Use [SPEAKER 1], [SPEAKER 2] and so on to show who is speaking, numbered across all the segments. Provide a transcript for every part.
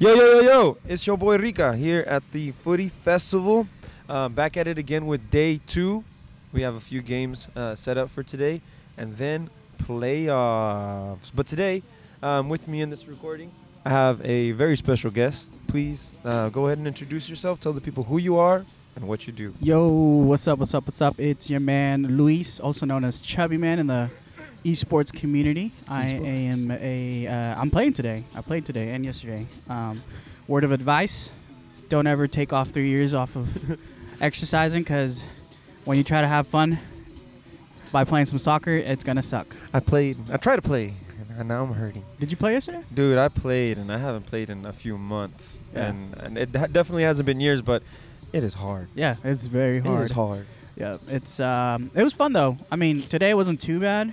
[SPEAKER 1] Yo, it's your boy Rika here at the Footy Festival. Uh, back at it again with day two. We have a few games uh, set up for today and then playoffs. But today, um, with me in this recording, I have a very special guest. Please uh, go ahead and introduce yourself. Tell the people who you are and what you do.
[SPEAKER 2] Yo, what's up? What's up? What's up? It's your man Luis, also known as Chubby Man in the esports community. I
[SPEAKER 1] Esports.
[SPEAKER 2] am a. Uh, I'm playing today. I played today and yesterday. Um, word of advice: Don't ever take off three years off of exercising, because when you try to have fun by playing some soccer, it's gonna suck.
[SPEAKER 1] I played, I tried to play, and now I'm hurting.
[SPEAKER 2] Did you play yesterday?
[SPEAKER 1] Dude, I played and I haven't played in a few months,
[SPEAKER 2] Yeah.
[SPEAKER 1] and, and it ha- definitely hasn't been years, but it is hard.
[SPEAKER 2] Yeah, it's very
[SPEAKER 1] It
[SPEAKER 2] hard.
[SPEAKER 1] is hard.
[SPEAKER 2] Yeah, it's um, it was fun though. I mean, today wasn't too bad.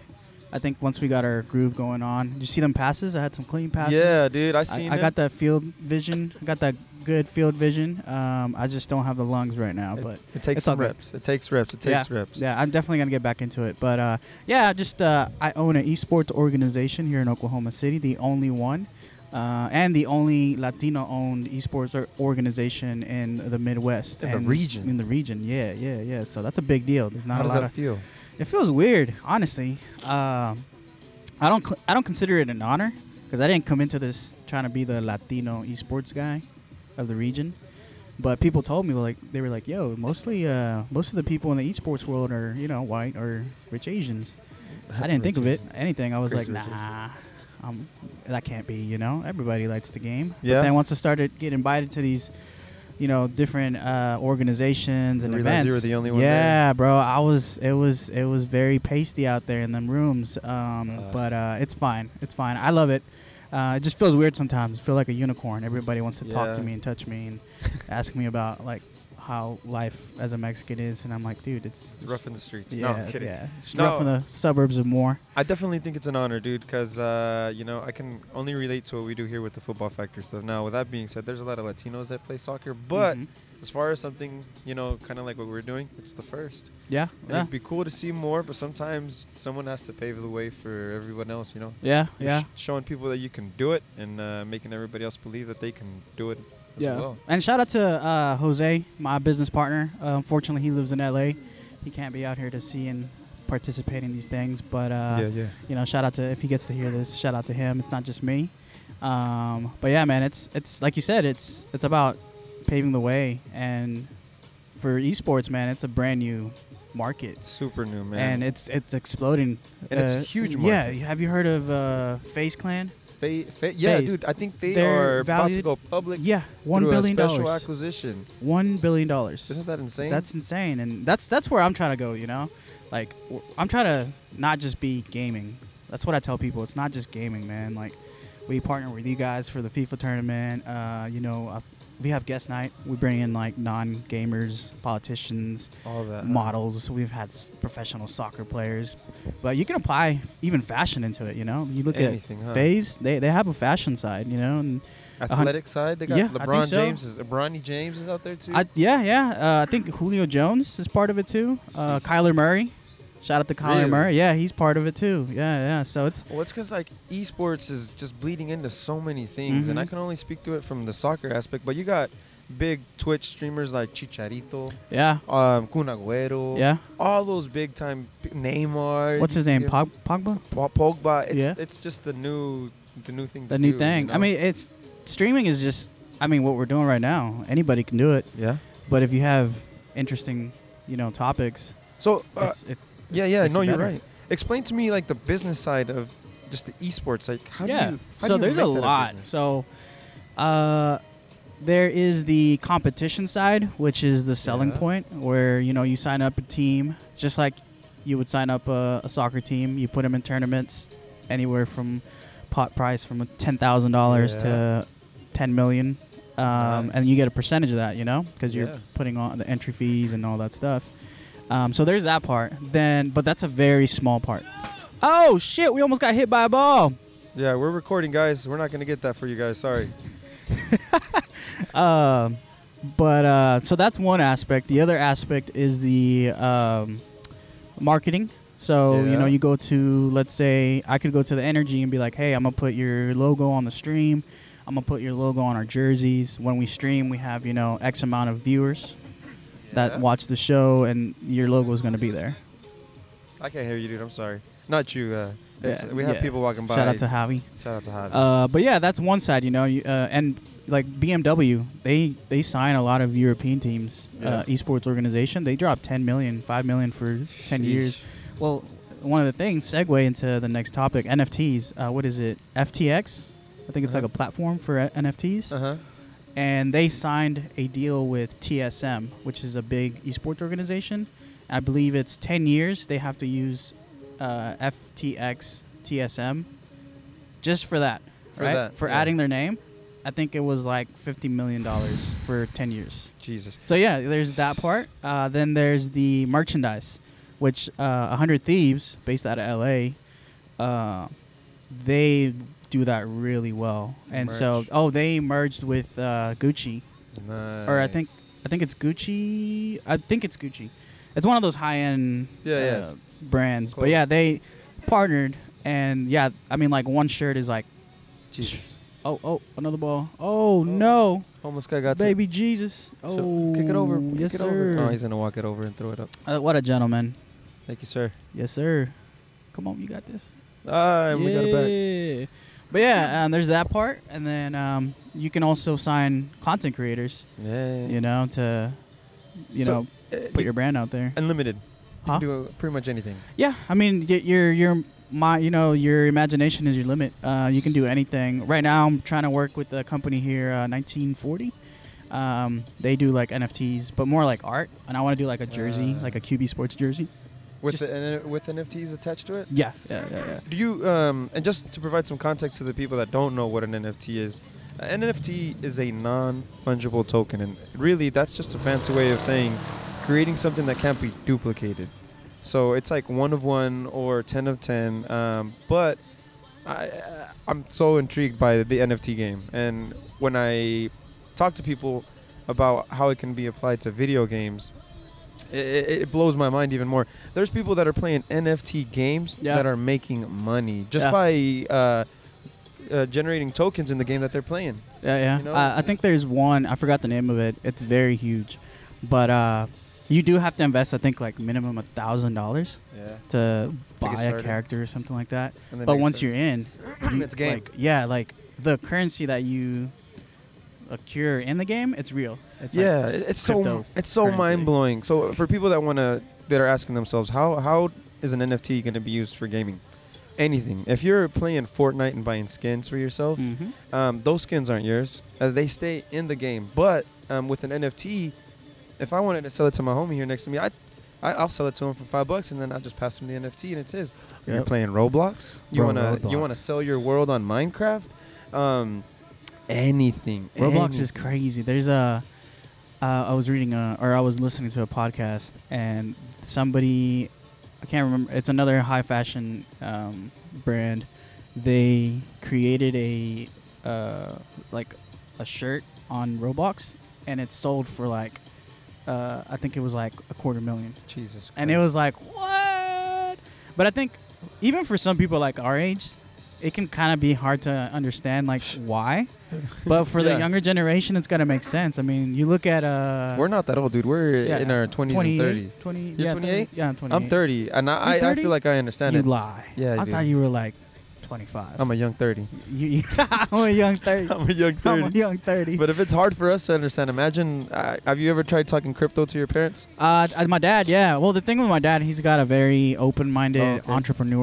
[SPEAKER 2] I think once we got our groove going on, did you see them passes? I had some clean passes.
[SPEAKER 1] Yeah, dude, I
[SPEAKER 2] I,
[SPEAKER 1] seen.
[SPEAKER 2] I
[SPEAKER 1] it.
[SPEAKER 2] got that field vision. I got that good field vision. Um, I just don't have the lungs right now,
[SPEAKER 1] It-
[SPEAKER 2] but
[SPEAKER 1] It takes
[SPEAKER 2] It's all
[SPEAKER 1] some
[SPEAKER 2] good.
[SPEAKER 1] reps. It takes reps. It takes reps.
[SPEAKER 2] yeah, I'm definitely gonna get back into it. But uh, yeah, I just uh, I own an esports organization here in Oklahoma City, the only one, uh, and the only Latino-owned esports or- organization in the Midwest
[SPEAKER 1] In the
[SPEAKER 2] and
[SPEAKER 1] region.
[SPEAKER 2] In the region, yeah, yeah, yeah. So that's a big deal. There's not
[SPEAKER 1] How
[SPEAKER 2] a
[SPEAKER 1] does
[SPEAKER 2] lot
[SPEAKER 1] that
[SPEAKER 2] of
[SPEAKER 1] feel?
[SPEAKER 2] It feels weird, honestly. Um, I don't cl- I don't consider it an honor because I didn't come into this trying to be the Latino esports guy of the region. But people told me like they were like, "Yo, mostly uh, most of the people in the esports world are you know white or rich Asians." I didn't think of it anything. I was
[SPEAKER 1] Crazy
[SPEAKER 2] like,
[SPEAKER 1] rich
[SPEAKER 2] "Nah, um, that can't be." You know, everybody likes the game.
[SPEAKER 1] Yeah.
[SPEAKER 2] But then once I started getting invited to these, you know, different uh, organizations and
[SPEAKER 1] You realized
[SPEAKER 2] events,
[SPEAKER 1] you were the only one there.
[SPEAKER 2] Yeah, yeah, bro. I was. It was. It was very pasty out there in them rooms. Um,
[SPEAKER 1] Uh.
[SPEAKER 2] but uh, it's fine. It's fine. I love it. Uh, it just feels weird sometimes. I feel like a unicorn. Everybody wants to talk to
[SPEAKER 1] Yeah.
[SPEAKER 2] me and touch me and ask me about like how life as a Mexican is, and I'm like, dude, it's,
[SPEAKER 1] It's rough in the streets.
[SPEAKER 2] Yeah,
[SPEAKER 1] no, I'm kidding.
[SPEAKER 2] yeah. It's
[SPEAKER 1] No.
[SPEAKER 2] rough in the suburbs of Moore.
[SPEAKER 1] I definitely think it's an honor, dude, because, uh, you know, I can only relate to what we do here with the football factor stuff. Now, with that being said, there's a lot of Latinos that play soccer, but
[SPEAKER 2] Mhm.
[SPEAKER 1] as far as something, you know, kind of like what we're doing, it's the first.
[SPEAKER 2] yeah,
[SPEAKER 1] And
[SPEAKER 2] yeah,
[SPEAKER 1] It'd be cool to see more, but sometimes someone has to pave the way for everyone else, you know?
[SPEAKER 2] yeah,
[SPEAKER 1] You're
[SPEAKER 2] yeah.
[SPEAKER 1] sh- showing people that you can do it and uh, making everybody else believe that they can do it as
[SPEAKER 2] yeah.
[SPEAKER 1] well.
[SPEAKER 2] And shout out to uh, Jose, my business partner. Uh, unfortunately, he lives in LA. He can't be out here to see and participate in these things. But uh,
[SPEAKER 1] yeah, yeah.
[SPEAKER 2] you know, shout out to if he gets to hear this, shout out to him. It's not just me. Um, but yeah, man, it's it's like you said, it's it's about paving the way and for esports, man, it's a brand new market.
[SPEAKER 1] It's super new, man.
[SPEAKER 2] And it's it's exploding.
[SPEAKER 1] And it's a huge
[SPEAKER 2] Uh, Yeah,
[SPEAKER 1] market.
[SPEAKER 2] have you heard of uh, Face Clan?
[SPEAKER 1] Fa- fa- yeah,
[SPEAKER 2] Phase.
[SPEAKER 1] dude. I think they
[SPEAKER 2] They're
[SPEAKER 1] are about to
[SPEAKER 2] valued-
[SPEAKER 1] go public.
[SPEAKER 2] Yeah, one
[SPEAKER 1] through a
[SPEAKER 2] billion
[SPEAKER 1] special
[SPEAKER 2] dollars.
[SPEAKER 1] acquisition.
[SPEAKER 2] One billion dollars.
[SPEAKER 1] Isn't that insane?
[SPEAKER 2] That's insane, and that's that's where I'm trying to go. You know, like w- I'm trying to not just be gaming. That's what I tell people. It's not just gaming, man. Like we partner with you guys for the FIFA tournament. Uh, you know, uh, we have guest night. We bring in like non-gamers, politicians,
[SPEAKER 1] all that huh?
[SPEAKER 2] models. We've had s- professional soccer players, but you can apply even fashion into it. You know, you look
[SPEAKER 1] Anything, huh?
[SPEAKER 2] at phase. They they have a fashion side. You know, and hun-
[SPEAKER 1] Athletic side, they got
[SPEAKER 2] Yeah, I think
[SPEAKER 1] LeBron
[SPEAKER 2] so.
[SPEAKER 1] James. Is, Bronny James is out there too.
[SPEAKER 2] I, yeah, yeah. Uh, I think Julio Jones is part of it too. Uh, Kyler Murray, shout out to Kyler
[SPEAKER 1] Hmm. Really?
[SPEAKER 2] Murray. Yeah, he's part of it too. Yeah, yeah. So it's
[SPEAKER 1] well, it's because like esports is just bleeding into so many things, and I
[SPEAKER 2] Mhm.
[SPEAKER 1] can only speak to it from the soccer aspect. But you got big Twitch streamers like Chicharito,
[SPEAKER 2] yeah,
[SPEAKER 1] um, Kun Agüero,
[SPEAKER 2] yeah.
[SPEAKER 1] all those big time p- Neymar.
[SPEAKER 2] What's his
[SPEAKER 1] you
[SPEAKER 2] name?
[SPEAKER 1] get-
[SPEAKER 2] Pog- Pogba.
[SPEAKER 1] Po- Pogba. It's,
[SPEAKER 2] Yeah.
[SPEAKER 1] it's just the new, the new thing.
[SPEAKER 2] The
[SPEAKER 1] to
[SPEAKER 2] new
[SPEAKER 1] do,
[SPEAKER 2] thing.
[SPEAKER 1] you
[SPEAKER 2] I
[SPEAKER 1] know?
[SPEAKER 2] mean, it's streaming is just. I mean, what we're doing right now, anybody can do it.
[SPEAKER 1] yeah.
[SPEAKER 2] But if you have interesting, you know, topics,
[SPEAKER 1] So uh,
[SPEAKER 2] it's, it,
[SPEAKER 1] Yeah, yeah,
[SPEAKER 2] makes
[SPEAKER 1] no,
[SPEAKER 2] it
[SPEAKER 1] you're
[SPEAKER 2] better.
[SPEAKER 1] right. Explain to me like the business side of just the esports. Like, how
[SPEAKER 2] yeah.
[SPEAKER 1] do you? How
[SPEAKER 2] so
[SPEAKER 1] do you
[SPEAKER 2] there's
[SPEAKER 1] make
[SPEAKER 2] a
[SPEAKER 1] that
[SPEAKER 2] lot.
[SPEAKER 1] business?
[SPEAKER 2] so uh, there is the competition side, which is the selling
[SPEAKER 1] Yeah.
[SPEAKER 2] point, where you know you sign up a team, just like you would sign up a, a soccer team. You put them in tournaments, anywhere from pot price from ten thousand dollars to ten million, um,
[SPEAKER 1] Nice.
[SPEAKER 2] and you get a percentage of that, you know, because you're
[SPEAKER 1] Yeah.
[SPEAKER 2] putting on the entry fees and all that stuff. Um, so there's that part. Then, but that's a very small part. Oh shit! We almost got hit by a ball.
[SPEAKER 1] yeah, we're recording, guys. We're not gonna get that for you guys. Sorry.
[SPEAKER 2] Um, but uh, so that's one aspect. The other aspect is the um, marketing. So you know,
[SPEAKER 1] Yeah.
[SPEAKER 2] you go to let's say I could go to the energy and be like, hey, I'm gonna put your logo on the stream. I'm gonna put your logo on our jerseys. When we stream, we have you know X amount of viewers
[SPEAKER 1] Yeah.
[SPEAKER 2] that watch the show, and your logo is gonna be there.
[SPEAKER 1] I can't hear you, dude. I'm sorry. Not you. Uh, it's,
[SPEAKER 2] Yeah,
[SPEAKER 1] we have
[SPEAKER 2] yeah.
[SPEAKER 1] people walking by.
[SPEAKER 2] Shout out to Javi.
[SPEAKER 1] Shout out to Javi.
[SPEAKER 2] Uh, but yeah, that's one side, you know. You, uh, and like BMW, they they sign a lot of European teams,
[SPEAKER 1] Yeah.
[SPEAKER 2] uh, esports organization. They drop 10 million, 5 million for 10 years. Well, one of the things segue into the next topic, NFTs. Uh, what is it? FTX. I think it's
[SPEAKER 1] Uh-huh.
[SPEAKER 2] like a platform for uh, NFTs,
[SPEAKER 1] Uh huh.
[SPEAKER 2] and they signed a deal with TSM, which is a big esports organization. I believe it's 10 years. They have to use uh, FTX TSM just for that
[SPEAKER 1] For
[SPEAKER 2] right?
[SPEAKER 1] that,
[SPEAKER 2] for
[SPEAKER 1] yeah.
[SPEAKER 2] adding their name. I think it was like fifty million dollars for ten years.
[SPEAKER 1] Jesus.
[SPEAKER 2] So yeah, there's that part. Uh, then there's the merchandise, which uh, hundred thieves, based out of L.A., uh, they do that really well. And so
[SPEAKER 1] Merch.
[SPEAKER 2] oh, they merged with uh, Gucci,
[SPEAKER 1] Nice.
[SPEAKER 2] or I think I think it's Gucci. I think it's Gucci. It's one of those high end
[SPEAKER 1] Yeah, yeah.
[SPEAKER 2] brands. But
[SPEAKER 1] Clothes.
[SPEAKER 2] yeah, they partnered, and yeah, I mean like one shirt is like.
[SPEAKER 1] Jesus.
[SPEAKER 2] Oh, oh, another ball. Oh, no.
[SPEAKER 1] Almost guy got
[SPEAKER 2] Baby Jesus.
[SPEAKER 1] So,
[SPEAKER 2] Oh,
[SPEAKER 1] kick it over.
[SPEAKER 2] Yes,
[SPEAKER 1] kick it
[SPEAKER 2] sir.
[SPEAKER 1] Over. Oh, he's gonna walk it over and throw it up.
[SPEAKER 2] Uh, what a gentleman.
[SPEAKER 1] Thank you, sir.
[SPEAKER 2] Yes, sir. Come on, you got this.
[SPEAKER 1] Ah, and we got it back.
[SPEAKER 2] Yeah. But yeah, um, there's that part, and then um, you can also sign content creators,
[SPEAKER 1] Yeah.
[SPEAKER 2] you know, to you
[SPEAKER 1] So,
[SPEAKER 2] know
[SPEAKER 1] Uh,
[SPEAKER 2] put
[SPEAKER 1] you-
[SPEAKER 2] your brand out there.
[SPEAKER 1] unlimited.
[SPEAKER 2] Huh?
[SPEAKER 1] You can do uh, pretty much anything.
[SPEAKER 2] Yeah, I mean, y- your your my you know your imagination is your limit. Uh, you can do anything. Right now, I'm trying to work with a company here, uh, 1940. Um, they do like NFTs, but more like art, and I want to do like a jersey,
[SPEAKER 1] Ah.
[SPEAKER 2] like a QB Sports jersey.
[SPEAKER 1] With
[SPEAKER 2] Just-
[SPEAKER 1] the, N- with NFTs attached to it.
[SPEAKER 2] Yeah, yeah, yeah, yeah.
[SPEAKER 1] Do you um and just to provide some context to the people that don't know what an NFT is, uh, an NFT is a non-fungible token, and really that's just a fancy way of saying creating something that can't be duplicated. So it's like one of one or ten of ten. Um, but I uh, I'm so intrigued by the NFT game, and when I talk to people about how it can be applied to video games. i- i- It, it blows my mind even more. There's people that are playing NFT games
[SPEAKER 2] Yeah.
[SPEAKER 1] that are making money just
[SPEAKER 2] Yeah.
[SPEAKER 1] by uh, uh, generating tokens in the game that they're playing.
[SPEAKER 2] Yeah, yeah. Uh,
[SPEAKER 1] You know?
[SPEAKER 2] I, I think there's one. I forgot the name of it. It's very huge, but uh, you do have to invest. I think like minimum a thousand dollars
[SPEAKER 1] Yeah.
[SPEAKER 2] to
[SPEAKER 1] To get
[SPEAKER 2] buy a
[SPEAKER 1] started.
[SPEAKER 2] character or something like that.
[SPEAKER 1] And then
[SPEAKER 2] But once you're in, you-
[SPEAKER 1] It's game.
[SPEAKER 2] Like, yeah, like the currency that you accrue in the game, it's real. It's like-
[SPEAKER 1] yeah, it- it's so
[SPEAKER 2] crypto
[SPEAKER 1] it's so
[SPEAKER 2] currency.
[SPEAKER 1] mind blowing. So for people that want to that are asking themselves how how is an NFT going to be used for gaming? Anything. If you're playing Fortnite and buying skins for yourself,
[SPEAKER 2] Mhm.
[SPEAKER 1] um, those skins aren't yours. Uh, they stay in the game. But um, with an NFT, if I wanted to sell it to my homie here next to me, I, I I'll sell it to him for five bucks, and then I'll just pass him the NFT, and it's his. You're
[SPEAKER 2] Yep.
[SPEAKER 1] playing Roblox. You
[SPEAKER 2] Bro,
[SPEAKER 1] wanna you
[SPEAKER 2] Roblox.
[SPEAKER 1] wanna sell your world on Minecraft? Um, anything.
[SPEAKER 2] Roblox is
[SPEAKER 1] anything.
[SPEAKER 2] crazy. There's a. Uh, I was reading a, or I was listening to a podcast, and somebody, I can't remember. It's another high fashion um, brand. They created a uh, like a shirt on Roblox, and it sold for like, uh, I think it was like a quarter million.
[SPEAKER 1] Jesus.
[SPEAKER 2] and it
[SPEAKER 1] Christ.
[SPEAKER 2] was like what but i think even for some people like our age it can kind of be hard to understand like why but for
[SPEAKER 1] Yeah.
[SPEAKER 2] the younger generation it's gonna make sense i mean you look at uh
[SPEAKER 1] We're not that old, dude. We're
[SPEAKER 2] yeah,
[SPEAKER 1] in our 20s and
[SPEAKER 2] 28,
[SPEAKER 1] 30s.
[SPEAKER 2] 20
[SPEAKER 1] You're
[SPEAKER 2] yeah
[SPEAKER 1] 28?
[SPEAKER 2] 30, yeah i'm 28
[SPEAKER 1] I'm 30, and I, I,
[SPEAKER 2] You
[SPEAKER 1] I
[SPEAKER 2] 30?
[SPEAKER 1] feel like I understand
[SPEAKER 2] you
[SPEAKER 1] it.
[SPEAKER 2] lie
[SPEAKER 1] Yeah,
[SPEAKER 2] i
[SPEAKER 1] dude.
[SPEAKER 2] thought you were like 25
[SPEAKER 1] I'm a young 30.
[SPEAKER 2] you, you- i'm a young 30
[SPEAKER 1] I'm a young
[SPEAKER 2] i'm a young 30
[SPEAKER 1] But if it's hard for us to understand, imagine. Uh, have you ever tried talking crypto to your parents?
[SPEAKER 2] Uh, uh, my dad, yeah. Well, the thing with my dad, he's got a very open-minded,
[SPEAKER 1] Oh, okay.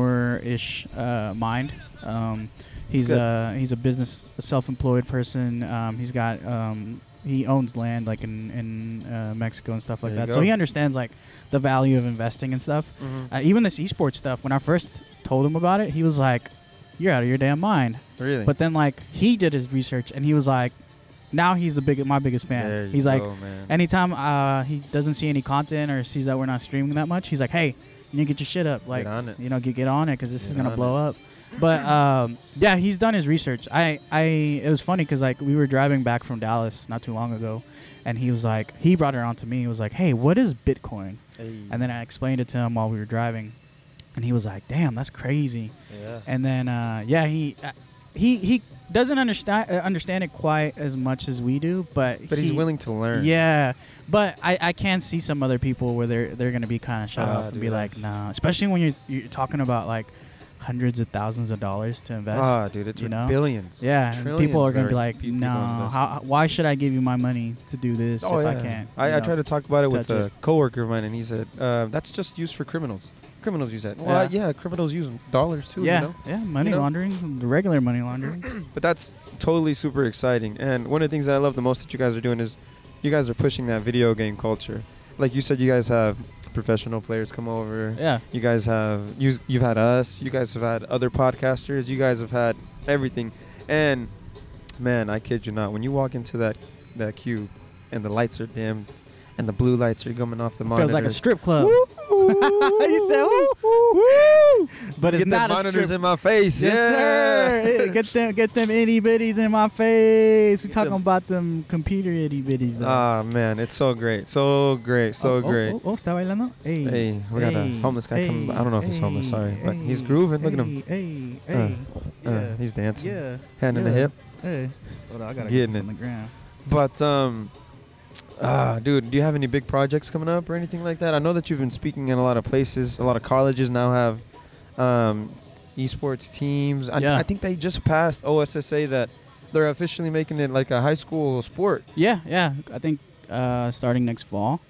[SPEAKER 2] entrepreneur-ish uh, mind. Um, he's
[SPEAKER 1] good.
[SPEAKER 2] a he's a business, a self-employed person. Um, he's got um, he owns land like in in uh, Mexico and stuff like
[SPEAKER 1] There you
[SPEAKER 2] that,
[SPEAKER 1] go.
[SPEAKER 2] so he understands like the value of investing and stuff.
[SPEAKER 1] Mm-hmm.
[SPEAKER 2] Uh, even this esports stuff, when I first told him about it, he was like, "You're out of your damn mind."
[SPEAKER 1] Really?
[SPEAKER 2] But then like he did his research and he was like, "Now he's the big my biggest fan."
[SPEAKER 1] There you
[SPEAKER 2] he's like.
[SPEAKER 1] go, man.
[SPEAKER 2] Anytime uh, he doesn't see any content or sees that we're not streaming that much, he's like, "Hey, you need to get your shit up. Like,
[SPEAKER 1] Get on it.
[SPEAKER 2] you know, get get on it because this
[SPEAKER 1] Get
[SPEAKER 2] is gonna
[SPEAKER 1] on
[SPEAKER 2] blow up." But um, yeah, he's done his research. I I it was funny because like we were driving back from Dallas not too long ago, and he was like, he brought it on to me. He was like, "Hey, what is Bitcoin?" And then I explained it to him while we were driving, and he was like, "Damn, that's crazy."
[SPEAKER 1] yeah.
[SPEAKER 2] And then uh, yeah, he uh, he he doesn't understand uh, understand it quite as much as we do, but
[SPEAKER 1] But he's
[SPEAKER 2] he-
[SPEAKER 1] willing to learn.
[SPEAKER 2] Yeah, but I, I can see some other people where they're they're gonna be kind of shut
[SPEAKER 1] Ah,
[SPEAKER 2] off and be
[SPEAKER 1] dude,
[SPEAKER 2] like,
[SPEAKER 1] that's-
[SPEAKER 2] nah. Especially when you're you're talking about like hundreds of thousands of dollars to invest.
[SPEAKER 1] Ah, dude, it's
[SPEAKER 2] you
[SPEAKER 1] with
[SPEAKER 2] know?
[SPEAKER 1] billions.
[SPEAKER 2] yeah, and people
[SPEAKER 1] trillions
[SPEAKER 2] are gonna
[SPEAKER 1] that
[SPEAKER 2] be like,
[SPEAKER 1] pe- people
[SPEAKER 2] no,
[SPEAKER 1] invest. Oh,
[SPEAKER 2] how, why should I give you my money to do this if I
[SPEAKER 1] yeah.
[SPEAKER 2] can't? you
[SPEAKER 1] I, I
[SPEAKER 2] know?
[SPEAKER 1] tried to talk about it with
[SPEAKER 2] touch
[SPEAKER 1] a
[SPEAKER 2] it.
[SPEAKER 1] coworker of mine, and he said uh, that's just used for criminals. Criminals use that. Well,
[SPEAKER 2] Yeah.
[SPEAKER 1] uh, yeah, criminals use dollars too.
[SPEAKER 2] yeah,
[SPEAKER 1] You know?
[SPEAKER 2] yeah, money
[SPEAKER 1] You know?
[SPEAKER 2] laundering, the regular money laundering.
[SPEAKER 1] But that's totally super exciting. And one of the things that I love the most that you guys are doing is you guys are pushing that video game culture. Like you said, you guys have professional players come over.
[SPEAKER 2] yeah,
[SPEAKER 1] You guys have you you've had us. You guys have had other podcasters. You guys have had everything. And man, I kid you not, when you walk into that that cube and the lights are dim and the blue lights are coming off the monitor.
[SPEAKER 2] feels like a strip club.
[SPEAKER 1] you
[SPEAKER 2] You said, "Woo,
[SPEAKER 1] woo.
[SPEAKER 2] But it's
[SPEAKER 1] Get
[SPEAKER 2] not
[SPEAKER 1] the
[SPEAKER 2] a strip
[SPEAKER 1] monitors in my face.
[SPEAKER 2] Yes,
[SPEAKER 1] yeah.
[SPEAKER 2] sir. Hey, Get them, get them itty bitties in my face. We
[SPEAKER 1] Get
[SPEAKER 2] talking
[SPEAKER 1] them-
[SPEAKER 2] about them computer itty bitties though.
[SPEAKER 1] Ah man, it's so great, so great, so
[SPEAKER 2] Oh, oh,
[SPEAKER 1] great.
[SPEAKER 2] Oh, oh, está bailando. Hey,
[SPEAKER 1] Hey, we got a
[SPEAKER 2] hey,
[SPEAKER 1] homeless guy coming. I don't know if he's homeless,
[SPEAKER 2] hey,
[SPEAKER 1] sorry, but he's
[SPEAKER 2] hey,
[SPEAKER 1] grooving. Look at him.
[SPEAKER 2] Hey, hey,
[SPEAKER 1] Uh,
[SPEAKER 2] hey.
[SPEAKER 1] Uh,
[SPEAKER 2] yeah,
[SPEAKER 1] he's dancing,
[SPEAKER 2] yeah,
[SPEAKER 1] hand in the
[SPEAKER 2] yeah.
[SPEAKER 1] hip.
[SPEAKER 2] Hey. Hold on, I gotta
[SPEAKER 1] Getting
[SPEAKER 2] get this
[SPEAKER 1] it.
[SPEAKER 2] on the ground.
[SPEAKER 1] But um, ah, dude, do you have any big projects coming up or anything like that? I know that you've been speaking in a lot of places. A lot of colleges now have um, esports teams. I,
[SPEAKER 2] Yeah.
[SPEAKER 1] I think they just passed OSSA that they're officially making it like a high school sport.
[SPEAKER 2] Yeah, yeah. I think uh, starting next fall,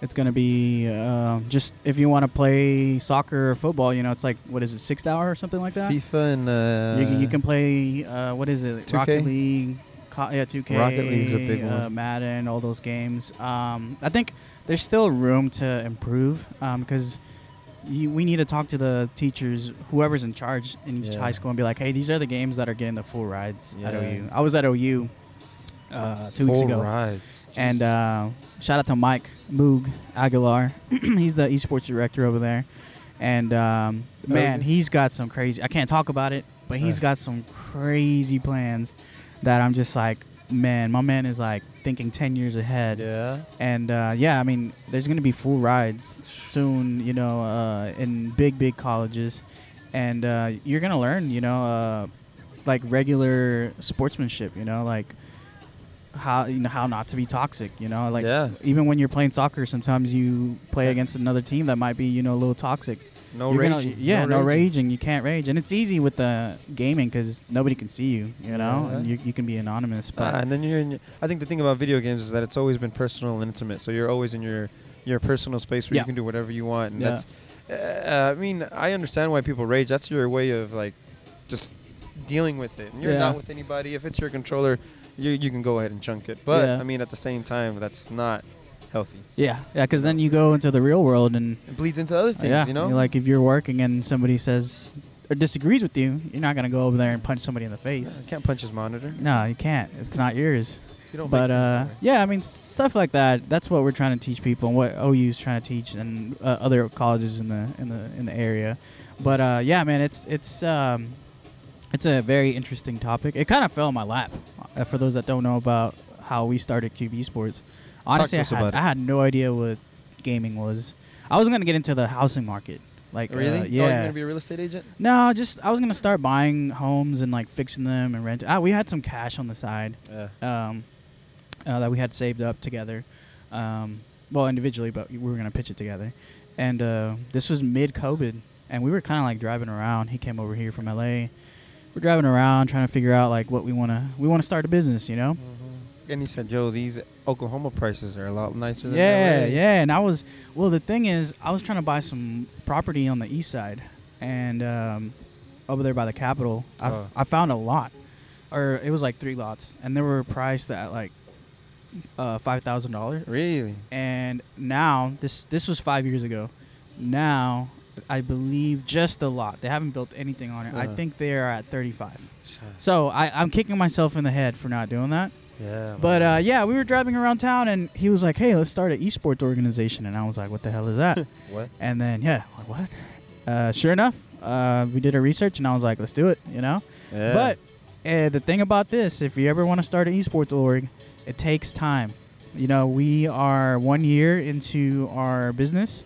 [SPEAKER 2] it's gonna be uh, just if you want to play soccer or football. You know, it's like what is it, sixth hour or something like that.
[SPEAKER 1] FIFA and uh,
[SPEAKER 2] you, can- you can play uh, what is it
[SPEAKER 1] 2K?
[SPEAKER 2] rocket league co- yeah 2k
[SPEAKER 1] Rocket League's a big
[SPEAKER 2] uh,
[SPEAKER 1] one.
[SPEAKER 2] madden all those games um, i think there's still room to improve because you, we need to talk to the teachers whoever's in charge in each
[SPEAKER 1] Yeah.
[SPEAKER 2] high school and be like hey these are the games that are getting the full rides at
[SPEAKER 1] Yeah.
[SPEAKER 2] ou i was at ou uh, two weeks
[SPEAKER 1] Full
[SPEAKER 2] ago
[SPEAKER 1] rides.
[SPEAKER 2] and
[SPEAKER 1] Jesus.
[SPEAKER 2] uh, shout out to Mike Moog Aguilar. he's the esports director over there. And um, man,
[SPEAKER 1] Okay.
[SPEAKER 2] he's got some crazy. I can't talk about it, but
[SPEAKER 1] Oh,
[SPEAKER 2] he's
[SPEAKER 1] Right.
[SPEAKER 2] got some crazy plans that I'm just like, man, my man is like thinking 10 years ahead.
[SPEAKER 1] yeah,
[SPEAKER 2] And uh, yeah, I mean, there's going to be full rides soon, you know, uh, in big, big colleges. And uh, you're going to learn, you know, uh, like regular sportsmanship, you know, like how you know how not to be toxic, you know, like
[SPEAKER 1] yeah,
[SPEAKER 2] even when you're playing soccer, sometimes you play against another team that might be, you know, a little toxic.
[SPEAKER 1] no
[SPEAKER 2] You're
[SPEAKER 1] raging.
[SPEAKER 2] gonna- yeah, no,
[SPEAKER 1] raging.
[SPEAKER 2] raging. You can't rage, and it's easy with the gaming because nobody can see you. You know,
[SPEAKER 1] Yeah.
[SPEAKER 2] and you, you can be anonymous. But
[SPEAKER 1] Ah, and then you're in. Your, I think the thing about video games is that it's always been personal and intimate. So you're always in your your personal space where
[SPEAKER 2] Yeah.
[SPEAKER 1] you can do whatever you want, and
[SPEAKER 2] Yeah.
[SPEAKER 1] that's. Uh, I mean, I understand why people rage. That's your way of like, just dealing with it. And you're
[SPEAKER 2] Yeah.
[SPEAKER 1] not with anybody. If it's your controller, you you can go ahead and chunk it. But
[SPEAKER 2] Yeah.
[SPEAKER 1] I mean, at the same time, that's not healthy.
[SPEAKER 2] yeah, yeah, because then you go into the real world, and
[SPEAKER 1] It bleeds into other things,
[SPEAKER 2] yeah,
[SPEAKER 1] you know.
[SPEAKER 2] you're like if you're working and somebody says or disagrees with you, you're not gonna go over there and punch somebody in the
[SPEAKER 1] Yeah,
[SPEAKER 2] face.
[SPEAKER 1] I can't punch his monitor.
[SPEAKER 2] No, you can't. It's not yours.
[SPEAKER 1] You don't.
[SPEAKER 2] but
[SPEAKER 1] make
[SPEAKER 2] uh,
[SPEAKER 1] things that way.
[SPEAKER 2] yeah, I mean s- stuff like that. That's what we're trying to teach people, and what OU's trying to teach, and uh, other colleges in the in the in the area. But uh, yeah, man, it's it's um, it's a very interesting topic. It kind of fell in my lap. Uh, for those that don't know about how we started QB Sports, honestly, I
[SPEAKER 1] us about
[SPEAKER 2] had,
[SPEAKER 1] it.
[SPEAKER 2] I had no idea what gaming was. I was gonna get into the housing market, like uh,
[SPEAKER 1] really?
[SPEAKER 2] yeah.
[SPEAKER 1] Oh, you're gonna be a real estate agent?
[SPEAKER 2] no, just I was gonna start buying homes and like fixing them and rent. Ah, we had some cash on the side
[SPEAKER 1] Yeah.
[SPEAKER 2] um, uh, that we had saved up together. Um, well, individually, but we were going to pitch it together. And uh, this was mid COVID, and we were kind of like driving around. He came over here from LA. We're driving around trying to figure out like what we want to we want to start a business, you know?
[SPEAKER 1] Mm-hmm. And he said, "Yo, these Oklahoma prices are a lot nicer than
[SPEAKER 2] Yeah,
[SPEAKER 1] LA."
[SPEAKER 2] yeah. And I was well. The thing is, I was trying to buy some property on the east side, and um, over there by the Capitol, I,
[SPEAKER 1] Oh.
[SPEAKER 2] I found a lot, or it was like three lots, and they were priced at like uh, five thousand dollars.
[SPEAKER 1] Really?
[SPEAKER 2] and now this this was five years ago. Now I believe just the lot. They haven't built anything on it. I
[SPEAKER 1] Uh-huh.
[SPEAKER 2] think they are at 35. So I, I'm kicking myself in the head for not doing that.
[SPEAKER 1] Yeah.
[SPEAKER 2] But uh, yeah, we were driving around town, and he was like, "Hey, let's start an esports organization," and I was like, "What the hell is that?"
[SPEAKER 1] what?
[SPEAKER 2] and then yeah, like, what? Uh, sure enough, uh, we did our research, and I was like, "Let's do it," you know.
[SPEAKER 1] Yeah.
[SPEAKER 2] But uh, the thing about this, if you ever want to start an esports org, it takes time. You know, we are one year into our business,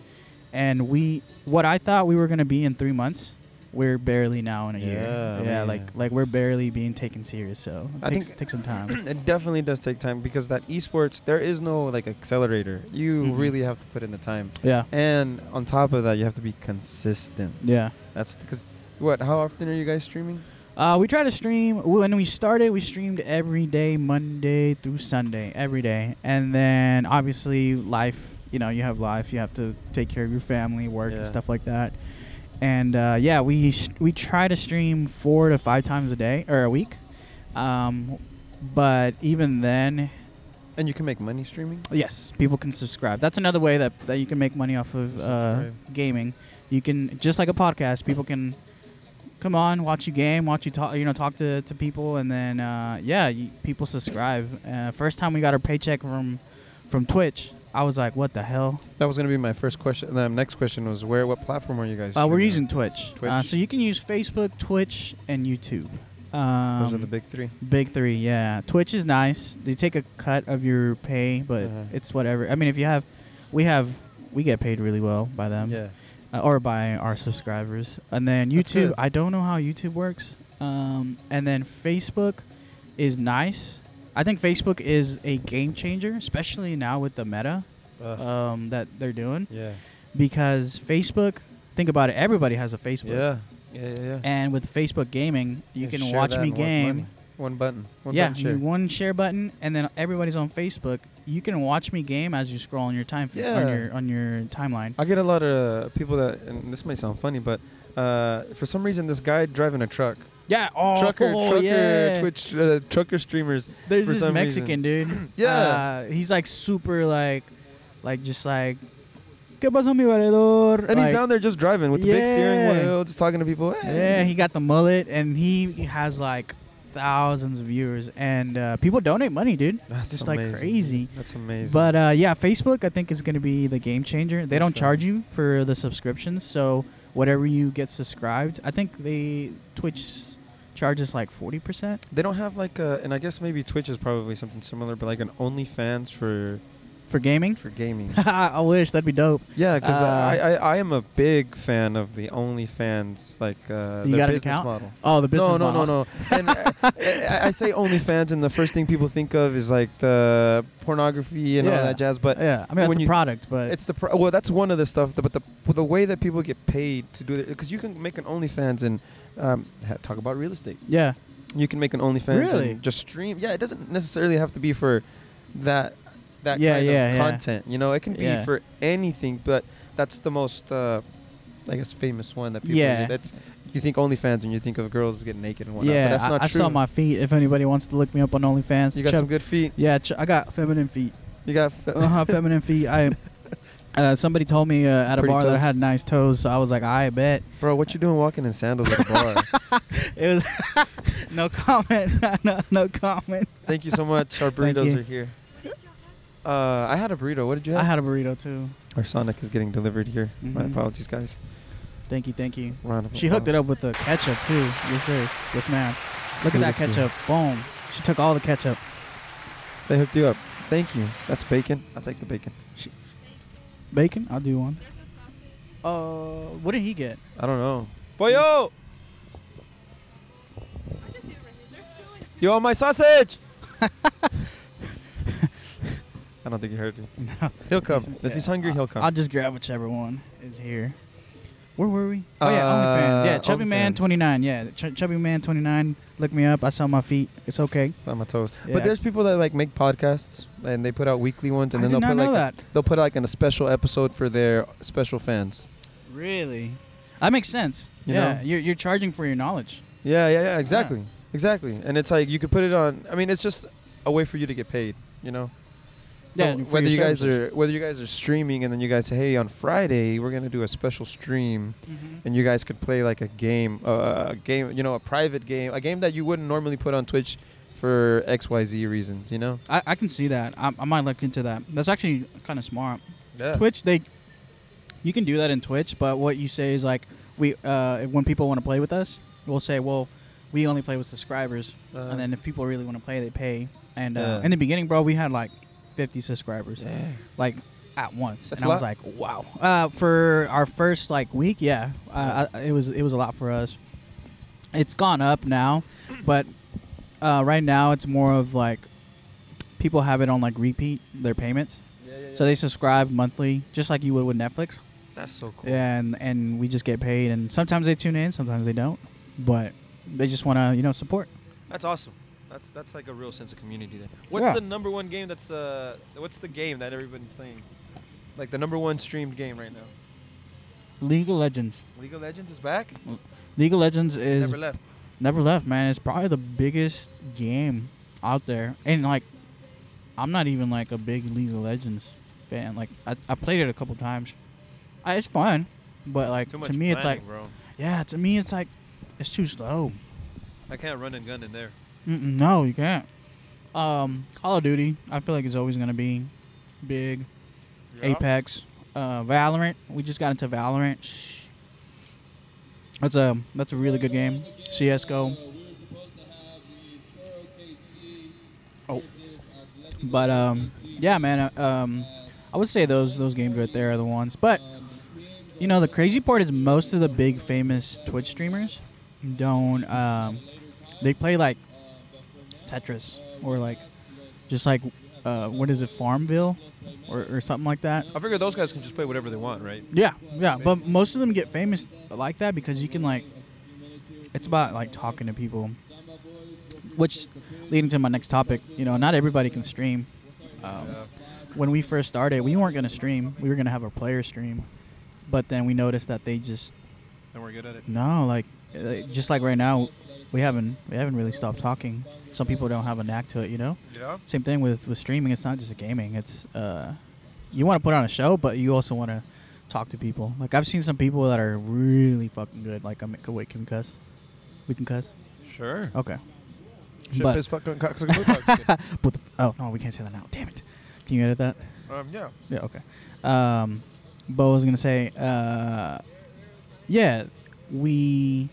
[SPEAKER 2] and we what I thought we were going to be in three months, we're barely now in a year.
[SPEAKER 3] Yeah,
[SPEAKER 2] Yeah,
[SPEAKER 3] man.
[SPEAKER 2] like like we're barely being taken serious. So it
[SPEAKER 1] I
[SPEAKER 2] takes
[SPEAKER 1] think-
[SPEAKER 2] takes some time.
[SPEAKER 1] it definitely does take time because that esports there is no like accelerator. You
[SPEAKER 2] Mhm.
[SPEAKER 1] really have to put in the time,
[SPEAKER 2] yeah,
[SPEAKER 1] and on top of that, you have to be consistent.
[SPEAKER 2] yeah.
[SPEAKER 1] That's because what? How often are you guys streaming?
[SPEAKER 2] Uh, we try to stream when we started. We streamed every day, Monday through Sunday, every day, and then obviously life. You know, you have life. You have to take care of your family, work,
[SPEAKER 1] Yeah.
[SPEAKER 2] and stuff like that. And uh, yeah, we s- we try to stream four to five times a day or a week. Um, but even then,
[SPEAKER 1] And you can make money streaming.
[SPEAKER 2] Yes, people can subscribe. That's another way that, that you can make money off of uh,
[SPEAKER 1] Subscribe.
[SPEAKER 2] gaming. You can just like a podcast, people can come on, watch you game, watch you talk, you know, talk to, to people, and then uh, yeah, you, people subscribe. Uh, first time we got our paycheck from from Twitch, I was like, what the hell?
[SPEAKER 1] That was gonna be my first question. The next question was where? What platform are you guys?
[SPEAKER 2] Uh,
[SPEAKER 1] streaming
[SPEAKER 2] we're
[SPEAKER 1] on?
[SPEAKER 2] using Twitch, Uh,
[SPEAKER 1] Twitch.
[SPEAKER 2] so you can use Facebook, Twitch, and YouTube. Um,
[SPEAKER 1] Those are the big three.
[SPEAKER 2] Big three, yeah. Twitch is nice. They take a cut of your pay, but
[SPEAKER 1] Uh-huh.
[SPEAKER 2] it's whatever. I mean, if you have, we have, we get paid really well by them,
[SPEAKER 1] yeah.
[SPEAKER 2] uh, or by our subscribers. And then
[SPEAKER 1] That's
[SPEAKER 2] YouTube,
[SPEAKER 1] good.
[SPEAKER 2] I don't know how YouTube works. Um, and then Facebook is nice. I think Facebook is a game changer, especially now with the Meta
[SPEAKER 1] Uh-huh.
[SPEAKER 2] um, that they're doing,
[SPEAKER 1] Uh, yeah.
[SPEAKER 2] because Facebook. Think about it. Everybody has a Facebook.
[SPEAKER 1] Yeah. Yeah. Yeah. yeah.
[SPEAKER 2] And with Facebook gaming, you
[SPEAKER 1] And
[SPEAKER 2] can
[SPEAKER 1] share
[SPEAKER 2] watch
[SPEAKER 1] that
[SPEAKER 2] me
[SPEAKER 1] and work
[SPEAKER 2] game.
[SPEAKER 1] money. One button. One
[SPEAKER 2] yeah,
[SPEAKER 1] Button share.
[SPEAKER 2] you one share button, and then everybody's on Facebook. You can watch me game as you scroll on your time f- on
[SPEAKER 1] Yeah. Uh,
[SPEAKER 2] your on your timeline.
[SPEAKER 1] I get a lot of people that, and this may sound funny, but uh, for some reason, this guy driving a truck,
[SPEAKER 2] Yeah, oh,
[SPEAKER 1] trucker,
[SPEAKER 2] oh,
[SPEAKER 1] trucker,
[SPEAKER 2] yeah.
[SPEAKER 1] Twitch, uh, trucker streamers.
[SPEAKER 2] There's
[SPEAKER 1] for
[SPEAKER 2] this
[SPEAKER 1] some
[SPEAKER 2] Mexican dude.
[SPEAKER 1] Yeah.
[SPEAKER 2] uh, he's like super like, like just like, ¿Qué pasó mi valedor?
[SPEAKER 1] And
[SPEAKER 2] like,
[SPEAKER 1] he's down there just driving with the big steering
[SPEAKER 2] Yeah.
[SPEAKER 1] wheel, just talking to people. Hey.
[SPEAKER 2] Yeah, he got the mullet, and he has like thousands of viewers, and uh, people donate money, dude.
[SPEAKER 1] That's
[SPEAKER 2] just like
[SPEAKER 1] amazing.
[SPEAKER 2] crazy.
[SPEAKER 1] That's amazing.
[SPEAKER 2] But uh, yeah, Facebook I think is going to be the game changer. They don't
[SPEAKER 1] so.
[SPEAKER 2] charge you for the subscriptions, so whatever you get subscribed, I think they Twitch charges like forty percent
[SPEAKER 1] they don't have like a, and I guess maybe Twitch is probably something similar, but like an OnlyFans for
[SPEAKER 2] for gaming.
[SPEAKER 1] for gaming.
[SPEAKER 2] I wish that'd be dope.
[SPEAKER 1] yeah, because
[SPEAKER 2] Uh,
[SPEAKER 1] I, I I am a big fan of the OnlyFans like uh,
[SPEAKER 2] You
[SPEAKER 1] their
[SPEAKER 2] got an
[SPEAKER 1] business
[SPEAKER 2] account?
[SPEAKER 1] model.
[SPEAKER 2] Oh, the business
[SPEAKER 1] no, no,
[SPEAKER 2] model.
[SPEAKER 1] no, no, And uh, I, I say OnlyFans, and the first thing people think of is like the pornography and all
[SPEAKER 2] Yeah.
[SPEAKER 1] that jazz. But
[SPEAKER 2] yeah, I mean that's
[SPEAKER 1] when
[SPEAKER 2] the
[SPEAKER 1] you-
[SPEAKER 2] product, but
[SPEAKER 1] it's the pro- well, that's one of the stuff. But the the way that people get paid to do it, because you can make an OnlyFans and um, ha- talk about real estate.
[SPEAKER 2] yeah,
[SPEAKER 1] You can make an OnlyFans
[SPEAKER 2] Really?
[SPEAKER 1] and just stream. Yeah, it doesn't necessarily have to be for that that
[SPEAKER 2] Yeah,
[SPEAKER 1] kind
[SPEAKER 2] yeah,
[SPEAKER 1] of
[SPEAKER 2] yeah.
[SPEAKER 1] content. You know, it can be
[SPEAKER 2] Yeah.
[SPEAKER 1] for anything. But that's the most, uh, I guess, famous one that people.
[SPEAKER 2] Yeah.
[SPEAKER 1] That's you think OnlyFans and you think of girls getting naked and whatnot.
[SPEAKER 2] yeah.
[SPEAKER 1] but that's
[SPEAKER 2] I,
[SPEAKER 1] not
[SPEAKER 2] I
[SPEAKER 1] true.
[SPEAKER 2] saw my feet. If anybody wants to look me up on OnlyFans,
[SPEAKER 1] you got
[SPEAKER 2] chub-
[SPEAKER 1] some good feet.
[SPEAKER 2] yeah, ch- I got feminine feet.
[SPEAKER 1] You got. Fe-
[SPEAKER 2] uh-huh, feminine feet. I uh, somebody told me uh, at a
[SPEAKER 1] Pretty
[SPEAKER 2] bar that I
[SPEAKER 1] toes.
[SPEAKER 2] had nice toes, so I was like, I bet.
[SPEAKER 1] Bro, what you doing walking in sandals at a bar?
[SPEAKER 2] It was no comment. no, no comment.
[SPEAKER 1] Thank you so much. Our
[SPEAKER 2] Thank
[SPEAKER 1] burritos
[SPEAKER 2] you.
[SPEAKER 1] are here. Uh, I had a burrito. What did you have?
[SPEAKER 2] I had a burrito too.
[SPEAKER 1] Our Sonic is getting delivered here. My
[SPEAKER 2] Mhm.
[SPEAKER 1] apologies, guys.
[SPEAKER 2] Thank you, thank you.
[SPEAKER 1] Round of
[SPEAKER 2] She hooked it up with the ketchup too. Yes sir. Yes ma'am. Look at that
[SPEAKER 1] Beautiful.
[SPEAKER 2] ketchup. Boom. She took all the ketchup.
[SPEAKER 1] They hooked you up. Thank you. That's bacon. I'll take the bacon.
[SPEAKER 2] Bacon. I'll do one. Uh, what did he get?
[SPEAKER 1] I don't know. Boyo! You want Mm. my sausage? I don't think he heard me.
[SPEAKER 2] No.
[SPEAKER 1] He'll come. If he's hungry,
[SPEAKER 2] I-
[SPEAKER 1] he'll come.
[SPEAKER 2] I'll just grab whichever one is here. Where were we? Oh yeah,
[SPEAKER 1] Uh,
[SPEAKER 2] OnlyFans. Yeah, Chubby Man
[SPEAKER 1] OnlyFans.
[SPEAKER 2] 29. Yeah, Ch- Chubby Man 29. Look me up. I saw my feet. It's okay.
[SPEAKER 1] on my toes.
[SPEAKER 2] Yeah.
[SPEAKER 1] But there's people that like make podcasts and they put out weekly ones and
[SPEAKER 2] I
[SPEAKER 1] then
[SPEAKER 2] did
[SPEAKER 1] they'll
[SPEAKER 2] not
[SPEAKER 1] put
[SPEAKER 2] know
[SPEAKER 1] like
[SPEAKER 2] that.
[SPEAKER 1] they'll put like in a special episode for their special fans.
[SPEAKER 2] Really? That makes sense.
[SPEAKER 1] You
[SPEAKER 2] yeah,
[SPEAKER 1] know?
[SPEAKER 2] you're, you're charging for your knowledge.
[SPEAKER 1] Yeah, yeah, yeah, exactly. Exactly. And it's like you could put it on I mean it's just a way for you to get paid, you know? So
[SPEAKER 2] for your
[SPEAKER 1] whether you guys
[SPEAKER 2] services.
[SPEAKER 1] are whether you guys are streaming and then you guys say, "Hey, on Friday we're gonna do a special stream," and you guys could play like a game, uh, a game, you know, a private game, a game that you wouldn't normally put on Twitch for X, Y, Z reasons, you know?
[SPEAKER 2] I, I can see that. I, I might look into that. That's actually kind of smart.
[SPEAKER 1] Yeah.
[SPEAKER 2] Twitch, they, you can do that in Twitch, but what you say is like we uh, when people want to play with us, we'll say, well, we only play with subscribers, and then if people really want to play, they pay. And uh,
[SPEAKER 1] Yeah.
[SPEAKER 2] in the beginning, bro, we had like 50 subscribers. Like at once.
[SPEAKER 4] That's
[SPEAKER 2] and
[SPEAKER 4] a
[SPEAKER 2] I was
[SPEAKER 4] lot.
[SPEAKER 2] like, wow. Uh, for our first like week, yeah, uh, I, it was it was a lot for us. It's gone up now, but uh, right now it's more of like people have it on like repeat their payments,
[SPEAKER 4] Yeah, yeah,
[SPEAKER 2] so they subscribe monthly, just like you would with Netflix.
[SPEAKER 4] That's so cool.
[SPEAKER 2] And and we just get paid, and sometimes they tune in, sometimes they don't, but they just want to you know support.
[SPEAKER 4] That's awesome. That's that's like a real sense of community there. What's
[SPEAKER 2] Yeah.
[SPEAKER 4] the number one game that's uh what's the game that everybody's playing? Like the number one streamed game right now.
[SPEAKER 2] League of Legends.
[SPEAKER 4] League of Legends is back.
[SPEAKER 2] League of Legends is
[SPEAKER 4] Never left.
[SPEAKER 2] Never left, man. It's probably the biggest game out there, and like, I'm not even like a big League of Legends fan. Like, I, I played it a couple times. I, it's fun, but like
[SPEAKER 4] Too
[SPEAKER 2] to me,
[SPEAKER 4] much
[SPEAKER 2] it's like
[SPEAKER 4] planning, bro.
[SPEAKER 2] yeah, to me it's like it's too slow.
[SPEAKER 4] I can't run and gun in there.
[SPEAKER 2] Mm-mm, no, you can't. Um, Call of Duty, I feel like it's always gonna be big. Apex, uh, Valorant. We just got into Valorant. Shh. That's a that's a really good game. CS:GO. Oh, but um, yeah, man. uh, Um, I would say those those games right there are the ones. But you know, the crazy part is most of the big famous Twitch streamers don't. Um, they play like Tetris or like just like uh, what is it, Farmville or, or something like that.
[SPEAKER 4] I figure those guys can just play whatever they want, right?
[SPEAKER 2] Yeah, yeah, but most of them get famous like that because you can like, it's about like talking to people, which leading to my next topic. You know, not everybody can stream. Um, when we first started, we weren't gonna stream. We were gonna have a player stream, but then we noticed that they just
[SPEAKER 4] And we're good at it.
[SPEAKER 2] no, like, uh, just like right now, we haven't we haven't really stopped talking. Some people don't have a knack to it, you know
[SPEAKER 4] Yeah.
[SPEAKER 2] same thing with with streaming it's not just gaming it's uh you want to put on a show but you also want to talk to people like i've seen some people that are really fucking good like i'm wait can we cuss we can cuss
[SPEAKER 4] Sure.
[SPEAKER 2] okay
[SPEAKER 4] Shit,
[SPEAKER 2] But-
[SPEAKER 4] piss, fuck, cunt, cock, suck, boot, cock,
[SPEAKER 2] but oh no we can't say that now damn it can you edit that
[SPEAKER 4] shit. um, yeah.
[SPEAKER 2] yeah okay um but i was gonna say uh yeah we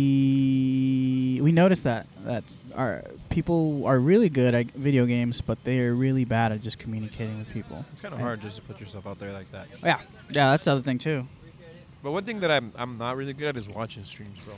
[SPEAKER 2] we we noticed that that our people are really good at video games but they are really bad at just communicating with people
[SPEAKER 4] It's kind of hard just to put yourself out there like that.
[SPEAKER 2] yeah yeah that's the other thing too
[SPEAKER 4] But one thing that I'm I'm not really good at is watching streams, bro.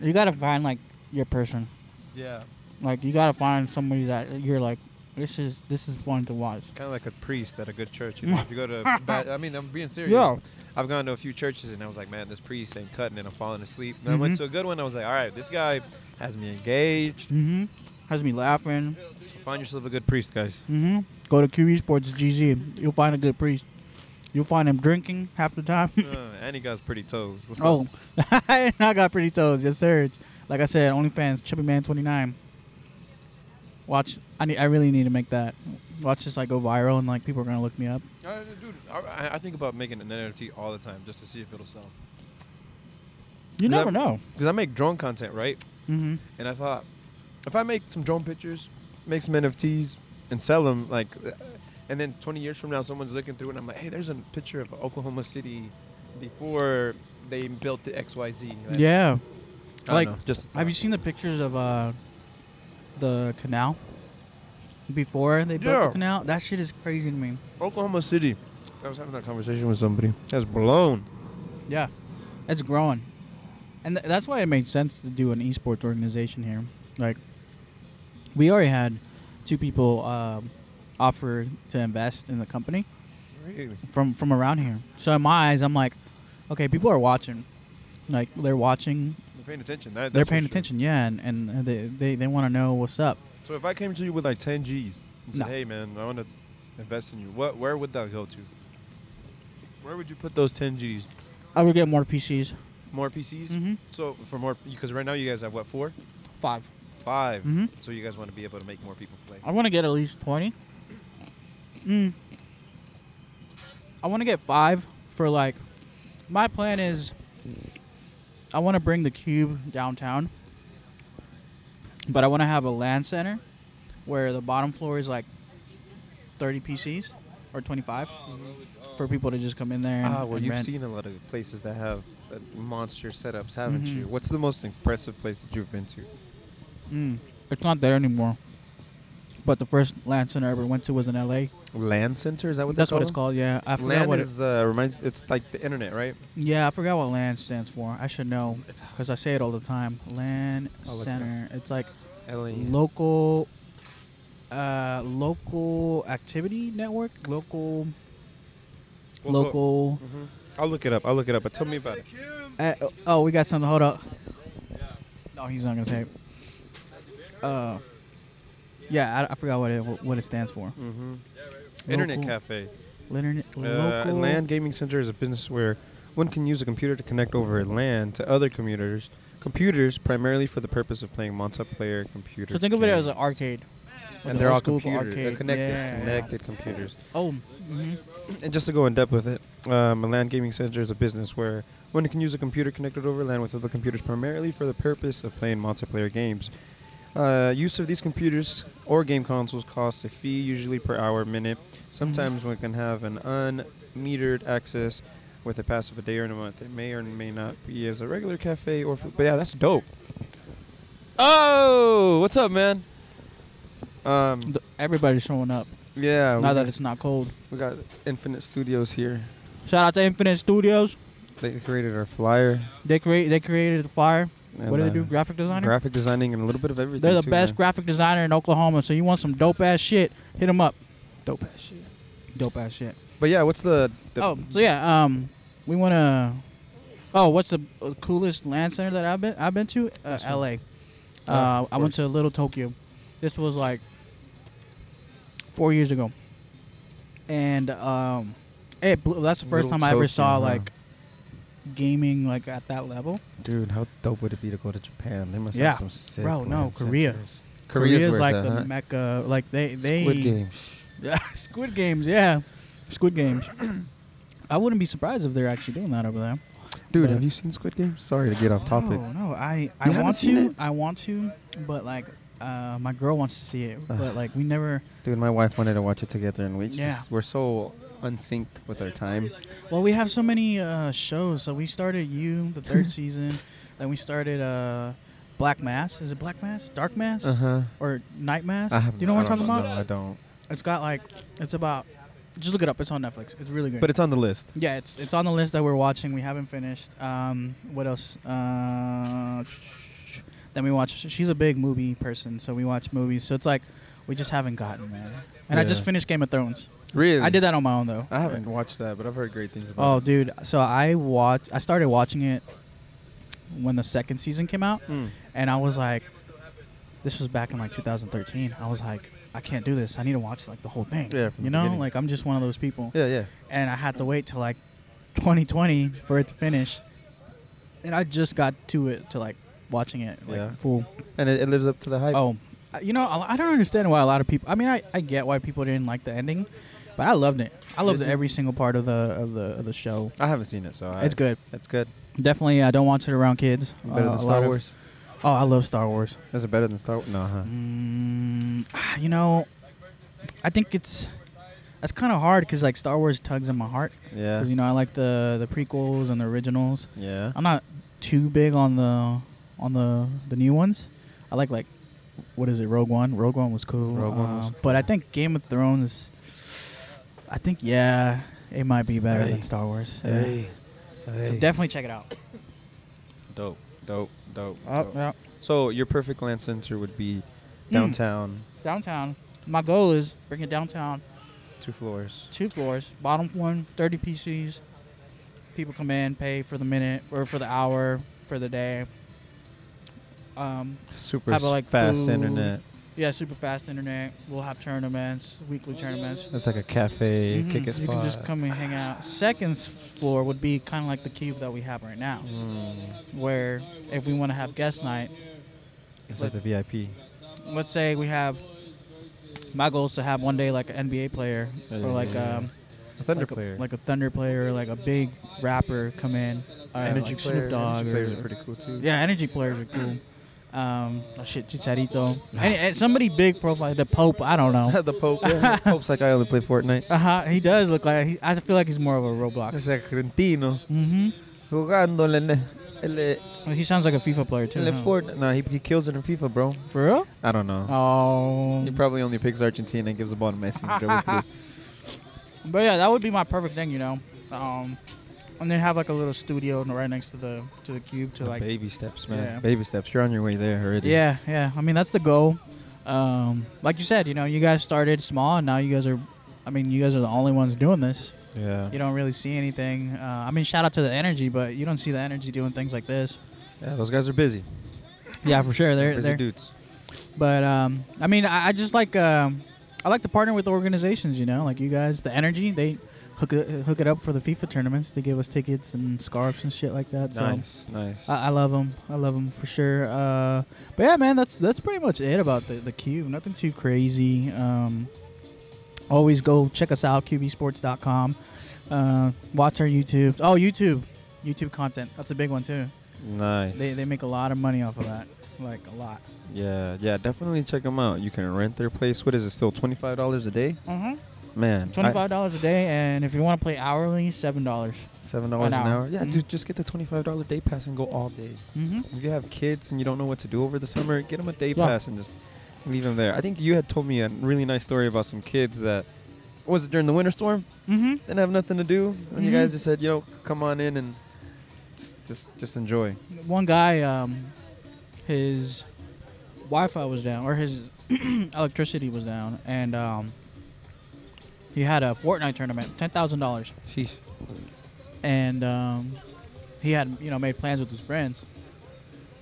[SPEAKER 2] you gotta find like your person
[SPEAKER 4] Yeah.
[SPEAKER 2] like you gotta find somebody that you're like this is this is fun to watch
[SPEAKER 4] Kind of like a priest at a good church. You know, if you go to, bad, I mean, I'm being serious.
[SPEAKER 2] Yeah.
[SPEAKER 4] I've gone to a few churches and I was like, man, this priest ain't cutting and I'm falling asleep. And I went
[SPEAKER 2] Mhm.
[SPEAKER 4] to a good one. I was like, all right, this guy has me engaged.
[SPEAKER 2] mm-hmm has me laughing
[SPEAKER 4] So find yourself a good priest, guys.
[SPEAKER 2] Mm-hmm. Go to QE Sports GZ. You'll find a good priest. You'll find him drinking half the time.
[SPEAKER 4] uh, and he got his pretty toes. What's up?
[SPEAKER 2] oh, I got pretty toes. Yes, sir. Like I said, OnlyFans, Chubby Man twenty nine. Watch. I need. I really need to make that. Watch this like go viral and like people are gonna look me up.
[SPEAKER 4] Uh, dude, I, I- I think about making an NFT all the time just to see if it'll sell.
[SPEAKER 2] You
[SPEAKER 4] Is that-
[SPEAKER 2] never know.
[SPEAKER 4] Because I make drone content, right?
[SPEAKER 2] Mm-hmm.
[SPEAKER 4] And I thought, if I make some drone pictures, make some NFTs, and sell them, like, uh, and then 20 years from now, someone's looking through and I'm like, hey, there's a picture of Oklahoma City before they built the XYZ. Like,
[SPEAKER 2] Yeah.
[SPEAKER 4] I don't
[SPEAKER 2] like,
[SPEAKER 4] know, just
[SPEAKER 2] Have you seen the pictures of uh, the canal? Before they built
[SPEAKER 4] Yeah.
[SPEAKER 2] the canal, that shit is crazy to me.
[SPEAKER 4] Oklahoma City? I was having that conversation with somebody. That's blown.
[SPEAKER 2] Yeah, it's growing, and th- that's why it made sense to do an esports organization here. Like, we already had two people um, offer to invest in the company
[SPEAKER 4] Really?
[SPEAKER 2] from from around here. So in my eyes, I'm like, okay, people are watching, like they're watching,
[SPEAKER 4] They're paying attention. That,
[SPEAKER 2] they're
[SPEAKER 4] that's for
[SPEAKER 2] paying
[SPEAKER 4] sure.
[SPEAKER 2] attention, yeah, and and they they, they want to know what's up.
[SPEAKER 4] So if I came to you with like 10 Gs and said,
[SPEAKER 2] No.
[SPEAKER 4] hey, man, I want to invest in you, what? where would that go to? Where would you put those 10 Gs?
[SPEAKER 2] I would get more PCs.
[SPEAKER 4] More PCs?
[SPEAKER 2] Mm-hmm.
[SPEAKER 4] So for more, because right now you guys have what, four?
[SPEAKER 2] 5
[SPEAKER 4] Five.
[SPEAKER 2] Mm-hmm.
[SPEAKER 4] So you guys want to be able to make more people play.
[SPEAKER 2] I want to get at least 20. Mm. I want to get five for like. My plan is I want to bring the cube downtown, but I want to have a LAN center where the bottom floor is like 30 PCs or 25 for people to just come in there. And,
[SPEAKER 4] Ah, well,
[SPEAKER 2] and
[SPEAKER 4] you've
[SPEAKER 2] rent.
[SPEAKER 4] seen a lot of places that have uh, monster setups, haven't
[SPEAKER 2] Mhm.
[SPEAKER 4] you? What's the most impressive place that you've been to?
[SPEAKER 2] Mm. It's not there anymore. But the first LAN center I ever went to was in LA.
[SPEAKER 1] Land Center is that what
[SPEAKER 2] That's
[SPEAKER 1] they call
[SPEAKER 2] what it's
[SPEAKER 1] them?
[SPEAKER 2] called. Yeah, I forgot
[SPEAKER 1] LAN
[SPEAKER 2] what. It,
[SPEAKER 1] is uh, reminds. It's like the internet, right?
[SPEAKER 2] yeah, I forgot what LAN stands for. I should know because I say it all the time. LAN
[SPEAKER 1] I'll Oh, look it up.
[SPEAKER 2] center. It's like
[SPEAKER 1] LAN.
[SPEAKER 2] local, uh, local activity network. Local, local.
[SPEAKER 1] Mhm. I'll look it up. I'll look it up. But tell me about it.
[SPEAKER 2] Uh, oh, we got something. Hold up. No, he's not gonna take. Uh, yeah, I, I forgot what it what it stands for.
[SPEAKER 1] Mm-hmm. Internet
[SPEAKER 2] Local-
[SPEAKER 1] cafe.
[SPEAKER 2] Internet,
[SPEAKER 1] Uh,
[SPEAKER 2] local.
[SPEAKER 1] LAN gaming center is a business where one can use a computer to connect over LAN to other computers. Computers primarily for the purpose of playing multiplayer computer.
[SPEAKER 2] So think of it as
[SPEAKER 1] games.
[SPEAKER 2] an arcade. Like an
[SPEAKER 1] and they're all
[SPEAKER 2] old-school
[SPEAKER 1] computers. They're
[SPEAKER 2] arcade.
[SPEAKER 1] connected,
[SPEAKER 2] Yeah.
[SPEAKER 1] connected computers.
[SPEAKER 2] Oh, mhm.
[SPEAKER 1] And just to go in depth with it, um, a LAN gaming center is a business where one can use a computer connected over LAN with other computers primarily for the purpose of playing multiplayer games. Uh, use of these computers or game consoles costs a fee, usually per hour, minute.
[SPEAKER 2] Mm-hmm.
[SPEAKER 1] Sometimes one can have an unmetered access with a pass of a day or a month. It may or may not be as a regular cafe or. F- but yeah, that's dope. Oh, what's up, man? Um,
[SPEAKER 2] Th- everybody's showing up
[SPEAKER 1] Oh, yeah.
[SPEAKER 2] now
[SPEAKER 1] we
[SPEAKER 2] that
[SPEAKER 1] got-
[SPEAKER 2] it's not cold.
[SPEAKER 1] we got Infinite Studios here.
[SPEAKER 2] Shout out to Infinite Studios.
[SPEAKER 1] They created our flyer.
[SPEAKER 2] They create they created the fire.
[SPEAKER 1] and,
[SPEAKER 2] what do they do?
[SPEAKER 1] uh,
[SPEAKER 2] Graphic designer.
[SPEAKER 1] Graphic designing and a little bit of everything.
[SPEAKER 2] They're the
[SPEAKER 1] too,
[SPEAKER 2] best
[SPEAKER 1] man.
[SPEAKER 2] graphic designer in Oklahoma. So you want some dope ass shit? Hit them up. Dope ass shit. Dope ass shit.
[SPEAKER 1] But yeah, what's the? the
[SPEAKER 2] oh, so yeah, um, we want to. Oh, what's the uh, coolest land center that I've been I've been to? Uh,
[SPEAKER 1] This one.
[SPEAKER 2] L.A.
[SPEAKER 1] Oh,
[SPEAKER 2] Uh,
[SPEAKER 1] of
[SPEAKER 2] I went to Little Tokyo. This was like four years ago, and um, it blew, that's the first
[SPEAKER 1] Little
[SPEAKER 2] time I ever
[SPEAKER 1] Tokyo,
[SPEAKER 2] saw
[SPEAKER 1] huh?
[SPEAKER 2] like gaming like at that level.
[SPEAKER 1] dude, how dope would it be to go to Japan? They must
[SPEAKER 2] Yeah.
[SPEAKER 1] have some sick.
[SPEAKER 2] Bro,
[SPEAKER 1] land
[SPEAKER 2] no, Korea.
[SPEAKER 1] centers.
[SPEAKER 2] Korea's
[SPEAKER 1] where it's
[SPEAKER 2] like
[SPEAKER 1] at,
[SPEAKER 2] the
[SPEAKER 1] huh?
[SPEAKER 2] mecca. Like they they
[SPEAKER 1] Squid Game.
[SPEAKER 2] Yeah, Squid Games. Yeah, Squid Games. I wouldn't be surprised if they're actually doing that over there.
[SPEAKER 1] Dude,
[SPEAKER 2] But-
[SPEAKER 1] have you seen Squid Game? Sorry to get off topic.
[SPEAKER 2] No, no, I,
[SPEAKER 1] You
[SPEAKER 2] I
[SPEAKER 1] haven't
[SPEAKER 2] want
[SPEAKER 1] seen
[SPEAKER 2] to,
[SPEAKER 1] it?
[SPEAKER 2] I want to, but like, uh, my girl wants to see it,
[SPEAKER 1] Ugh.
[SPEAKER 2] but like, we never.
[SPEAKER 1] Dude, my wife wanted to watch it together, and we just
[SPEAKER 2] Yeah.
[SPEAKER 1] we're so unsynced with our time.
[SPEAKER 2] Well, we have so many uh, shows. So we started you the third season, then we started uh, Black Mass. Is it Black Mass? Dark Mass
[SPEAKER 1] huh.
[SPEAKER 2] or Night Mass?
[SPEAKER 1] Uh-huh. I have.
[SPEAKER 2] Do Uh-huh. you know what I'm
[SPEAKER 1] I
[SPEAKER 2] talking
[SPEAKER 1] don't
[SPEAKER 2] about?
[SPEAKER 1] No, I don't.
[SPEAKER 2] It's got like, it's about. Just look it up. It's on Netflix. It's really good.
[SPEAKER 1] But it's on the list.
[SPEAKER 2] yeah, it's it's on the list that we're watching. We haven't finished. Um, what else? Uh, then we watch. She's a big movie person, so we watch movies. So it's like we just haven't gotten there. And I just
[SPEAKER 1] Yeah.
[SPEAKER 2] finished Game of Thrones.
[SPEAKER 1] Really?
[SPEAKER 2] I did that on my own though.
[SPEAKER 1] I haven't watched that, but I've heard great things
[SPEAKER 2] Oh,
[SPEAKER 1] about.
[SPEAKER 2] dude. So I watched. I started watching it when the second season came out,
[SPEAKER 1] it. Mm.
[SPEAKER 2] and I was like, this was back in like 2013. I was like, I can't do this. I need to watch like the whole thing.
[SPEAKER 1] Yeah, from
[SPEAKER 2] you
[SPEAKER 1] the
[SPEAKER 2] know,
[SPEAKER 1] beginning.
[SPEAKER 2] like I'm just one of those people
[SPEAKER 1] Yeah, yeah.
[SPEAKER 2] and I had to wait till like 2020 for it to finish. And I just got to it to like watching it like
[SPEAKER 1] Yeah.
[SPEAKER 2] full.
[SPEAKER 1] And it, it lives up to the hype.
[SPEAKER 2] Oh, I- you know, I I don't understand why a lot of people. I mean, I, I get why people didn't like the ending, but I loved it. I loved
[SPEAKER 1] Did you?
[SPEAKER 2] every single part of the of the of the show.
[SPEAKER 1] I haven't seen it, so I,
[SPEAKER 2] It's good.
[SPEAKER 1] It's good.
[SPEAKER 2] Definitely, I don't watch it around kids.
[SPEAKER 1] Better
[SPEAKER 2] Uh,
[SPEAKER 1] than
[SPEAKER 2] a lot
[SPEAKER 1] Star
[SPEAKER 2] of-
[SPEAKER 1] Wars.
[SPEAKER 2] oh, I love Star Wars.
[SPEAKER 1] Is it better than Star Wars? No, huh?
[SPEAKER 2] Mm, you know, I think it's that's kind of hard because like Star Wars tugs in my heart
[SPEAKER 1] Yeah.
[SPEAKER 2] because Mm-hmm. you know I like the the prequels and the originals.
[SPEAKER 1] Yeah.
[SPEAKER 2] I'm not too big on the on the the new ones. I like like what is it? Rogue One. Rogue One was cool.
[SPEAKER 1] Rogue One was
[SPEAKER 2] Uh, But I think Game of Thrones. I think yeah, it might be better
[SPEAKER 1] Hey.
[SPEAKER 2] than Star Wars. Yeah. So
[SPEAKER 1] Hey.
[SPEAKER 2] definitely check it out.
[SPEAKER 1] Dope. Dope. Dope.
[SPEAKER 2] Oh,
[SPEAKER 1] dope.
[SPEAKER 2] yeah.
[SPEAKER 1] So your perfect land center would be
[SPEAKER 2] Mm,
[SPEAKER 1] downtown,
[SPEAKER 2] downtown. My goal is bring it downtown.
[SPEAKER 1] two floors.
[SPEAKER 2] Two floors. Bottom one, 30 PCs. People come in, pay for the minute or for the hour for the day. Um,
[SPEAKER 1] Super
[SPEAKER 2] Have a, like,
[SPEAKER 1] fast
[SPEAKER 2] food.
[SPEAKER 1] internet.
[SPEAKER 2] Yeah, super fast internet. We'll have tournaments, weekly tournaments.
[SPEAKER 1] It's like a cafe,
[SPEAKER 2] Mhm.
[SPEAKER 1] kick it spot.
[SPEAKER 2] You can just come and hang out. Second s- floor would be kind of like the cube that we have right now,
[SPEAKER 1] Mm.
[SPEAKER 2] where if we want to have guest night,
[SPEAKER 1] It's like the VIP.
[SPEAKER 2] let's say we have. My goal is to have one day like an NBA player
[SPEAKER 1] Yeah,
[SPEAKER 2] or like
[SPEAKER 1] yeah,
[SPEAKER 2] um
[SPEAKER 1] A thunder
[SPEAKER 2] like a,
[SPEAKER 1] player.
[SPEAKER 2] like a Thunder player, like a big rapper come in, uh,
[SPEAKER 1] energy
[SPEAKER 2] like
[SPEAKER 1] player.
[SPEAKER 2] Snoop Dogg,
[SPEAKER 1] energy
[SPEAKER 2] or,
[SPEAKER 1] players are pretty cool too.
[SPEAKER 2] Yeah, energy players are cool. Um, oh shit, Chicharito, and, and somebody big profile, the Pope. I don't know.
[SPEAKER 1] the Pope. yeah, the Pope's like I only play Fortnite.
[SPEAKER 2] Uh huh. He does look like he, I feel like he's more of a Roblox.
[SPEAKER 1] It's like Argentino
[SPEAKER 2] Mm-hmm.
[SPEAKER 1] jugando El, el
[SPEAKER 2] Well, he sounds like a FIFA player too. huh?
[SPEAKER 1] Ford. Nah, he, he kills it in FIFA, bro.
[SPEAKER 2] For real?
[SPEAKER 1] I don't know.
[SPEAKER 2] Oh.
[SPEAKER 1] He probably only picks Argentina and gives the ball to Messi. when he dribbles through.
[SPEAKER 2] But yeah, that would be my perfect thing, you know. Um, and then have like a little studio right next to the to the cube to like.
[SPEAKER 1] baby steps, man.
[SPEAKER 2] Yeah.
[SPEAKER 1] Baby steps. You're on your way there already.
[SPEAKER 2] Yeah, yeah. I mean, that's the goal. Um, like you said, you know, you guys started small, and now you guys are. I mean, you guys are the only ones doing this.
[SPEAKER 1] Yeah.
[SPEAKER 2] You don't really see anything. Uh, I mean, shout out to the energy, but you don't see the energy doing things like this.
[SPEAKER 1] Yeah, those guys are busy.
[SPEAKER 2] Yeah, for sure. They're,
[SPEAKER 1] busy
[SPEAKER 2] they're
[SPEAKER 1] dudes.
[SPEAKER 2] But um, I mean, I, I just like um, I like to partner with organizations. You know, like you guys, the energy they hook it, hook it up for the FIFA tournaments. They give us tickets and scarves and shit like that. So
[SPEAKER 1] Nice, nice.
[SPEAKER 2] I, I love them. I love them for sure. Uh, but yeah, man, that's that's pretty much it about the the cube. Nothing too crazy. Um, always go check us out, qbsports.com. Uh, watch our YouTube. Oh, YouTube, YouTube content. That's a big one too.
[SPEAKER 1] nice.
[SPEAKER 2] They they make a lot of money off of that. Like a lot.
[SPEAKER 1] yeah, yeah. Definitely check them out. You can rent their place. What is it still? Twenty five dollars a day?
[SPEAKER 2] Mm-hmm.
[SPEAKER 1] Man. I-
[SPEAKER 2] Twenty-five dollars a day, and if you want to play hourly, seven dollars.
[SPEAKER 1] Seven dollars an
[SPEAKER 2] an
[SPEAKER 1] hour.
[SPEAKER 2] hour.
[SPEAKER 1] Yeah,
[SPEAKER 2] Mhm.
[SPEAKER 1] dude. Just get the twenty five dollar day pass and go all day.
[SPEAKER 2] Mm-hmm.
[SPEAKER 1] If you have kids and you don't know what to do over the summer, get them a day
[SPEAKER 2] Yeah.
[SPEAKER 1] pass and just leave them there. I think you had told me a really nice story about some kids that was it during the winter storm?
[SPEAKER 2] Mm-hmm.
[SPEAKER 1] Didn't have nothing to do, and you guys
[SPEAKER 2] Mhm.
[SPEAKER 1] just said, "Yo, come on in and just just just enjoy."
[SPEAKER 2] One guy, um, his Wi-Fi was down, or his electricity was down, and um, he had a Fortnite tournament, ten thousand dollars,
[SPEAKER 1] Sheesh.
[SPEAKER 2] and um, he had you know made plans with his friends.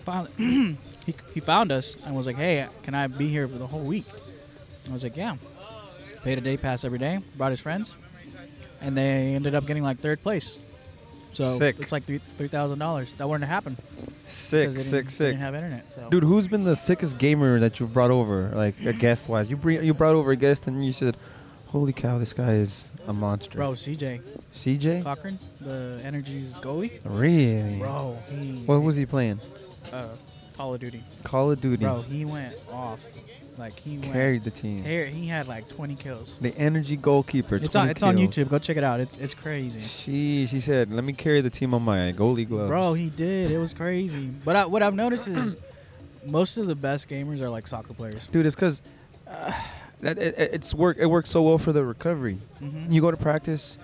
[SPEAKER 2] Finally, he he found us and was like, "Hey, can I be here for the whole week?" I was like, "Yeah." Paid a day pass every day. Brought his friends, and they ended up getting like third place. So
[SPEAKER 1] Sick.
[SPEAKER 2] it's like three three thousand dollars. That wouldn't have happened
[SPEAKER 1] Sick,
[SPEAKER 2] they didn't,
[SPEAKER 1] sick,
[SPEAKER 2] they
[SPEAKER 1] sick.
[SPEAKER 2] didn't have internet. So
[SPEAKER 1] Dude, who's been the sickest gamer that you've brought over, like a guest wise? You bring you brought over a guest and you said, "Holy cow, this guy is a monster."
[SPEAKER 2] bro, CJ
[SPEAKER 1] CJ,
[SPEAKER 2] Cochran, the Energy's goalie,
[SPEAKER 1] really?
[SPEAKER 2] bro, he
[SPEAKER 1] What was he playing?
[SPEAKER 2] uh, Call of Duty,
[SPEAKER 1] Call of Duty.
[SPEAKER 2] bro, he went off, like he went.
[SPEAKER 1] Carried the team.
[SPEAKER 2] Here, he had like 20 kills.
[SPEAKER 1] The energy goalkeeper.
[SPEAKER 2] It's on,
[SPEAKER 1] 20
[SPEAKER 2] it's on
[SPEAKER 1] kills.
[SPEAKER 2] YouTube. Go check it out. It's it's crazy.
[SPEAKER 1] She she said, "Let me carry the team on my goalie gloves."
[SPEAKER 2] Bro, he did. It was crazy. But I, what I've noticed is most of the best gamers are like soccer players.
[SPEAKER 1] dude, it's because uh, that it, it- it's work. It works so well for the recovery.
[SPEAKER 2] Mm-hmm.
[SPEAKER 1] You go to practice,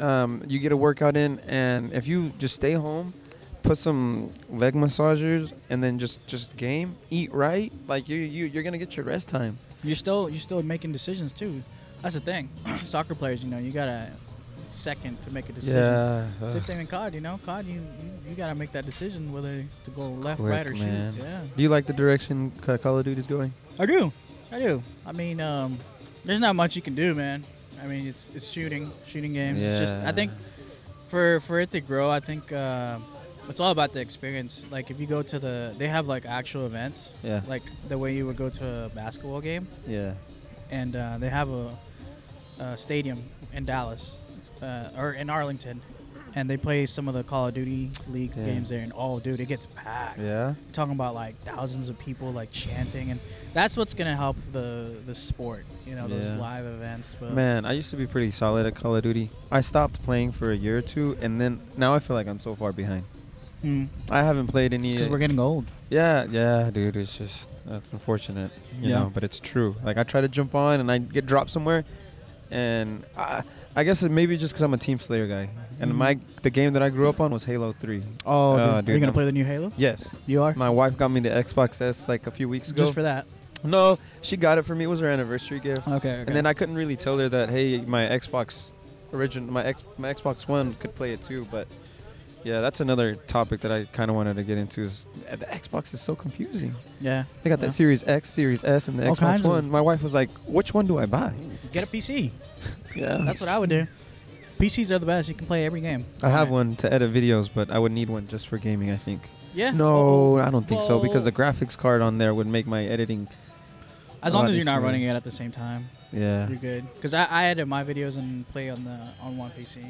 [SPEAKER 1] um, you get a workout in, and if you just stay home, put some leg massagers, and then just just game, eat right. Like you you you're gonna get your rest time.
[SPEAKER 2] You're still you're still making decisions too. That's the thing. soccer players, you know, you got a second to make a decision.
[SPEAKER 1] Yeah.
[SPEAKER 2] Same thing in COD, you know. COD, you, you, you got to make that decision whether to go left,
[SPEAKER 1] quick,
[SPEAKER 2] right, or
[SPEAKER 1] man.
[SPEAKER 2] shoot. Yeah,
[SPEAKER 1] Do you like the direction Ca- Call of Duty's going?
[SPEAKER 2] I do. I do. I mean, um, there's not much you can do, man. I mean, it's it's shooting, shooting games. It's just I think for for it to grow, I think uh, it's all about the experience. Like if you go to the, they have like actual events,
[SPEAKER 1] Yeah.
[SPEAKER 2] like the way you would go to a basketball game,
[SPEAKER 1] Yeah.
[SPEAKER 2] and uh, they have a, a stadium in Dallas uh, or in Arlington, and they play some of the Call of Duty League
[SPEAKER 1] Yeah.
[SPEAKER 2] games there. And oh, dude, it gets packed.
[SPEAKER 1] Yeah.
[SPEAKER 2] Talking about like thousands of people like chanting, and that's what's gonna help the the sport. You know, those
[SPEAKER 1] Yeah.
[SPEAKER 2] live events. But
[SPEAKER 1] Man, I used to be pretty solid at Call of Duty. I stopped playing for a year or two, and then now I feel like I'm so far behind. I haven't played any.
[SPEAKER 2] because Hmm. we're getting old.
[SPEAKER 1] yeah, yeah, dude. It's just that's unfortunate, you
[SPEAKER 2] Yeah.
[SPEAKER 1] know. But it's true. Like I try to jump on, and I get dropped somewhere, and I, I guess it maybe just because I'm a Team Slayer guy, and
[SPEAKER 2] Mhm.
[SPEAKER 1] my the game that I grew up on was Halo Three.
[SPEAKER 2] Oh,
[SPEAKER 1] Uh,
[SPEAKER 2] are you
[SPEAKER 1] dude,
[SPEAKER 2] gonna
[SPEAKER 1] I'm-
[SPEAKER 2] play the new Halo?
[SPEAKER 1] Yes,
[SPEAKER 2] You are
[SPEAKER 1] my wife got me the Xbox S like a few weeks ago.
[SPEAKER 2] just for that.
[SPEAKER 1] no, she got it for me. It was her anniversary gift.
[SPEAKER 2] Okay.
[SPEAKER 1] And then I couldn't really tell her that hey, my Xbox origin, my X, my Xbox One could play it too. But yeah, that's another topic that I kind of wanted to get into. Is uh, the Xbox is so confusing.
[SPEAKER 2] yeah,
[SPEAKER 1] They got
[SPEAKER 2] Yeah.
[SPEAKER 1] that Series X, Series S, and the
[SPEAKER 2] All
[SPEAKER 1] Xbox
[SPEAKER 2] kinds of-
[SPEAKER 1] One. My wife was like, "Which one do I buy?"
[SPEAKER 2] get a PC.
[SPEAKER 1] Yeah,
[SPEAKER 2] That's what I would do. PCs are the best. You can play every game.
[SPEAKER 1] I have one to edit videos, but I would need one just for gaming. I think.
[SPEAKER 2] Yeah. Oh.
[SPEAKER 1] No, I don't think so because
[SPEAKER 2] Well-
[SPEAKER 1] the graphics card on there would make my editing.
[SPEAKER 2] As
[SPEAKER 1] Oh,
[SPEAKER 2] long
[SPEAKER 1] I
[SPEAKER 2] as you're not
[SPEAKER 1] disagree.
[SPEAKER 2] running it at the same time,
[SPEAKER 1] Yeah.
[SPEAKER 2] you're good. Because I, I edit my videos and play on the on one PC.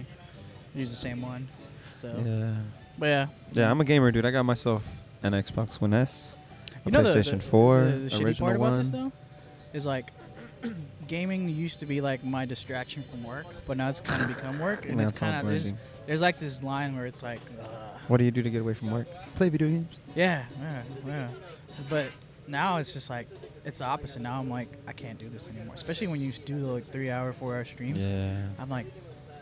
[SPEAKER 2] Use the same one. So,
[SPEAKER 1] Yeah.
[SPEAKER 2] but yeah.
[SPEAKER 1] Yeah, I'm a gamer, dude. I got myself an Xbox One S, a
[SPEAKER 2] You know the- the-
[SPEAKER 1] PlayStation 4,
[SPEAKER 2] The, the shitty
[SPEAKER 1] original
[SPEAKER 2] part about
[SPEAKER 1] one.
[SPEAKER 2] this though is like. Gaming used to be like my distraction from work, but now it's kind of become work, and
[SPEAKER 1] Man,
[SPEAKER 2] it's
[SPEAKER 1] that sounds
[SPEAKER 2] kind of there's
[SPEAKER 1] amazing.
[SPEAKER 2] there's like this line where it's like, ugh,
[SPEAKER 1] What do you do to get away from work? Play video games.
[SPEAKER 2] Yeah, yeah, yeah. But now it's just like it's the opposite. Now I'm like I can't do this anymore. Especially when you do the, like three hour, four hour streams.
[SPEAKER 1] Yeah.
[SPEAKER 2] I'm like,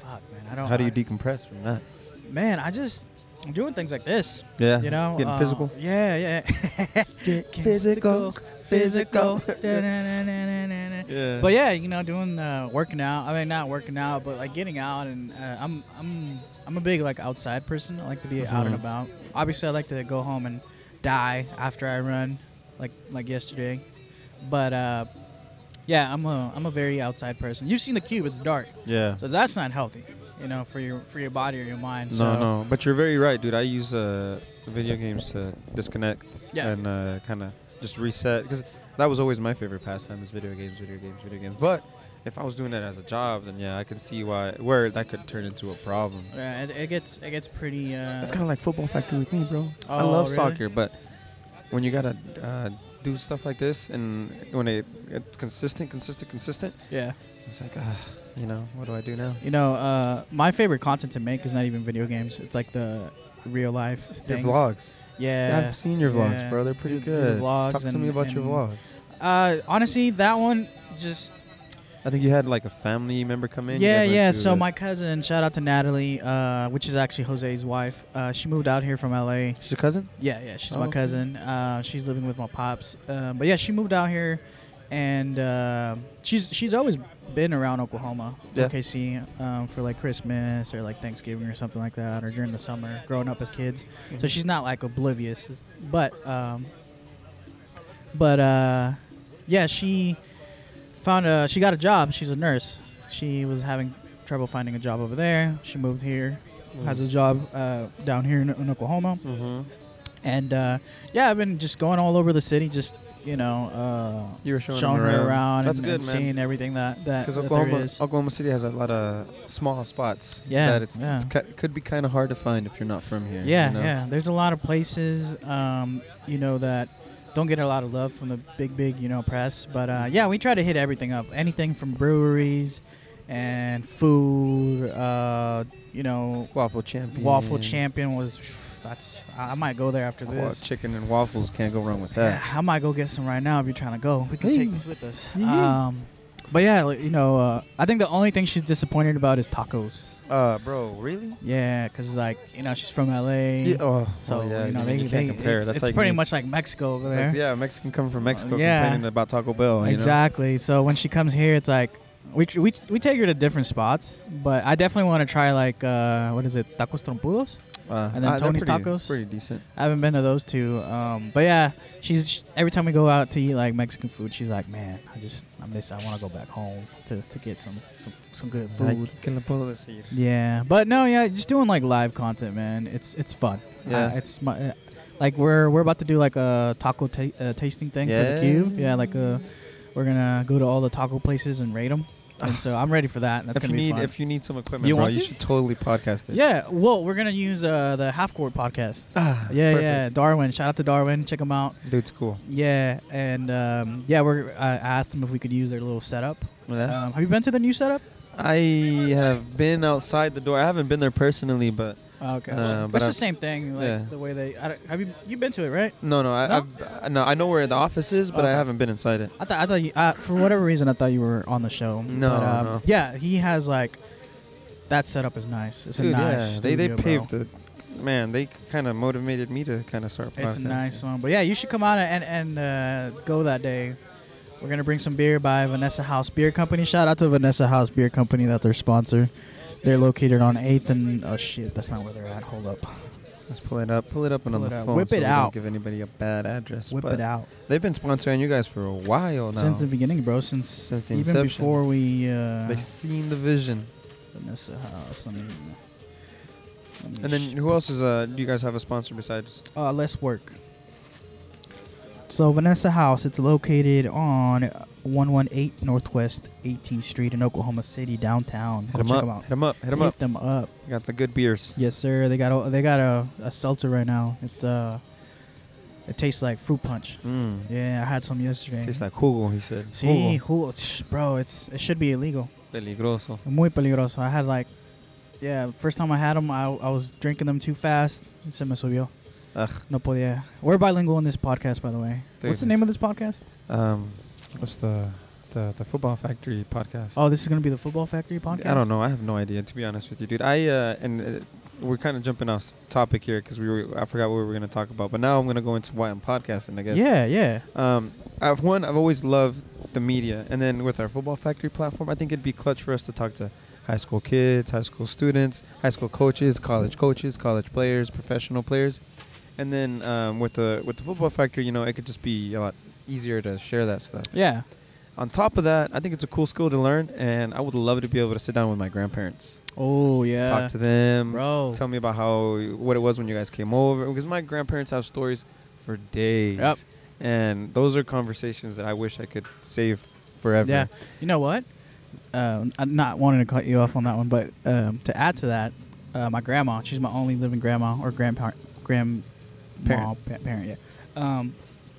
[SPEAKER 2] fuck, man. I don't.
[SPEAKER 1] How do you
[SPEAKER 2] I-
[SPEAKER 1] decompress from that?
[SPEAKER 2] Man, I just I'm doing things like this.
[SPEAKER 1] Yeah.
[SPEAKER 2] You know,
[SPEAKER 1] getting
[SPEAKER 2] uh,
[SPEAKER 1] physical.
[SPEAKER 2] Yeah, yeah.
[SPEAKER 1] Get physical,
[SPEAKER 2] physical. Da-na-na-na-na-na-na.
[SPEAKER 1] Yeah.
[SPEAKER 2] But yeah, you know, doing uh, working out. I mean, not working out, but like getting out, and uh, I'm I'm I'm a big like outside person. I like to be out and
[SPEAKER 1] Mhm.
[SPEAKER 2] about. Obviously, I like to go home and die after I run, like like yesterday. But uh, yeah, I'm a I'm a very outside person. You've seen the cube; it's dark,
[SPEAKER 1] yeah.
[SPEAKER 2] so that's not healthy, you know, for your for your body or your mind.
[SPEAKER 1] No,
[SPEAKER 2] so,
[SPEAKER 1] no. But you're very right, dude. I use uh, video games to disconnect
[SPEAKER 2] Yeah.
[SPEAKER 1] and uh, kind of just reset because that was always my favorite pastime is video games, video games, video games. But if I was doing that as a job, then yeah, I can see why where that could turn into a problem.
[SPEAKER 2] Yeah, it, it gets it gets pretty. Uh,
[SPEAKER 1] That's kind of like football factory with me, bro. I
[SPEAKER 2] Oh,
[SPEAKER 1] love
[SPEAKER 2] really?
[SPEAKER 1] soccer, but when you gotta uh, do stuff like this and when it, it's consistent, consistent, consistent,
[SPEAKER 2] yeah.
[SPEAKER 1] it's like, ah, you know, what do I do now?
[SPEAKER 2] You know, uh, my favorite content to make is not even video games. It's like the real life things.
[SPEAKER 1] Your vlogs.
[SPEAKER 2] Yeah.
[SPEAKER 1] I've seen your vlogs,
[SPEAKER 2] yeah.
[SPEAKER 1] bro. They're pretty
[SPEAKER 2] Do- do the
[SPEAKER 1] good.
[SPEAKER 2] vlogs
[SPEAKER 1] Talk to
[SPEAKER 2] and-
[SPEAKER 1] me about your
[SPEAKER 2] and-
[SPEAKER 1] vlogs.
[SPEAKER 2] Uh, honestly, that one just
[SPEAKER 1] I think you had like a family member come in. You
[SPEAKER 2] yeah
[SPEAKER 1] guys went
[SPEAKER 2] yeah.
[SPEAKER 1] to
[SPEAKER 2] So
[SPEAKER 1] the-
[SPEAKER 2] my cousin, shout out to Natalie, uh, which is actually Jose's wife. Uh, she moved out here from LA.
[SPEAKER 1] She's your cousin.
[SPEAKER 2] Yeah yeah, she's
[SPEAKER 1] Oh,
[SPEAKER 2] my
[SPEAKER 1] okay.
[SPEAKER 2] cousin. Uh, she's living with my pops. Uh, but yeah, she moved out here, and uh, she's she's always been around Oklahoma,
[SPEAKER 1] Yeah.
[SPEAKER 2] OKC, um, for like Christmas or like Thanksgiving or something like that, or during the summer, growing up as kids.
[SPEAKER 1] Mm-hmm.
[SPEAKER 2] So she's not like oblivious, but um, but uh, yeah, she found a she got a job. She's a nurse. She was having trouble finding a job over there. She moved here, has a job uh, down here in, in Oklahoma,
[SPEAKER 1] Mm-hmm.
[SPEAKER 2] and uh, yeah, I've been just going all over the city, just you know, uh,
[SPEAKER 1] You were showing,
[SPEAKER 2] showing
[SPEAKER 1] them around.
[SPEAKER 2] her around
[SPEAKER 1] That's
[SPEAKER 2] and,
[SPEAKER 1] good,
[SPEAKER 2] and
[SPEAKER 1] man.
[SPEAKER 2] seeing everything that that,
[SPEAKER 1] Because
[SPEAKER 2] that there
[SPEAKER 1] Oklahoma,
[SPEAKER 2] is.
[SPEAKER 1] Oklahoma City has a lot of small spots.
[SPEAKER 2] Yeah,
[SPEAKER 1] That it's,
[SPEAKER 2] yeah.
[SPEAKER 1] it's ki- could be kind of hard to find if you're not from here.
[SPEAKER 2] Yeah,
[SPEAKER 1] you know?
[SPEAKER 2] yeah. There's a lot of places, um, you know, that don't get a lot of love from the big, big, you know, press. But uh, yeah, we try to hit everything up. Anything from breweries and food. Uh, you know,
[SPEAKER 1] Waffle champion.
[SPEAKER 2] Waffle Champion was. That's. I I might go there after
[SPEAKER 1] Wa-
[SPEAKER 2] this.
[SPEAKER 1] chicken and waffles can't go wrong with that.
[SPEAKER 2] I might go get some right now if you're trying to go. We can
[SPEAKER 1] Hey.
[SPEAKER 2] take this with us.
[SPEAKER 1] Yeah.
[SPEAKER 2] Um, but yeah, like, you know, uh, I think the only thing she's disappointed about is tacos.
[SPEAKER 1] Uh, bro, really?
[SPEAKER 2] Yeah, because like you know she's from LA.
[SPEAKER 1] Yeah, oh,
[SPEAKER 2] So
[SPEAKER 1] oh, yeah,
[SPEAKER 2] you know
[SPEAKER 1] mean,
[SPEAKER 2] they,
[SPEAKER 1] can't
[SPEAKER 2] they
[SPEAKER 1] compare.
[SPEAKER 2] It's,
[SPEAKER 1] That's
[SPEAKER 2] it's
[SPEAKER 1] like
[SPEAKER 2] pretty
[SPEAKER 1] me-
[SPEAKER 2] much like Mexico over
[SPEAKER 1] it's
[SPEAKER 2] there.
[SPEAKER 1] like, yeah, Mexican coming from Mexico
[SPEAKER 2] yeah.
[SPEAKER 1] complaining about Taco Bell. you know?
[SPEAKER 2] exactly. So when she comes here, it's like we, tr- we we take her to different spots, but I definitely want to try like uh, what is it, tacos trompudos?
[SPEAKER 1] Uh,
[SPEAKER 2] And then
[SPEAKER 1] they're
[SPEAKER 2] Tony's
[SPEAKER 1] pretty-
[SPEAKER 2] Tacos.
[SPEAKER 1] Pretty decent.
[SPEAKER 2] I haven't been to those two, um, but yeah, she's sh every time we go out to eat like Mexican food, she's like, man, I just I miss. I want to go back home to, to get some some some good food.
[SPEAKER 1] Like, ¿qué le puedo decir?
[SPEAKER 2] Yeah, but no, yeah, just doing like live content, man. It's it's fun.
[SPEAKER 1] Yeah.
[SPEAKER 2] Uh, it's my, uh, like we're we're about to do like a taco ta- uh, tasting thing for
[SPEAKER 1] Yeah.
[SPEAKER 2] the cube. Yeah, like uh, we're gonna go to all the taco places and rate them. And so I'm ready for that. and That's
[SPEAKER 1] Ah. if
[SPEAKER 2] gonna
[SPEAKER 1] you
[SPEAKER 2] be
[SPEAKER 1] need
[SPEAKER 2] fun.
[SPEAKER 1] if you need some equipment,
[SPEAKER 2] You
[SPEAKER 1] bro,
[SPEAKER 2] want
[SPEAKER 1] you
[SPEAKER 2] to?
[SPEAKER 1] should totally podcast it.
[SPEAKER 2] yeah, well, we're gonna use uh, the half court podcast.
[SPEAKER 1] Ah,
[SPEAKER 2] Yeah,
[SPEAKER 1] perfect.
[SPEAKER 2] yeah, Darwin. Shout out to Darwin. Check him out.
[SPEAKER 1] Dude's cool.
[SPEAKER 2] Yeah, and um, yeah, we're I asked them if we could use their little setup. Um, have you been to the new setup?
[SPEAKER 1] I have been outside the door. I haven't been there personally, but
[SPEAKER 2] Oh, Okay,
[SPEAKER 1] Uh,
[SPEAKER 2] well,
[SPEAKER 1] but
[SPEAKER 2] it's the
[SPEAKER 1] I've-
[SPEAKER 2] same thing. Like
[SPEAKER 1] yeah.
[SPEAKER 2] the way they I don't- have you you been to it right?
[SPEAKER 1] no, no, I,
[SPEAKER 2] No?
[SPEAKER 1] I've, uh, no, I know where the office is, but I
[SPEAKER 2] Okay.
[SPEAKER 1] haven't been inside it.
[SPEAKER 2] I thought, I thought you, uh, for whatever reason, I thought you were on the show.
[SPEAKER 1] No,
[SPEAKER 2] but, um,
[SPEAKER 1] no.
[SPEAKER 2] Yeah, he has like that setup is nice. It's
[SPEAKER 1] Dude,
[SPEAKER 2] a nice.
[SPEAKER 1] yeah, they they
[SPEAKER 2] studio,
[SPEAKER 1] paved
[SPEAKER 2] bro.
[SPEAKER 1] the man. They kind of motivated me to kind of start.
[SPEAKER 2] It's a
[SPEAKER 1] podcasting.
[SPEAKER 2] nice one, but yeah, you should come out and and uh, go that day. We're gonna bring some beer by Vanessa House Beer Company. Shout out to Vanessa House Beer Company, that's their sponsor. They're located on Eighth and oh shit, that's not where they're at. Hold up,
[SPEAKER 1] Let's pull it up. Pull it up and on
[SPEAKER 2] Pull
[SPEAKER 1] the
[SPEAKER 2] it up.
[SPEAKER 1] phone.
[SPEAKER 2] Whip
[SPEAKER 1] so
[SPEAKER 2] it
[SPEAKER 1] we don't
[SPEAKER 2] out.
[SPEAKER 1] give anybody a bad address.
[SPEAKER 2] whip
[SPEAKER 1] but
[SPEAKER 2] it out.
[SPEAKER 1] They've been sponsoring you guys for a while now.
[SPEAKER 2] Since the beginning, bro. Since,
[SPEAKER 1] Since the
[SPEAKER 2] even
[SPEAKER 1] inception.
[SPEAKER 2] before we uh,
[SPEAKER 1] They've seen the vision.
[SPEAKER 2] Vanessa House. Let me, let me
[SPEAKER 1] And then who else is uh? Do you guys have a sponsor besides?
[SPEAKER 2] uh, less work. So Vanessa House, it's located on 118 Northwest 18th Street in Oklahoma City downtown. Go
[SPEAKER 1] Hit 'em
[SPEAKER 2] check
[SPEAKER 1] up.
[SPEAKER 2] 'em out.
[SPEAKER 1] Hit 'em up. Hit 'em
[SPEAKER 2] Hit
[SPEAKER 1] up.
[SPEAKER 2] them up.
[SPEAKER 1] You got the good beers.
[SPEAKER 2] Yes, sir. They got a, they got a, a seltzer right now. It's uh, it tastes like fruit punch.
[SPEAKER 1] Mm.
[SPEAKER 2] Yeah, I had some yesterday.
[SPEAKER 1] Tastes like jugo, he said.
[SPEAKER 2] See, who, bro, it's it should be illegal.
[SPEAKER 1] Peligroso.
[SPEAKER 2] Muy peligroso. I had like Yeah, first time I had them, I, I was drinking them too fast. and Se me subió.
[SPEAKER 1] Ugh.
[SPEAKER 2] No podía. We're bilingual in this podcast, by the way.
[SPEAKER 5] Dude,
[SPEAKER 2] What's the name of this podcast?
[SPEAKER 1] Um,
[SPEAKER 5] What's the the, the football factory podcast?
[SPEAKER 2] Oh, this is gonna be the Football Factory podcast.
[SPEAKER 1] I don't know. I have no idea, to be honest with you, dude. I uh, and uh, we're kind of jumping off s- topic here because we were I forgot what we were gonna talk about, but now I'm gonna go into why I'm podcasting. I guess.
[SPEAKER 2] Yeah, yeah.
[SPEAKER 1] Um, I've one. I've always loved the media, and then with our football factory platform, I think it'd be clutch for us to talk to high school kids, high school students, high school coaches, college coaches, college players, professional players, and then um, with the with the football factory, you know, it could just be a lot easier to share that stuff.
[SPEAKER 2] Yeah.
[SPEAKER 1] On top of that, I think it's a cool skill to learn, and I would love to be able to sit down with my grandparents,
[SPEAKER 2] Oh yeah.
[SPEAKER 1] talk to them,
[SPEAKER 2] bro.
[SPEAKER 1] tell me about how what it was when you guys came over because my grandparents have stories for days
[SPEAKER 2] Yep.
[SPEAKER 1] and those are conversations that i wish i could save forever
[SPEAKER 2] Yeah. You know what? Uh, I'm not wanting to cut you off on that one, but um, to add to that, uh, my grandma, she's my only living grandma or grandparent, grandma,
[SPEAKER 1] Parent.
[SPEAKER 2] pa- parent, yeah. Um,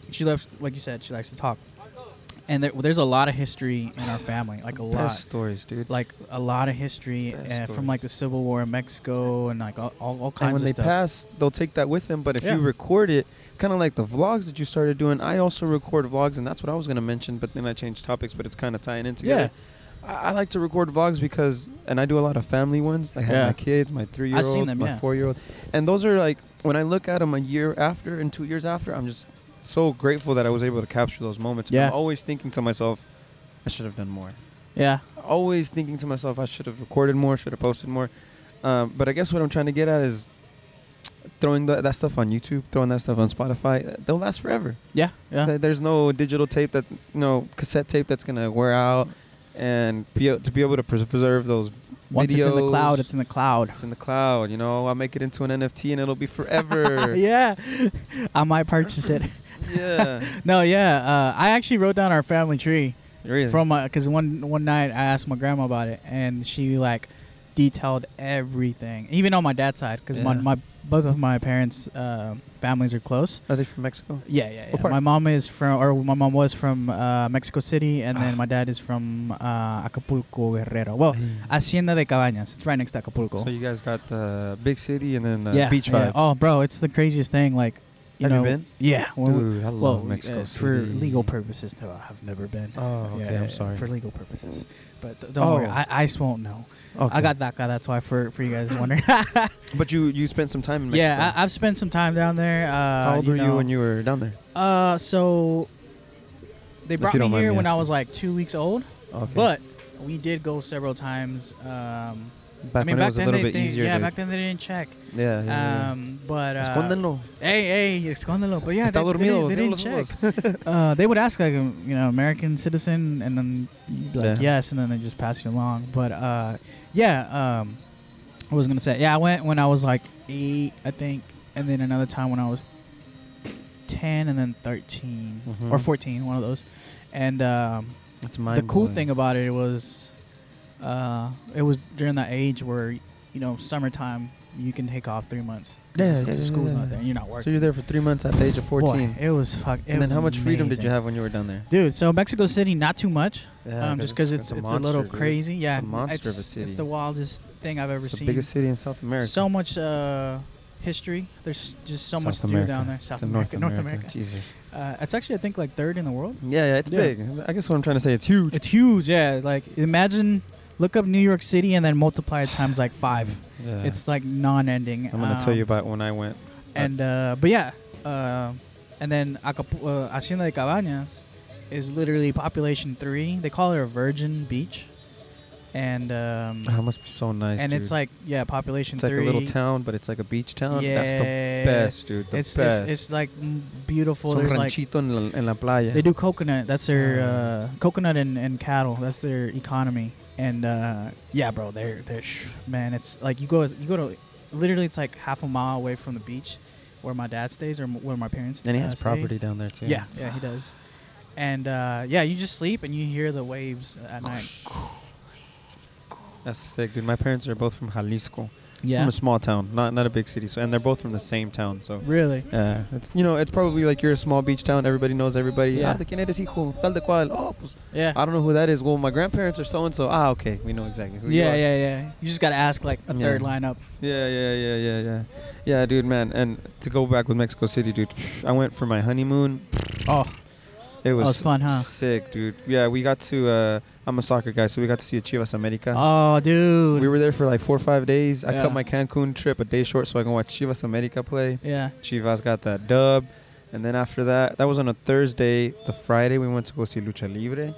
[SPEAKER 2] she loves, like you said, she likes to talk, and there, there's a lot of history in our family, like a
[SPEAKER 1] Best
[SPEAKER 2] lot.
[SPEAKER 1] stories dude
[SPEAKER 2] like a lot of history
[SPEAKER 1] Best
[SPEAKER 2] uh,
[SPEAKER 1] stories.
[SPEAKER 2] from like the Civil War in Mexico and like all, all, all
[SPEAKER 1] and
[SPEAKER 2] kinds
[SPEAKER 1] when
[SPEAKER 2] of
[SPEAKER 1] they
[SPEAKER 2] stuff.
[SPEAKER 1] pass they'll take that with them but if
[SPEAKER 2] Yeah.
[SPEAKER 1] you record it kind of like the vlogs that you started doing i also record vlogs and that's what i was going to mention but then i changed topics but it's kind of tying in together I, I like to record vlogs because and i do a lot of family ones i have
[SPEAKER 2] Yeah.
[SPEAKER 1] my kids my three-year-old
[SPEAKER 2] them,
[SPEAKER 1] my
[SPEAKER 2] yeah.
[SPEAKER 1] four-year-old and those are like when i look at them a year after and two years after i'm just so grateful that i was able to capture those moments And
[SPEAKER 2] Yeah.
[SPEAKER 1] i'm always thinking to myself i should have done more
[SPEAKER 2] yeah,
[SPEAKER 1] always thinking to myself, I should have recorded more, should have posted more. Um, but I guess what I'm trying to get at is throwing tha- that stuff on YouTube, throwing that stuff on Spotify. uh, They'll last forever.
[SPEAKER 2] yeah, yeah,
[SPEAKER 1] Th- There's no digital tape that, no cassette tape that's gonna wear out, and be a- to be able to pres- preserve those.
[SPEAKER 2] Once it's in the cloud,
[SPEAKER 1] videos.
[SPEAKER 2] it's in the cloud.
[SPEAKER 1] It's in the cloud, you know. I'll make it into an NFT and it'll be forever.
[SPEAKER 2] yeah, I might purchase it.
[SPEAKER 1] yeah.
[SPEAKER 2] No, yeah, uh, I actually wrote down our family tree
[SPEAKER 1] Really.
[SPEAKER 2] from because one one night I asked my grandma about it and she like detailed everything, even on my dad's side because my,
[SPEAKER 1] Yeah.
[SPEAKER 2] my both of my parents' uh, families are close.
[SPEAKER 1] Are they from Mexico?
[SPEAKER 2] Yeah, yeah,
[SPEAKER 1] What
[SPEAKER 2] yeah.
[SPEAKER 1] part?
[SPEAKER 2] My mom is from, or my mom was from uh, Mexico City, and
[SPEAKER 1] Ah.
[SPEAKER 2] then my dad is from uh, Acapulco, Guerrero. Well, Hacienda de Cabañas. It's right next to Acapulco.
[SPEAKER 1] Mm. So you guys got the big city and then uh,
[SPEAKER 2] yeah,
[SPEAKER 1] beach
[SPEAKER 2] yeah.
[SPEAKER 1] vibes.
[SPEAKER 2] Oh, bro, it's the craziest thing. Like, you
[SPEAKER 1] Have you
[SPEAKER 2] know,
[SPEAKER 1] been?
[SPEAKER 2] yeah. when we-
[SPEAKER 1] Dude, I love
[SPEAKER 2] well,
[SPEAKER 1] Mexico
[SPEAKER 2] uh, for
[SPEAKER 1] City.
[SPEAKER 2] legal purposes, though, I have never been.
[SPEAKER 1] Oh,
[SPEAKER 2] Yeah,
[SPEAKER 1] okay.
[SPEAKER 2] yeah,
[SPEAKER 1] I'm
[SPEAKER 2] yeah,
[SPEAKER 1] sorry.
[SPEAKER 2] For legal purposes, but th- don't worry,
[SPEAKER 1] Oh.
[SPEAKER 2] I, ICE won't know.
[SPEAKER 1] Okay.
[SPEAKER 2] I got DACA. That's why for for you guys wondering.
[SPEAKER 1] But you you spent some time in Mexico.
[SPEAKER 2] yeah, I, I've spent some time down there. Uh,
[SPEAKER 1] How old were you
[SPEAKER 2] know,
[SPEAKER 1] when you were down there?
[SPEAKER 2] Uh, so they
[SPEAKER 1] If
[SPEAKER 2] brought
[SPEAKER 1] you don't
[SPEAKER 2] me
[SPEAKER 1] mind
[SPEAKER 2] here
[SPEAKER 1] me
[SPEAKER 2] when I
[SPEAKER 1] asking.
[SPEAKER 2] was like two weeks old,
[SPEAKER 1] Okay.
[SPEAKER 2] but we did go several times. Um,
[SPEAKER 1] back
[SPEAKER 2] I
[SPEAKER 1] when
[SPEAKER 2] mean, back
[SPEAKER 1] it was a
[SPEAKER 2] then
[SPEAKER 1] little
[SPEAKER 2] they,
[SPEAKER 1] bit
[SPEAKER 2] they-
[SPEAKER 1] easier.
[SPEAKER 2] Yeah,
[SPEAKER 1] to,
[SPEAKER 2] back then they didn't check.
[SPEAKER 1] yeah, yeah, yeah.
[SPEAKER 2] Um, but uh,
[SPEAKER 1] Escóndanlo.
[SPEAKER 2] Hey, hey, escóndelo. But yeah,
[SPEAKER 1] Está
[SPEAKER 2] they, they,
[SPEAKER 1] dormido.
[SPEAKER 2] didn't- they didn't
[SPEAKER 1] escóndelo.
[SPEAKER 2] check. uh, they would ask like um, you know American citizen, and then you'd be like
[SPEAKER 1] Yeah.
[SPEAKER 2] yes, and then they just pass you along. But uh, yeah, um, I was gonna say yeah, I went when I was like eight, I think, and then another time when I was ten, and then 13
[SPEAKER 1] Mhm.
[SPEAKER 2] or fourteen, one of those. And um,
[SPEAKER 1] That's
[SPEAKER 2] the cool
[SPEAKER 1] mind-blowing.
[SPEAKER 2] thing about it was, uh, it was during that age where you know summertime you can take off three months.
[SPEAKER 1] Yeah,
[SPEAKER 2] So
[SPEAKER 1] yeah, yeah,
[SPEAKER 2] school's
[SPEAKER 1] yeah.
[SPEAKER 2] not there. You're not
[SPEAKER 1] So
[SPEAKER 2] working.
[SPEAKER 1] you're there for three months at the age of 14.
[SPEAKER 2] Boy, it was fuck. It
[SPEAKER 1] and then
[SPEAKER 2] was
[SPEAKER 1] how much freedom did
[SPEAKER 2] amazing.
[SPEAKER 1] you have when you were down there?
[SPEAKER 2] Dude, so Mexico City, not too much,
[SPEAKER 1] Yeah,
[SPEAKER 2] um, just because it's, it's, a, little crazy. Yeah,
[SPEAKER 1] It's a monster
[SPEAKER 2] it's,
[SPEAKER 1] of a city.
[SPEAKER 2] It's the wildest thing I've ever
[SPEAKER 1] It's the
[SPEAKER 2] seen.
[SPEAKER 1] biggest city in South America.
[SPEAKER 2] So much uh, history. There's just so much
[SPEAKER 1] South
[SPEAKER 2] to do
[SPEAKER 1] America.
[SPEAKER 2] down there. South
[SPEAKER 1] To
[SPEAKER 2] America, North America.
[SPEAKER 1] Jesus.
[SPEAKER 2] Uh, it's actually, I think, like third in the world.
[SPEAKER 1] Yeah, yeah, it's
[SPEAKER 2] Yeah.
[SPEAKER 1] big. I guess what I'm trying to say, it's huge.
[SPEAKER 2] It's huge. Yeah, like imagine, look up New York City and then multiply it times like five.
[SPEAKER 1] Yeah.
[SPEAKER 2] It's like non-ending.
[SPEAKER 1] I'm gonna
[SPEAKER 2] um,
[SPEAKER 1] tell you about when I went.
[SPEAKER 2] And uh, but yeah, uh, and then Acapu- uh, Hacienda de Cabañas is literally population three. They call it a virgin beach, and um,
[SPEAKER 1] Oh, it must be so nice.
[SPEAKER 2] and it's
[SPEAKER 1] dude.
[SPEAKER 2] like yeah, population
[SPEAKER 1] it's like
[SPEAKER 2] three.
[SPEAKER 1] a little town, but it's like a beach town. That's the
[SPEAKER 2] Yeah.
[SPEAKER 1] best, dude. The
[SPEAKER 2] It's,
[SPEAKER 1] best.
[SPEAKER 2] it's it's like mm, beautiful.
[SPEAKER 1] It's un
[SPEAKER 2] There's like
[SPEAKER 1] ranchito en, la, en la playa.
[SPEAKER 2] they do coconut. That's their
[SPEAKER 1] Oh.
[SPEAKER 2] uh, coconut and, and cattle. That's their economy. And uh, yeah, bro, they're they're sh- man. It's like you go you go to literally it's like half a mile away from the beach where my dad stays or m- where my parents.
[SPEAKER 1] And he
[SPEAKER 2] uh,
[SPEAKER 1] has
[SPEAKER 2] stay.
[SPEAKER 1] property down there too.
[SPEAKER 2] Yeah, yeah, he does. And uh, yeah, you just sleep and you hear the
[SPEAKER 1] Oh,
[SPEAKER 2] waves at night.
[SPEAKER 1] That's sick, dude. My parents are both from Jalisco.
[SPEAKER 2] Yeah.
[SPEAKER 1] From a small town, not not a big city. So and they're both from the same town. So
[SPEAKER 2] Really?
[SPEAKER 1] yeah, it's you know it's probably like you're a small beach town. Everybody knows everybody.
[SPEAKER 2] Yeah.
[SPEAKER 1] Ah, ¿de quién eres hijo? Tal de cual. Oh, pues,
[SPEAKER 2] Yeah.
[SPEAKER 1] I don't know who that is. Well, my grandparents are so and so. Ah, okay, we know exactly who you
[SPEAKER 2] Yeah,
[SPEAKER 1] are.
[SPEAKER 2] yeah, yeah. You just gotta ask like a
[SPEAKER 1] Yeah.
[SPEAKER 2] third line up.
[SPEAKER 1] Yeah, yeah, yeah, yeah, yeah. Yeah, dude, man. And to go back with Mexico City, dude, I went for my honeymoon.
[SPEAKER 2] Oh,
[SPEAKER 1] It was,
[SPEAKER 2] was fun, huh?
[SPEAKER 1] Sick, dude. Yeah, we got to. Uh, I'm a soccer guy, so we got to see a Chivas America.
[SPEAKER 2] oh, dude.
[SPEAKER 1] we were there for like four or five days. I
[SPEAKER 2] Yeah.
[SPEAKER 1] cut my Cancun trip a day short so I can watch Chivas America play.
[SPEAKER 2] yeah.
[SPEAKER 1] Chivas got that dub. And then after that, that was on a Thursday. The Friday, we went to go see Lucha Libre.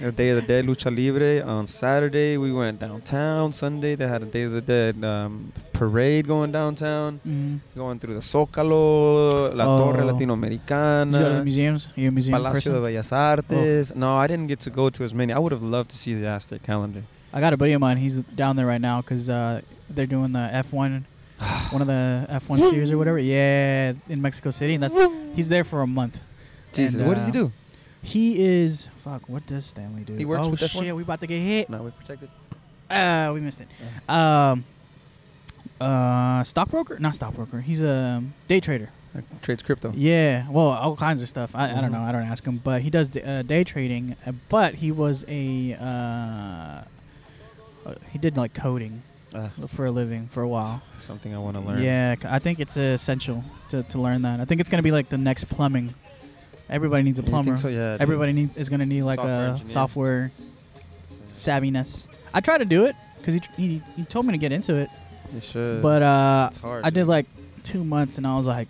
[SPEAKER 1] the Day of the Dead, Lucha Libre. On Saturday, we went downtown. Sunday, they had a Day of the Dead um, parade going downtown.
[SPEAKER 2] Mm-hmm.
[SPEAKER 1] Going through the Zócalo, La Torre
[SPEAKER 2] Oh. Did you go to the
[SPEAKER 1] Latinoamericana,
[SPEAKER 2] museums? Are you a museum
[SPEAKER 1] uh, Palacio de
[SPEAKER 2] person? Oh.
[SPEAKER 1] Bellas Artes. No, I didn't get to go to as many. I would have loved to see the Aztec calendar.
[SPEAKER 2] I got a buddy of mine. He's down there right now because uh, they're doing the F1, one of the F1 series or whatever. Yeah, in Mexico City, and that's he's there for a month.
[SPEAKER 1] Jesus,
[SPEAKER 2] And,
[SPEAKER 1] what does he
[SPEAKER 2] uh,
[SPEAKER 1] do?
[SPEAKER 2] He is fuck. What does Stanley do?
[SPEAKER 1] He works
[SPEAKER 2] oh
[SPEAKER 1] with F1?
[SPEAKER 2] shit, we about to get hit.
[SPEAKER 1] No, Uh-huh. we protected.
[SPEAKER 2] Uh, we missed it. Um, uh, stockbroker? Not stockbroker. He's a day trader.
[SPEAKER 1] Uh, Trades crypto.
[SPEAKER 2] Yeah, well, all kinds of stuff. I, I don't
[SPEAKER 1] Mhm.
[SPEAKER 2] know. I don't ask him, but he does d- uh, day trading. uh, But he was a uh, uh, he did like coding
[SPEAKER 1] Uh,
[SPEAKER 2] for a living for a while.
[SPEAKER 1] something I want to learn.
[SPEAKER 2] Yeah, c- I think it's essential to, to learn that. I think it's gonna be like the next plumbing. Everybody needs a
[SPEAKER 1] You think
[SPEAKER 2] plumber.
[SPEAKER 1] so? Yeah, dude.
[SPEAKER 2] Everybody need, is gonna need like
[SPEAKER 1] Software
[SPEAKER 2] a
[SPEAKER 1] engineer.
[SPEAKER 2] software savviness. I tried to do it because he, tr- he he told me to get into it,
[SPEAKER 1] You should.
[SPEAKER 2] but uh,
[SPEAKER 1] it's hard.
[SPEAKER 2] I
[SPEAKER 1] dude.
[SPEAKER 2] did like two months and I was like,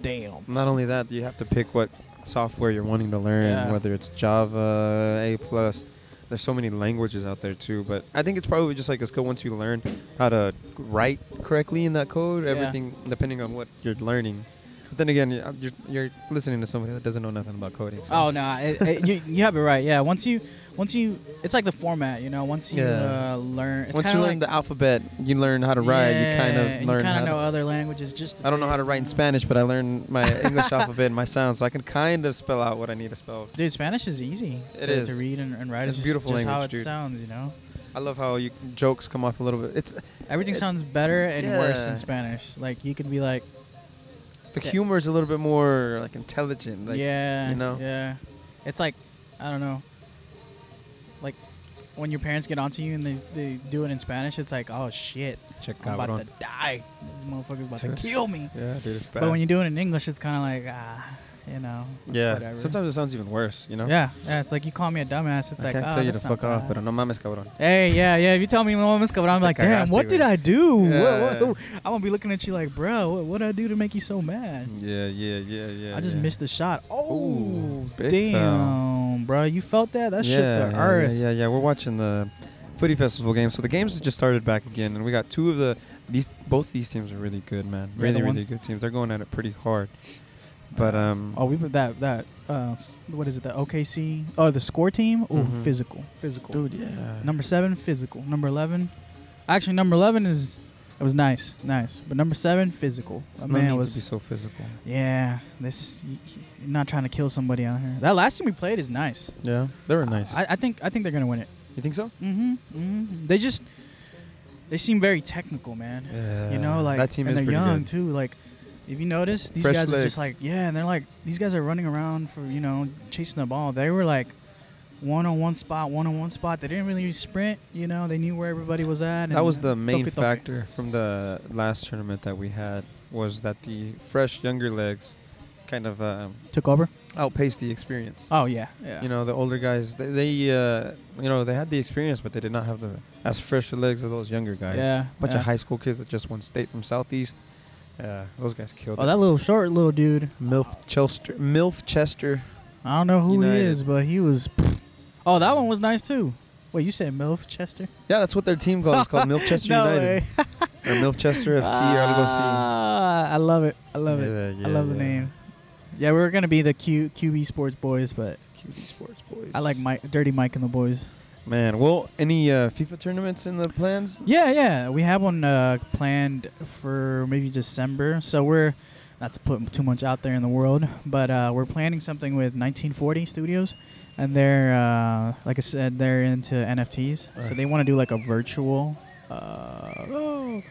[SPEAKER 2] damn.
[SPEAKER 1] Not only that, you have to pick what software you're wanting to learn,
[SPEAKER 2] Yeah.
[SPEAKER 1] whether it's Java, A plus. There's so many languages out there too, but I think it's probably just like a skill once you learn how to write correctly in that code.
[SPEAKER 2] Yeah.
[SPEAKER 1] Everything depending on what you're learning. But then again, y- you're, you're listening to somebody that doesn't know nothing about coding. so-
[SPEAKER 2] Oh no, it, it, you you have it right. Yeah, once you once you it's like the format, you know. Once you
[SPEAKER 1] Yeah.
[SPEAKER 2] uh, learn, it's
[SPEAKER 1] once you
[SPEAKER 2] kinda
[SPEAKER 1] learn
[SPEAKER 2] like,
[SPEAKER 1] the alphabet, you learn how to write. you kind
[SPEAKER 2] Yeah,
[SPEAKER 1] of
[SPEAKER 2] you
[SPEAKER 1] learn
[SPEAKER 2] kinda
[SPEAKER 1] how to
[SPEAKER 2] know other languages. Just Mm. a
[SPEAKER 1] I don't know how to
[SPEAKER 2] bit,
[SPEAKER 1] write in
[SPEAKER 2] you know.
[SPEAKER 1] Spanish, but I learned my English alphabet and my sounds, so I can kind of spell out what I need to spell.
[SPEAKER 2] Dude, Spanish is easy.
[SPEAKER 1] It
[SPEAKER 2] to,
[SPEAKER 1] is.
[SPEAKER 2] to read and, and write.
[SPEAKER 1] It's
[SPEAKER 2] It's, just-
[SPEAKER 1] beautiful
[SPEAKER 2] just, how
[SPEAKER 1] language,
[SPEAKER 2] it
[SPEAKER 1] dude.
[SPEAKER 2] sounds. You know,
[SPEAKER 1] I love how you jokes come off a little bit. It's
[SPEAKER 2] everything
[SPEAKER 1] It-
[SPEAKER 2] sounds better and worse
[SPEAKER 1] yeah.
[SPEAKER 2] in Spanish. Like you could be like,
[SPEAKER 1] the
[SPEAKER 2] Yeah.
[SPEAKER 1] humor is a little bit more like intelligent. Like,
[SPEAKER 2] yeah,
[SPEAKER 1] you know?
[SPEAKER 2] yeah. It's like I don't know, like when your parents get onto you and they, they do it in Spanish, it's like, oh shit,
[SPEAKER 1] Check
[SPEAKER 2] I'm about to die. This motherfucker's about to kill me.
[SPEAKER 1] Yeah, dude, it's bad.
[SPEAKER 2] But when you do it in English, it's kind of like, ah, you know. it's
[SPEAKER 1] yeah,
[SPEAKER 2] Whatever.
[SPEAKER 1] sometimes it sounds even worse. You know.
[SPEAKER 2] Yeah, yeah. It's like you call me a dumbass. It's
[SPEAKER 1] I
[SPEAKER 2] like,
[SPEAKER 1] can't
[SPEAKER 2] oh,
[SPEAKER 1] tell you to
[SPEAKER 2] that's
[SPEAKER 1] fuck
[SPEAKER 2] not
[SPEAKER 1] off,
[SPEAKER 2] bad.
[SPEAKER 1] but no mames cabrón.
[SPEAKER 2] Hey, yeah, yeah. If you tell me no one's coming, I'm
[SPEAKER 1] Te
[SPEAKER 2] like, damn,
[SPEAKER 1] cagaste,
[SPEAKER 2] what did
[SPEAKER 1] güey."
[SPEAKER 2] I do?
[SPEAKER 1] Yeah,
[SPEAKER 2] What, what,
[SPEAKER 1] yeah.
[SPEAKER 2] I'm gonna be looking at you like, bro, what what did I do to make you so mad?
[SPEAKER 1] Yeah, yeah, yeah, yeah.
[SPEAKER 2] I just missed the shot. Oh,
[SPEAKER 1] Ooh, big
[SPEAKER 2] damn, bro, you felt that? That
[SPEAKER 1] yeah,
[SPEAKER 2] shook the
[SPEAKER 1] yeah,
[SPEAKER 2] earth.
[SPEAKER 1] Yeah, yeah, yeah. We're watching the footy festival game, so the games just started back again, and we got two of the these. Both these teams are really good, man.
[SPEAKER 2] Yeah,
[SPEAKER 1] Really,
[SPEAKER 2] the
[SPEAKER 1] really
[SPEAKER 2] ones-
[SPEAKER 1] good teams. They're going at it pretty hard. But um,
[SPEAKER 2] Oh, we put that that uh, s- what is it? The OKC? Oh, the score team? Oh,
[SPEAKER 1] Mhm.
[SPEAKER 2] physical, physical.
[SPEAKER 1] dude, yeah.
[SPEAKER 2] Number seven, physical. Number eleven, actually, number eleven is it was nice, nice. But number seven, physical.
[SPEAKER 1] There's
[SPEAKER 2] That
[SPEAKER 1] no
[SPEAKER 2] man
[SPEAKER 1] need to be
[SPEAKER 2] was
[SPEAKER 1] so physical.
[SPEAKER 2] yeah. This y- y- not trying to kill somebody out here. That last team we played is nice.
[SPEAKER 1] Yeah, they were nice.
[SPEAKER 2] I, I think I think they're gonna win it.
[SPEAKER 1] you think so?
[SPEAKER 2] Mm-hmm. mm-hmm. They just they seem very technical, man.
[SPEAKER 1] Yeah.
[SPEAKER 2] you know, like
[SPEAKER 1] that team is
[SPEAKER 2] and they're
[SPEAKER 1] pretty
[SPEAKER 2] young
[SPEAKER 1] good.
[SPEAKER 2] too. Like if you notice, these
[SPEAKER 1] Fresh
[SPEAKER 2] guys are
[SPEAKER 1] legs.
[SPEAKER 2] just like yeah, and they're like these guys are running around for you know chasing the ball. They were like one on one spot, one on one spot. They didn't really sprint. You know, they knew where everybody was at. And
[SPEAKER 1] That was the main
[SPEAKER 2] toque, toque.
[SPEAKER 1] factor from the last tournament that we had was that the fresh younger legs kind of um,
[SPEAKER 2] Took over.
[SPEAKER 1] outpaced the experience.
[SPEAKER 2] Oh yeah, yeah.
[SPEAKER 1] You know, the older guys they, they uh, you know they had the experience, but they did not have the as fresh legs as those younger guys.
[SPEAKER 2] yeah,
[SPEAKER 1] bunch
[SPEAKER 2] yeah.
[SPEAKER 1] of high school kids that just won state from southeast. Yeah, those guys killed
[SPEAKER 2] Oh,
[SPEAKER 1] it.
[SPEAKER 2] that little short little dude.
[SPEAKER 1] Milf Chester, Milf Chester.
[SPEAKER 2] I don't know who
[SPEAKER 1] United.
[SPEAKER 2] he is, but he was. Oh, that one was nice too. Wait, you said Milf Chester?
[SPEAKER 1] Yeah, that's what their team calls. It's called Milf Chester United or Milf Chester FC or algo así.
[SPEAKER 2] Ah, I love it. I love it.
[SPEAKER 1] Yeah,
[SPEAKER 2] I love the
[SPEAKER 1] yeah.
[SPEAKER 2] name. Yeah, we were gonna be the Q QB Sports Boys, but
[SPEAKER 1] QB Sports Boys.
[SPEAKER 2] I like Mike, Dirty Mike and the Boys.
[SPEAKER 1] Man, well, any uh, FIFA tournaments in the plans?
[SPEAKER 2] Yeah, yeah, we have one uh, planned for maybe December. So we're not to put too much out there in the world, but uh, we're planning something with 1940 Studios, and they're uh, like I said, they're into NFTs, so
[SPEAKER 1] Right.
[SPEAKER 2] they want to do like a virtual. Uh, oh,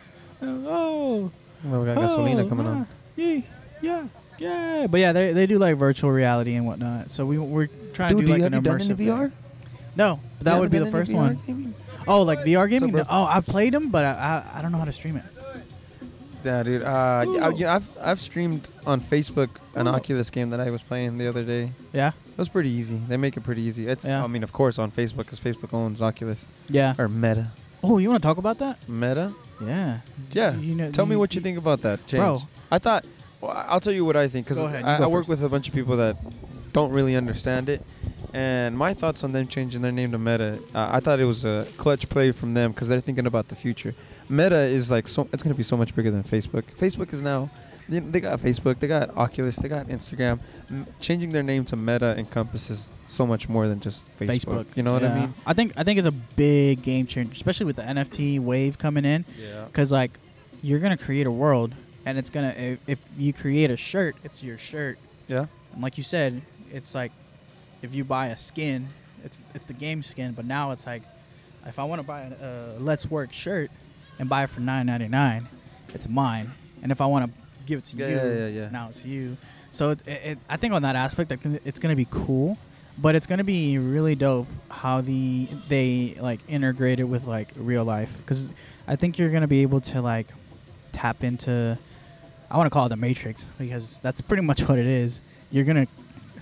[SPEAKER 2] Oh,
[SPEAKER 1] Well, we got gasolina coming on.
[SPEAKER 2] Yeah, yeah, yeah. But yeah, they, they do like virtual reality and whatnot. So we we're trying
[SPEAKER 1] Dude,
[SPEAKER 2] to do
[SPEAKER 1] you
[SPEAKER 2] like
[SPEAKER 1] have
[SPEAKER 2] an
[SPEAKER 1] you done
[SPEAKER 2] immersive
[SPEAKER 1] any VR?
[SPEAKER 2] thing. No, but that
[SPEAKER 1] You
[SPEAKER 2] would be
[SPEAKER 1] haven't
[SPEAKER 2] the
[SPEAKER 1] done
[SPEAKER 2] first
[SPEAKER 1] any
[SPEAKER 2] one.
[SPEAKER 1] VR gaming?
[SPEAKER 2] Oh, like VR gaming?
[SPEAKER 1] bro-
[SPEAKER 2] No, oh, I played them, but I, I I don't know how to stream it.
[SPEAKER 1] Yeah, dude. Uh, yeah, I,
[SPEAKER 2] Ooh.
[SPEAKER 1] yeah, I've I've streamed on Facebook an
[SPEAKER 2] Ooh.
[SPEAKER 1] Oculus game that I was playing the other day.
[SPEAKER 2] Yeah,
[SPEAKER 1] It was pretty easy. They make it pretty easy. It's
[SPEAKER 2] Yeah.
[SPEAKER 1] I mean, of course, on Facebook because Facebook owns Oculus
[SPEAKER 2] yeah.
[SPEAKER 1] or Meta.
[SPEAKER 2] Oh, you want to talk about that?
[SPEAKER 1] Meta.
[SPEAKER 2] Yeah.
[SPEAKER 1] Yeah.
[SPEAKER 2] You know,
[SPEAKER 1] Tell me what you think about that, James.
[SPEAKER 2] bro.
[SPEAKER 1] I thought. Well, I- I'll tell you what I think because
[SPEAKER 2] Go ahead, you
[SPEAKER 1] I,
[SPEAKER 2] go
[SPEAKER 1] I work
[SPEAKER 2] first.
[SPEAKER 1] with a bunch of people that don't really understand it, and my thoughts on them changing their name to Meta. Uh, I thought it was a clutch play from them because they're thinking about the future. Meta is like so. It's gonna be so much bigger than Facebook. Facebook is now. They they got Facebook. They got Oculus. They got Instagram. M- changing their name to Meta encompasses so much more than just Facebook.
[SPEAKER 2] Facebook.
[SPEAKER 1] You know what I
[SPEAKER 2] Yeah.
[SPEAKER 1] mean?
[SPEAKER 2] I think I think it's a big game changer, especially with the NFT wave coming in.
[SPEAKER 1] Yeah.
[SPEAKER 2] Because like, you're gonna create a world, and it's gonna if, if you create a shirt, it's your shirt.
[SPEAKER 1] Yeah.
[SPEAKER 2] And like you said, it's like if you buy a skin, it's it's the game skin. But now it's like if I want to buy a, a Let's Work shirt and buy it for nine ninety nine, it's mine. And if I want to give it to
[SPEAKER 1] Yeah,
[SPEAKER 2] you,
[SPEAKER 1] yeah, yeah, yeah.
[SPEAKER 2] now it's you. So it, it, it, I think on that aspect, I think it's gonna be cool. But it's gonna be really dope how the they like integrate it with like real life because I think you're gonna be able to like tap into I want to call it the Matrix because that's pretty much what it is. You're gonna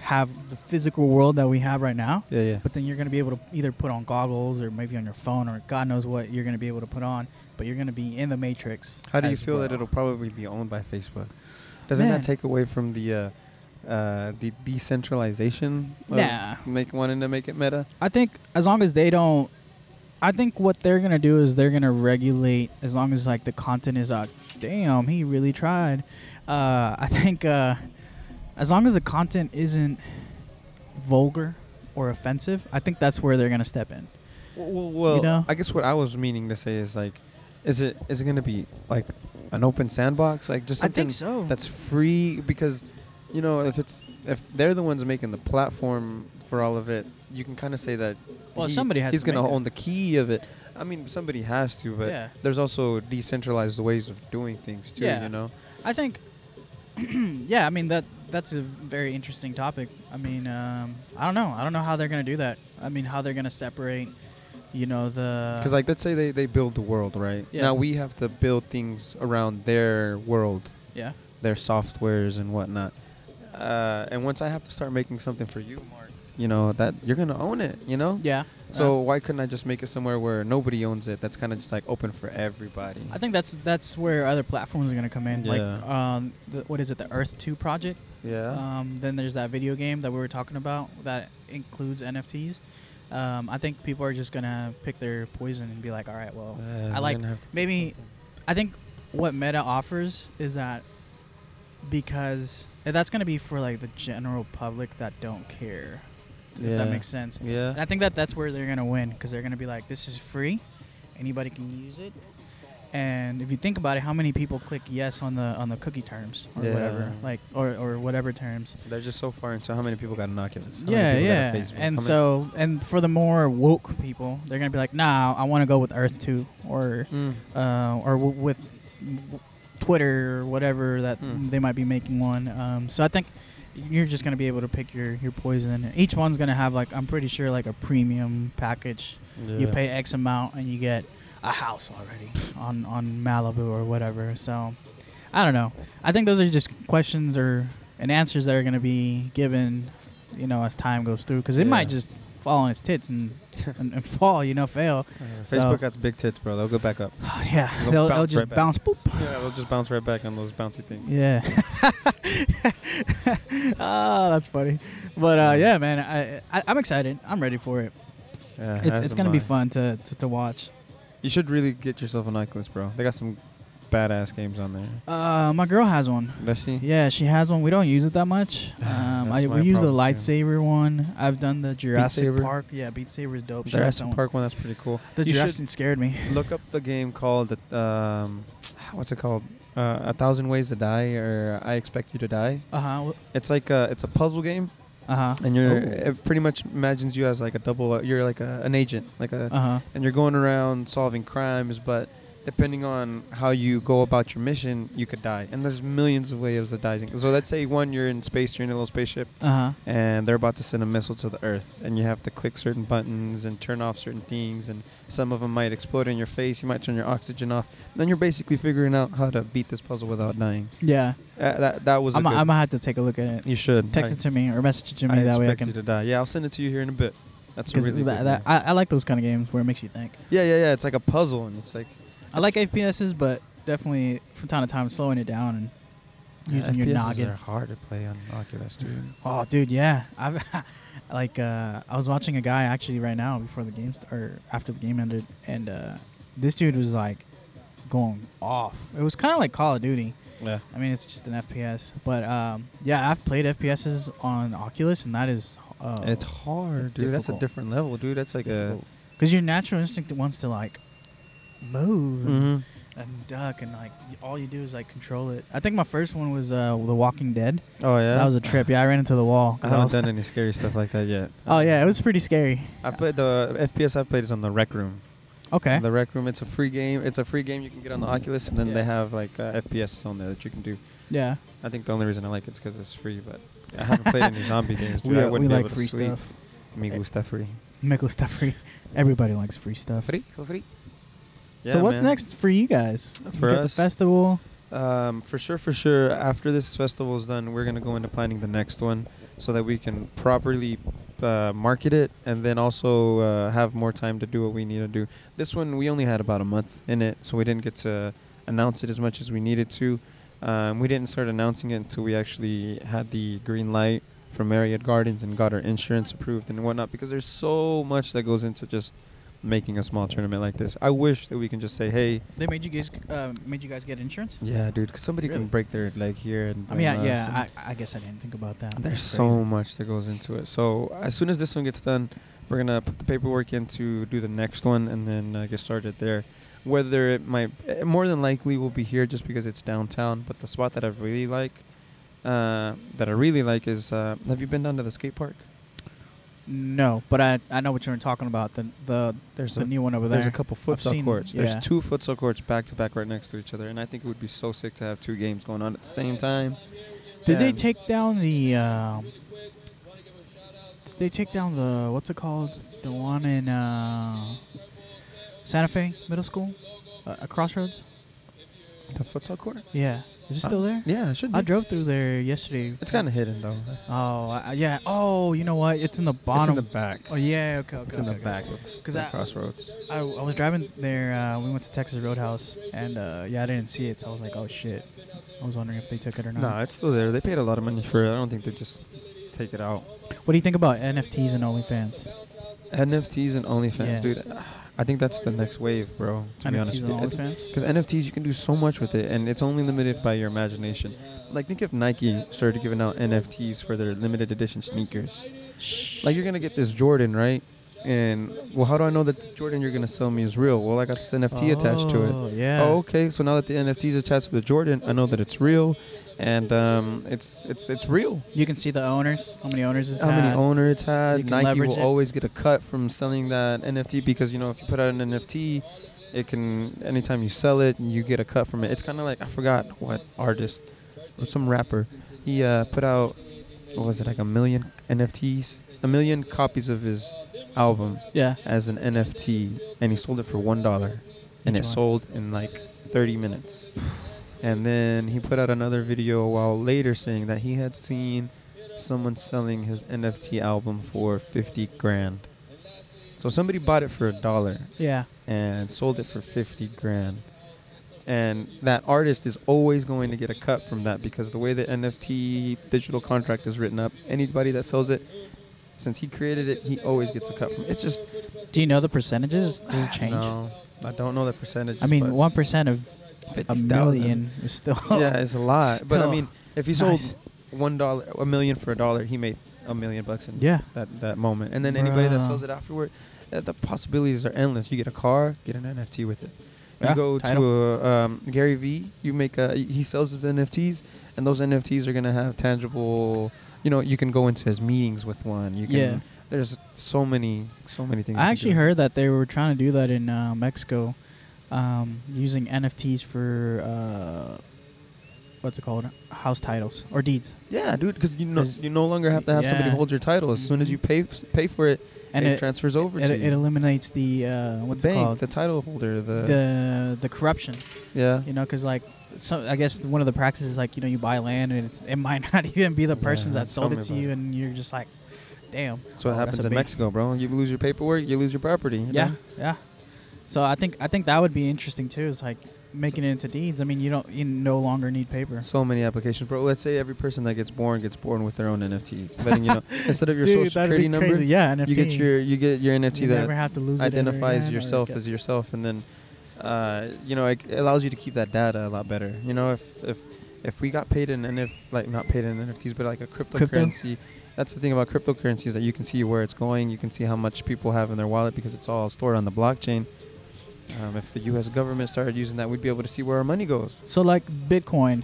[SPEAKER 2] have the physical world that we have right now,
[SPEAKER 1] Yeah. Yeah.
[SPEAKER 2] but then you're gonna be able to either put on goggles or maybe on your phone or God knows what you're gonna be able to put on. But you're gonna be in the Matrix.
[SPEAKER 1] How do you
[SPEAKER 2] as
[SPEAKER 1] feel that
[SPEAKER 2] well.
[SPEAKER 1] it'll probably be owned by Facebook? Doesn't
[SPEAKER 2] Man.
[SPEAKER 1] that take away from the uh, uh, the decentralization? Of
[SPEAKER 2] Nah.
[SPEAKER 1] Make wanting to make it meta.
[SPEAKER 2] I think as long as they don't, I think what they're gonna do is they're gonna regulate as long as like the content is like, damn, he really tried. Uh, I think uh, as long as the content isn't vulgar or offensive, I think that's where they're gonna step in.
[SPEAKER 1] Well, well
[SPEAKER 2] know?
[SPEAKER 1] I guess what I was meaning to say is like, is it is it gonna be like an open sandbox? Like just something
[SPEAKER 2] so.
[SPEAKER 1] that's free because, you know, if it's if they're the ones making the platform for all of it, you can kind of say that.
[SPEAKER 2] Well, somebody has
[SPEAKER 1] He's
[SPEAKER 2] to
[SPEAKER 1] gonna
[SPEAKER 2] make it.
[SPEAKER 1] own the key of it. I mean, somebody has to, but
[SPEAKER 2] Yeah.
[SPEAKER 1] there's also decentralized ways of doing things too.
[SPEAKER 2] Yeah.
[SPEAKER 1] You know.
[SPEAKER 2] I think, yeah, I mean that that's a very interesting topic. I mean, um, I don't know. I don't know how they're gonna do that. I mean, how they're gonna separate, you know, the
[SPEAKER 1] Because like let's say they, they build the world, right?
[SPEAKER 2] Yeah.
[SPEAKER 1] Now we have to build things around their world,
[SPEAKER 2] yeah,
[SPEAKER 1] their softwares and whatnot. Uh, and once I have to start making something for you, Mark, you know that you're gonna own it, you know.
[SPEAKER 2] yeah. Uh,
[SPEAKER 1] So why couldn't I just make it somewhere where nobody owns it? That's kind of just like open for everybody.
[SPEAKER 2] I think that's that's where other platforms are gonna come in. Like,
[SPEAKER 1] Yeah.
[SPEAKER 2] um, the, what is it? The Earth Two project.
[SPEAKER 1] yeah.
[SPEAKER 2] Um, then there's that video game that we were talking about that includes NFTs. Um, I think people are just gonna pick their poison and be like, all right, well, I like- maybe I think what Meta offers is that because and that's gonna be for like the general public that don't care. If
[SPEAKER 1] Yeah.
[SPEAKER 2] that makes sense.
[SPEAKER 1] Yeah.
[SPEAKER 2] And I think that that's where they're gonna win because they're gonna be like, this is free, anybody can use it. And if you think about it, how many people click yes on the on the cookie terms or
[SPEAKER 1] Yeah.
[SPEAKER 2] whatever, like or, or whatever terms.
[SPEAKER 1] They're just so far into how many people got an Oculus? How many
[SPEAKER 2] yeah,
[SPEAKER 1] people
[SPEAKER 2] yeah.
[SPEAKER 1] got a Facebook?
[SPEAKER 2] And
[SPEAKER 1] How
[SPEAKER 2] so and for the more woke people, they're gonna be like, nah, I want to go with Earth Two or
[SPEAKER 1] many- Mm.
[SPEAKER 2] uh, or w- with Twitter or whatever that
[SPEAKER 1] Hmm.
[SPEAKER 2] they might be making one. Um, so I think you're just gonna be able to pick your your poison. Each one's gonna have like I'm pretty sure like a premium package. You
[SPEAKER 1] Yeah.
[SPEAKER 2] pay X amount and you get a house already on on Malibu or whatever. So I don't know. I think those are just questions or and answers that are gonna be given, you know, as time goes through because it
[SPEAKER 1] Yeah.
[SPEAKER 2] might just fall on its tits and, and, and fall, you know, fail.
[SPEAKER 1] Uh,
[SPEAKER 2] so-
[SPEAKER 1] Facebook got big tits, bro. They'll go back up.
[SPEAKER 2] yeah,
[SPEAKER 1] They'll
[SPEAKER 2] they'll, they'll
[SPEAKER 1] bounce
[SPEAKER 2] just
[SPEAKER 1] right back.
[SPEAKER 2] bounce boop
[SPEAKER 1] yeah, they'll just bounce right back on those bouncy things.
[SPEAKER 2] Yeah. oh, that's funny. But uh, yeah, man, I, I I'm excited. I'm ready for it.
[SPEAKER 1] Yeah,
[SPEAKER 2] It's,
[SPEAKER 1] as
[SPEAKER 2] it's
[SPEAKER 1] am
[SPEAKER 2] gonna be
[SPEAKER 1] I.
[SPEAKER 2] fun to, to, to watch.
[SPEAKER 1] You should really get yourself an Oculus, bro. They got some badass games on there.
[SPEAKER 2] Uh, my girl has one.
[SPEAKER 1] Does she?
[SPEAKER 2] Yeah, she has one. We don't use it that much. Um,
[SPEAKER 1] Ah, That's
[SPEAKER 2] I,
[SPEAKER 1] my
[SPEAKER 2] we use the
[SPEAKER 1] problem, too.
[SPEAKER 2] lightsaber one. I've done the Jurassic
[SPEAKER 1] Saber?
[SPEAKER 2] Park. Yeah, Beat Saber's dope. She likes that
[SPEAKER 1] Jurassic
[SPEAKER 2] one.
[SPEAKER 1] Park one. That's pretty cool.
[SPEAKER 2] The
[SPEAKER 1] You should-
[SPEAKER 2] Jurassic scared me.
[SPEAKER 1] Look up the game called um, what's it called? Uh, a thousand ways to die, or I expect you to die.
[SPEAKER 2] Uh huh.
[SPEAKER 1] It's like a, it's a puzzle game,
[SPEAKER 2] Uh huh.
[SPEAKER 1] and you're
[SPEAKER 2] Ooh.
[SPEAKER 1] it pretty much imagines you uh, as like a double. You're like a, an agent, like a,
[SPEAKER 2] Uh huh.
[SPEAKER 1] and you're going around solving crimes, but depending on how you go about your mission, you could die. And there's millions of ways of dying. So let's say one, you're in space, you're in a little spaceship,
[SPEAKER 2] Uh huh.
[SPEAKER 1] and they're about to send a missile to the Earth, and you have to click certain buttons and turn off certain things, and some of them might explode in your face. You might turn your oxygen off. Then you're basically figuring out how to beat this puzzle without dying.
[SPEAKER 2] Yeah.
[SPEAKER 1] Uh, that that was.
[SPEAKER 2] I'm
[SPEAKER 1] a good-
[SPEAKER 2] gonna have to take a look at it.
[SPEAKER 1] you should
[SPEAKER 2] Text
[SPEAKER 1] I-
[SPEAKER 2] it to me or message it to me.
[SPEAKER 1] I
[SPEAKER 2] that way I
[SPEAKER 1] expect
[SPEAKER 2] can.
[SPEAKER 1] you to die. Yeah, I'll send it to you here in a bit. That's a
[SPEAKER 2] Because
[SPEAKER 1] really
[SPEAKER 2] that,
[SPEAKER 1] good
[SPEAKER 2] that,
[SPEAKER 1] one.
[SPEAKER 2] I, I like those kind of games where it makes you think.
[SPEAKER 1] Yeah, yeah, yeah. It's like a puzzle, and it's like
[SPEAKER 2] I like FPSs, but definitely from time to time slowing it down and using your noggin.
[SPEAKER 1] hard to play on Oculus, dude.
[SPEAKER 2] Oh, dude, yeah. I've like uh, I was watching a guy actually right now before the game st- or after the game ended, and uh, this dude was like going off. It was kind of like Call of Duty.
[SPEAKER 1] Yeah.
[SPEAKER 2] I mean, it's just an FPS, but um, yeah, I've played FPSs on Oculus, and that is uh,
[SPEAKER 1] it's hard,
[SPEAKER 2] it's
[SPEAKER 1] dude. That's
[SPEAKER 2] difficult.
[SPEAKER 1] a different level, dude. That's like
[SPEAKER 2] because your natural instinct wants to like move
[SPEAKER 1] a. Mhm.
[SPEAKER 2] and duck, and like y- all you do is like control it. I think my first one was uh, The Walking Dead.
[SPEAKER 1] Oh yeah.
[SPEAKER 2] That was a trip. Yeah, I ran into the wall. 'cause
[SPEAKER 1] I
[SPEAKER 2] I
[SPEAKER 1] haven't
[SPEAKER 2] was-
[SPEAKER 1] done any scary stuff like that yet.
[SPEAKER 2] Oh yeah, it was pretty scary.
[SPEAKER 1] I played the FPS I played is on the Rec Room.
[SPEAKER 2] Okay.
[SPEAKER 1] The Rec Room, it's a free game. It's a free game you can get on the Oculus, and then
[SPEAKER 2] Yeah.
[SPEAKER 1] they have like uh, FPSs on there that you can do.
[SPEAKER 2] Yeah.
[SPEAKER 1] I think the only reason I like it's because it's free, but I haven't played any zombie games. Dude.
[SPEAKER 2] we
[SPEAKER 1] I
[SPEAKER 2] we
[SPEAKER 1] wouldn't be
[SPEAKER 2] like
[SPEAKER 1] able to
[SPEAKER 2] free
[SPEAKER 1] sleep.
[SPEAKER 2] stuff.
[SPEAKER 1] Me
[SPEAKER 2] Eh.
[SPEAKER 1] gusta free.
[SPEAKER 2] Mickle stuff free. Everybody likes free stuff.
[SPEAKER 1] Free, free.
[SPEAKER 2] so what's next for you guys? you
[SPEAKER 1] For
[SPEAKER 2] got the
[SPEAKER 1] us?
[SPEAKER 2] festival.
[SPEAKER 1] Um, for sure, for sure. After this festival is done, we're gonna go into planning the next one, so that we can properly uh, market it, and then also uh, have more time to do what we need to do. This one we only had about a month in it, so we didn't get to announce it as much as we needed to. Um, we didn't start announcing it until we actually had the green light from Marriott Gardens and got our insurance approved and whatnot, because there's so much that goes into just making a small tournament like this. I wish that we can just say, hey,
[SPEAKER 2] They made you guys uh, made you guys get insurance.
[SPEAKER 1] yeah, dude. 'cause somebody
[SPEAKER 2] Really?
[SPEAKER 1] can break their leg here, and
[SPEAKER 2] I mean,
[SPEAKER 1] and
[SPEAKER 2] yeah,
[SPEAKER 1] us, and
[SPEAKER 2] yeah. I, I guess I didn't think about that.
[SPEAKER 1] there's
[SPEAKER 2] That's
[SPEAKER 1] so much that goes into it. So as soon as this one gets done, we're gonna put the paperwork in to do the next one, and then uh, get started there. Whether it might, eh, more than likely, will be here just because it's downtown. But the spot that I really like, uh, that I really like is, uh, have you been down to the skate park?
[SPEAKER 2] crazy. No, but I I know what you're talking about. The the
[SPEAKER 1] There's
[SPEAKER 2] the
[SPEAKER 1] a
[SPEAKER 2] new one over there.
[SPEAKER 1] there's a couple futsal
[SPEAKER 2] seen-
[SPEAKER 1] courts.
[SPEAKER 2] yeah.
[SPEAKER 1] There's two futsal courts back to back right next to each other, and I think it would be so sick to have two games going on at the same time.
[SPEAKER 2] Did they
[SPEAKER 1] And-
[SPEAKER 2] take down the? Um, did they take down the what's it called? The one in uh, Santa Fe Middle School, uh, a crossroads.
[SPEAKER 1] the futsal court?
[SPEAKER 2] Yeah, is it
[SPEAKER 1] Uh,
[SPEAKER 2] still there?
[SPEAKER 1] Yeah, it should
[SPEAKER 2] I
[SPEAKER 1] be.
[SPEAKER 2] drove through there yesterday.
[SPEAKER 1] It's kind of hidden though.
[SPEAKER 2] Oh I, I- yeah. Oh, you know what? It's in the bottom.
[SPEAKER 1] It's in the back.
[SPEAKER 2] oh yeah. Okay. Okay.
[SPEAKER 1] It's in the
[SPEAKER 2] okay, okay.
[SPEAKER 1] back of
[SPEAKER 2] 'Cause
[SPEAKER 1] the
[SPEAKER 2] I-
[SPEAKER 1] crossroads.
[SPEAKER 2] I, I was driving there. Uh, we went to Texas Roadhouse, and uh, yeah, I didn't see it, so I was like, oh shit. I was wondering if they took it or not.
[SPEAKER 1] No, it's still there. They paid a lot of money for it. I don't think they just take it out.
[SPEAKER 2] What do you think about NFTs and OnlyFans?
[SPEAKER 1] NFTs and OnlyFans,
[SPEAKER 2] Yeah.
[SPEAKER 1] dude. I think that's the next wave, bro. To be honest,
[SPEAKER 2] NFTs
[SPEAKER 1] with you.
[SPEAKER 2] and OnlyFans.
[SPEAKER 1] Because NFTs, you can do so much with it, and it's only limited by your imagination. Like, think if Nike started giving out NFTs for their limited edition sneakers. Like, you're gonna get this Jordan, right? And well, how do I know that the Jordan you're gonna sell me is real? Well, I got this NFT attached to it.
[SPEAKER 2] Oh, Yeah.
[SPEAKER 1] Oh, okay. So now that the NFT is attached to the Jordan, I know that it's real, and um, it's it's it's real.
[SPEAKER 2] You can see the owners. How many owners is
[SPEAKER 1] How many owner it's
[SPEAKER 2] You
[SPEAKER 1] had?
[SPEAKER 2] can
[SPEAKER 1] Nike
[SPEAKER 2] leverage
[SPEAKER 1] will
[SPEAKER 2] it.
[SPEAKER 1] always get a cut from selling that NFT because you know if you put out an NFT, it can anytime you sell it, you get a cut from it. It's kind of like I forgot what artist, or some rapper, he uh, put out what was it like a million NFTs, a million copies of his album
[SPEAKER 2] Yeah.
[SPEAKER 1] as an NFT, and he sold it for one dollar, and
[SPEAKER 2] Each
[SPEAKER 1] it
[SPEAKER 2] one.
[SPEAKER 1] sold in like 30 minutes. and then he put out another video a while later saying that he had seen someone selling his NFT album for 50 grand. So somebody bought it for a dollar
[SPEAKER 2] Yeah.
[SPEAKER 1] and sold it for 50 grand. And that artist is always going to get a cut from that because the way the NFT digital contract is written up, anybody that sells it, since he created it, he always gets a cut from it. It's just
[SPEAKER 2] Do you know the percentages? Does it change?
[SPEAKER 1] no, I don't know the percentage.
[SPEAKER 2] I mean, one percent of a million is still.
[SPEAKER 1] Yeah, it's a lot. But I
[SPEAKER 2] Still.
[SPEAKER 1] mean, if he sold
[SPEAKER 2] Nice.
[SPEAKER 1] one dollar, a million for a dollar, he made a million bucks in
[SPEAKER 2] Yeah.
[SPEAKER 1] that that moment. And then anybody that
[SPEAKER 2] Bruh.
[SPEAKER 1] sells it afterward, uh, the possibilities are endless. You get a car, get an NFT with it. You
[SPEAKER 2] Yeah,
[SPEAKER 1] go
[SPEAKER 2] title.
[SPEAKER 1] to uh um, Gary V. You make a he sells his NFTs, and those NFTs are gonna have tangible. You know, you can go into his meetings with one. You can,
[SPEAKER 2] Yeah.
[SPEAKER 1] There's so many, so many things. you
[SPEAKER 2] I
[SPEAKER 1] can
[SPEAKER 2] actually
[SPEAKER 1] do.
[SPEAKER 2] heard that they were trying to do that in uh, Mexico. um, using NFTs for uh, what's it called? House titles or deeds.
[SPEAKER 1] Yeah, dude, because you no,
[SPEAKER 2] 'Cause-
[SPEAKER 1] you no longer have to have somebody
[SPEAKER 2] yeah.
[SPEAKER 1] hold your title. As soon as
[SPEAKER 2] Mhm.
[SPEAKER 1] you pay f- pay for it,
[SPEAKER 2] And
[SPEAKER 1] it,
[SPEAKER 2] it,
[SPEAKER 1] transfers over
[SPEAKER 2] it,
[SPEAKER 1] to
[SPEAKER 2] it
[SPEAKER 1] you.
[SPEAKER 2] eliminates the uh, what's
[SPEAKER 1] the
[SPEAKER 2] it called?
[SPEAKER 1] bank, the title holder, the,
[SPEAKER 2] the the corruption.
[SPEAKER 1] yeah.
[SPEAKER 2] You know, because like, so I guess one of the practices like you know you buy land and it's it might not even be the
[SPEAKER 1] Yeah,
[SPEAKER 2] person that
[SPEAKER 1] tell
[SPEAKER 2] sold
[SPEAKER 1] me
[SPEAKER 2] it to
[SPEAKER 1] about
[SPEAKER 2] you,
[SPEAKER 1] it.
[SPEAKER 2] and you're just like, damn.
[SPEAKER 1] That's what
[SPEAKER 2] oh,
[SPEAKER 1] happens
[SPEAKER 2] a
[SPEAKER 1] in
[SPEAKER 2] big-
[SPEAKER 1] Mexico, bro. You lose your paperwork, you lose your property. you
[SPEAKER 2] Yeah,
[SPEAKER 1] know?
[SPEAKER 2] yeah. So I think I think that would be interesting too. Is like making it into deeds. I mean, you don't you no longer need paper.
[SPEAKER 1] So many applications, bro. Let's say every person that gets born gets born with their own NFT. Letting you know, instead of your
[SPEAKER 2] Dude,
[SPEAKER 1] social
[SPEAKER 2] that'd be
[SPEAKER 1] security number,
[SPEAKER 2] crazy. Yeah, NFT.
[SPEAKER 1] you get your you get your NFT
[SPEAKER 2] You never
[SPEAKER 1] that
[SPEAKER 2] have to lose it ever
[SPEAKER 1] identifies
[SPEAKER 2] again or
[SPEAKER 1] yourself
[SPEAKER 2] get-
[SPEAKER 1] as yourself, and then uh, you know it allows you to keep that data a lot better. You know, if if if we got paid in NF like not paid in NFTs, but like a cryptocurrency. That's the thing about cryptocurrencies that you can see where it's going. You can see how much people have in their wallet because it's all stored on the blockchain. Um, if the U.S. government started using that, we'd be able to see where our money goes.
[SPEAKER 2] So like Bitcoin,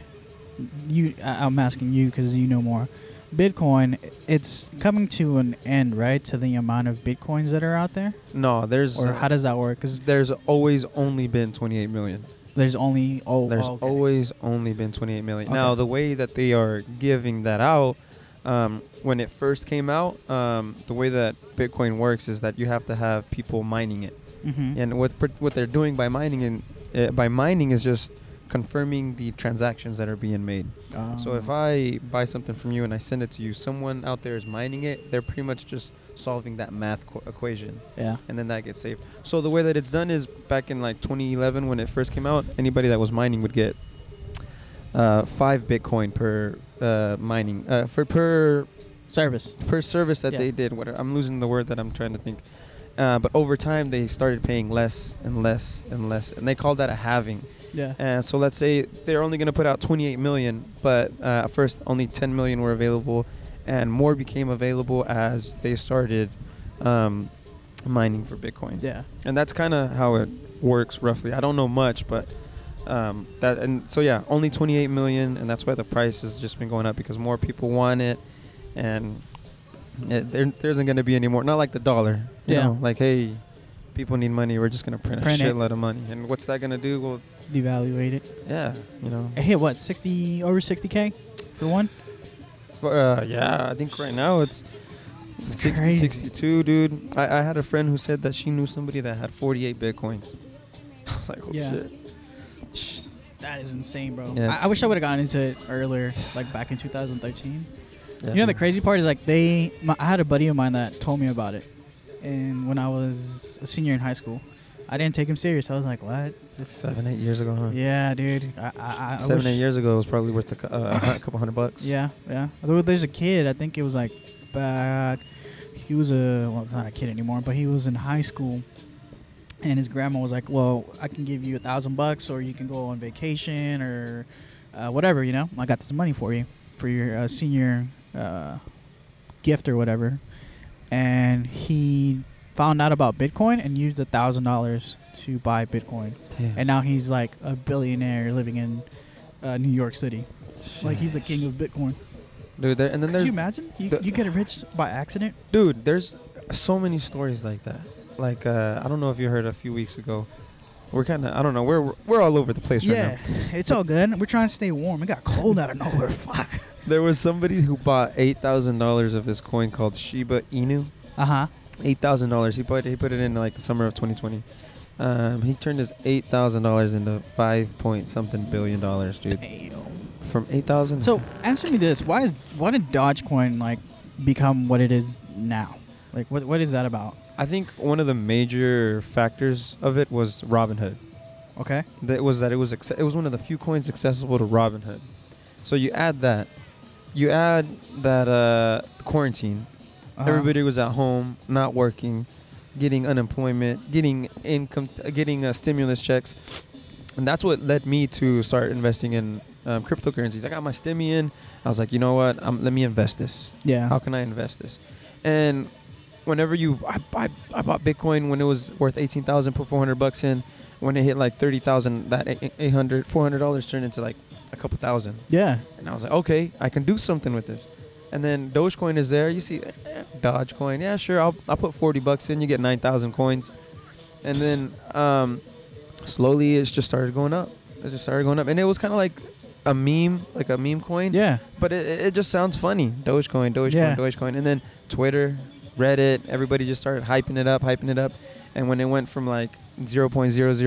[SPEAKER 2] you I- I'm asking you because you know more. Bitcoin, it's coming to an end, right? To the amount of bitcoins that are out there,
[SPEAKER 1] No, there's
[SPEAKER 2] or
[SPEAKER 1] uh,
[SPEAKER 2] how does that work? Because
[SPEAKER 1] There's always only been 28 million.
[SPEAKER 2] there's only oh,
[SPEAKER 1] There's
[SPEAKER 2] oh, okay.
[SPEAKER 1] always only been 28 million.
[SPEAKER 2] Okay.
[SPEAKER 1] Now, the way that they are giving that out, um, when it first came out, um, the way that Bitcoin works is that you have to have people mining it.
[SPEAKER 2] Mhm.
[SPEAKER 1] And what pr- what they're doing by mining and uh, by mining is just confirming the transactions that are being made.
[SPEAKER 2] Um,
[SPEAKER 1] So if I buy something from you and I send it to you, someone out there is mining it. They're pretty much just solving that math qu- equation.
[SPEAKER 2] yeah
[SPEAKER 1] and then that gets saved. So the way that it's done is back in like 2011 when it first came out, anybody that was mining would get uh, five Bitcoin per uh, mining uh, for per
[SPEAKER 2] service,
[SPEAKER 1] per service that
[SPEAKER 2] Yeah.
[SPEAKER 1] they did. What I'm losing the word that I'm trying to think. Uh, but over time, they started paying less and less and less, and they called that a halving.
[SPEAKER 2] yeah,
[SPEAKER 1] And so let's say they're only going to put out 28 million, but uh, at first only 10 million were available, and more became available as they started um, mining for Bitcoin
[SPEAKER 2] yeah.
[SPEAKER 1] and that's kind of how it works roughly i don't know much but um, that and so yeah only 28 million and that's why the price has just been going up because more people want it and it, there, there isn't going to be any more not like the dollar you
[SPEAKER 2] Yeah.
[SPEAKER 1] know like hey people need money we're just going to print,
[SPEAKER 2] Print
[SPEAKER 1] a
[SPEAKER 2] it.
[SPEAKER 1] shitload of money and what's that going to do well
[SPEAKER 2] Devaluate it.
[SPEAKER 1] yeah you know
[SPEAKER 2] It hit what sixty over sixty k for one.
[SPEAKER 1] uh, yeah i think right now it's 60
[SPEAKER 2] Crazy.
[SPEAKER 1] 62 dude I, I had a friend who said that she knew somebody that had 48 bitcoins i was like oh
[SPEAKER 2] Yeah.
[SPEAKER 1] shit
[SPEAKER 2] That is insane, bro.
[SPEAKER 1] Yeah,
[SPEAKER 2] I, I
[SPEAKER 1] it's-
[SPEAKER 2] wish I would have gotten into it earlier, like back in 2013.
[SPEAKER 1] Yeah,
[SPEAKER 2] You know the
[SPEAKER 1] dude.
[SPEAKER 2] crazy part is like they. My, I had a buddy of mine that told me about it, and when I was a senior in high school, I didn't take him serious. I was like, "What? This is-
[SPEAKER 1] Seven, eight years ago, huh?
[SPEAKER 2] Yeah, dude. I, I, I
[SPEAKER 1] Seven,
[SPEAKER 2] wish-
[SPEAKER 1] eight years ago, it was probably worth a, cou- uh, a couple hundred bucks.
[SPEAKER 2] Yeah, yeah. Although there's a kid. I think it was like back. He was a well, it's not a kid anymore, but he was in high school, and his grandma was like, "Well, I can give you a thousand bucks, or you can go on vacation, or uh, whatever. You know, I got this money for you for your uh, senior uh, gift or whatever." And he found out about Bitcoin and used a thousand dollars to buy Bitcoin, and now he's like a billionaire living in uh, New York City. Like he's the king of Bitcoin.
[SPEAKER 1] dude. There, and then
[SPEAKER 2] Could
[SPEAKER 1] there's
[SPEAKER 2] you imagine? You,
[SPEAKER 1] the-
[SPEAKER 2] you get rich by accident?
[SPEAKER 1] dude. There's so many stories like that. Like uh, I don't know if you heard a few weeks ago. We're kind of I don't know. We're we're all over the place right now.
[SPEAKER 2] it's all good. We're trying to stay warm. It got cold out of nowhere. Fuck.
[SPEAKER 1] There was somebody who bought eight thousand dollars of this coin called Shiba Inu.
[SPEAKER 2] Uh huh.
[SPEAKER 1] Eight thousand dollars. He put he put it in like the summer of 2020. Um, he turned his eight thousand dollars into five point something billion dollars, dude. From eight thousand.
[SPEAKER 2] So answer me this: Why is why did Dogecoin like become what it is now? Like what what is that about?
[SPEAKER 1] I think one of the major factors of it was Robinhood.
[SPEAKER 2] Okay.
[SPEAKER 1] That was that it was acce- it was one of the few coins accessible to Robinhood. So you add that, you add that uh, quarantine.
[SPEAKER 2] Uh-huh.
[SPEAKER 1] Everybody was at home, not working, getting unemployment, getting income, uh, getting uh, stimulus checks, and that's what led me to start investing in um, cryptocurrencies. I got my stimmy in. I was like, you know what? Um, let me invest this.
[SPEAKER 2] Yeah.
[SPEAKER 1] How can I invest this? And whenever you, I, I, I bought Bitcoin when it was worth eighteen thousand, put four hundred bucks in. When it hit like thirty thousand, that eight- 800 400 dollars turned into like a couple thousand.
[SPEAKER 2] Yeah.
[SPEAKER 1] And I was like, okay, I can do something with this. And then Dogecoin is there. You see, eh, Dogecoin. Yeah, sure. I'll I'll put forty bucks in. You get nine thousand coins. And then um, slowly it just started going up. It just started going up, and it was kind of like a meme, like a meme coin.
[SPEAKER 2] Yeah.
[SPEAKER 1] But it, it it just sounds funny. Dogecoin, Dogecoin,
[SPEAKER 2] Yeah.
[SPEAKER 1] Dogecoin, and then Twitter, Reddit, everybody just started hyping it up, hyping it up, and when it went from like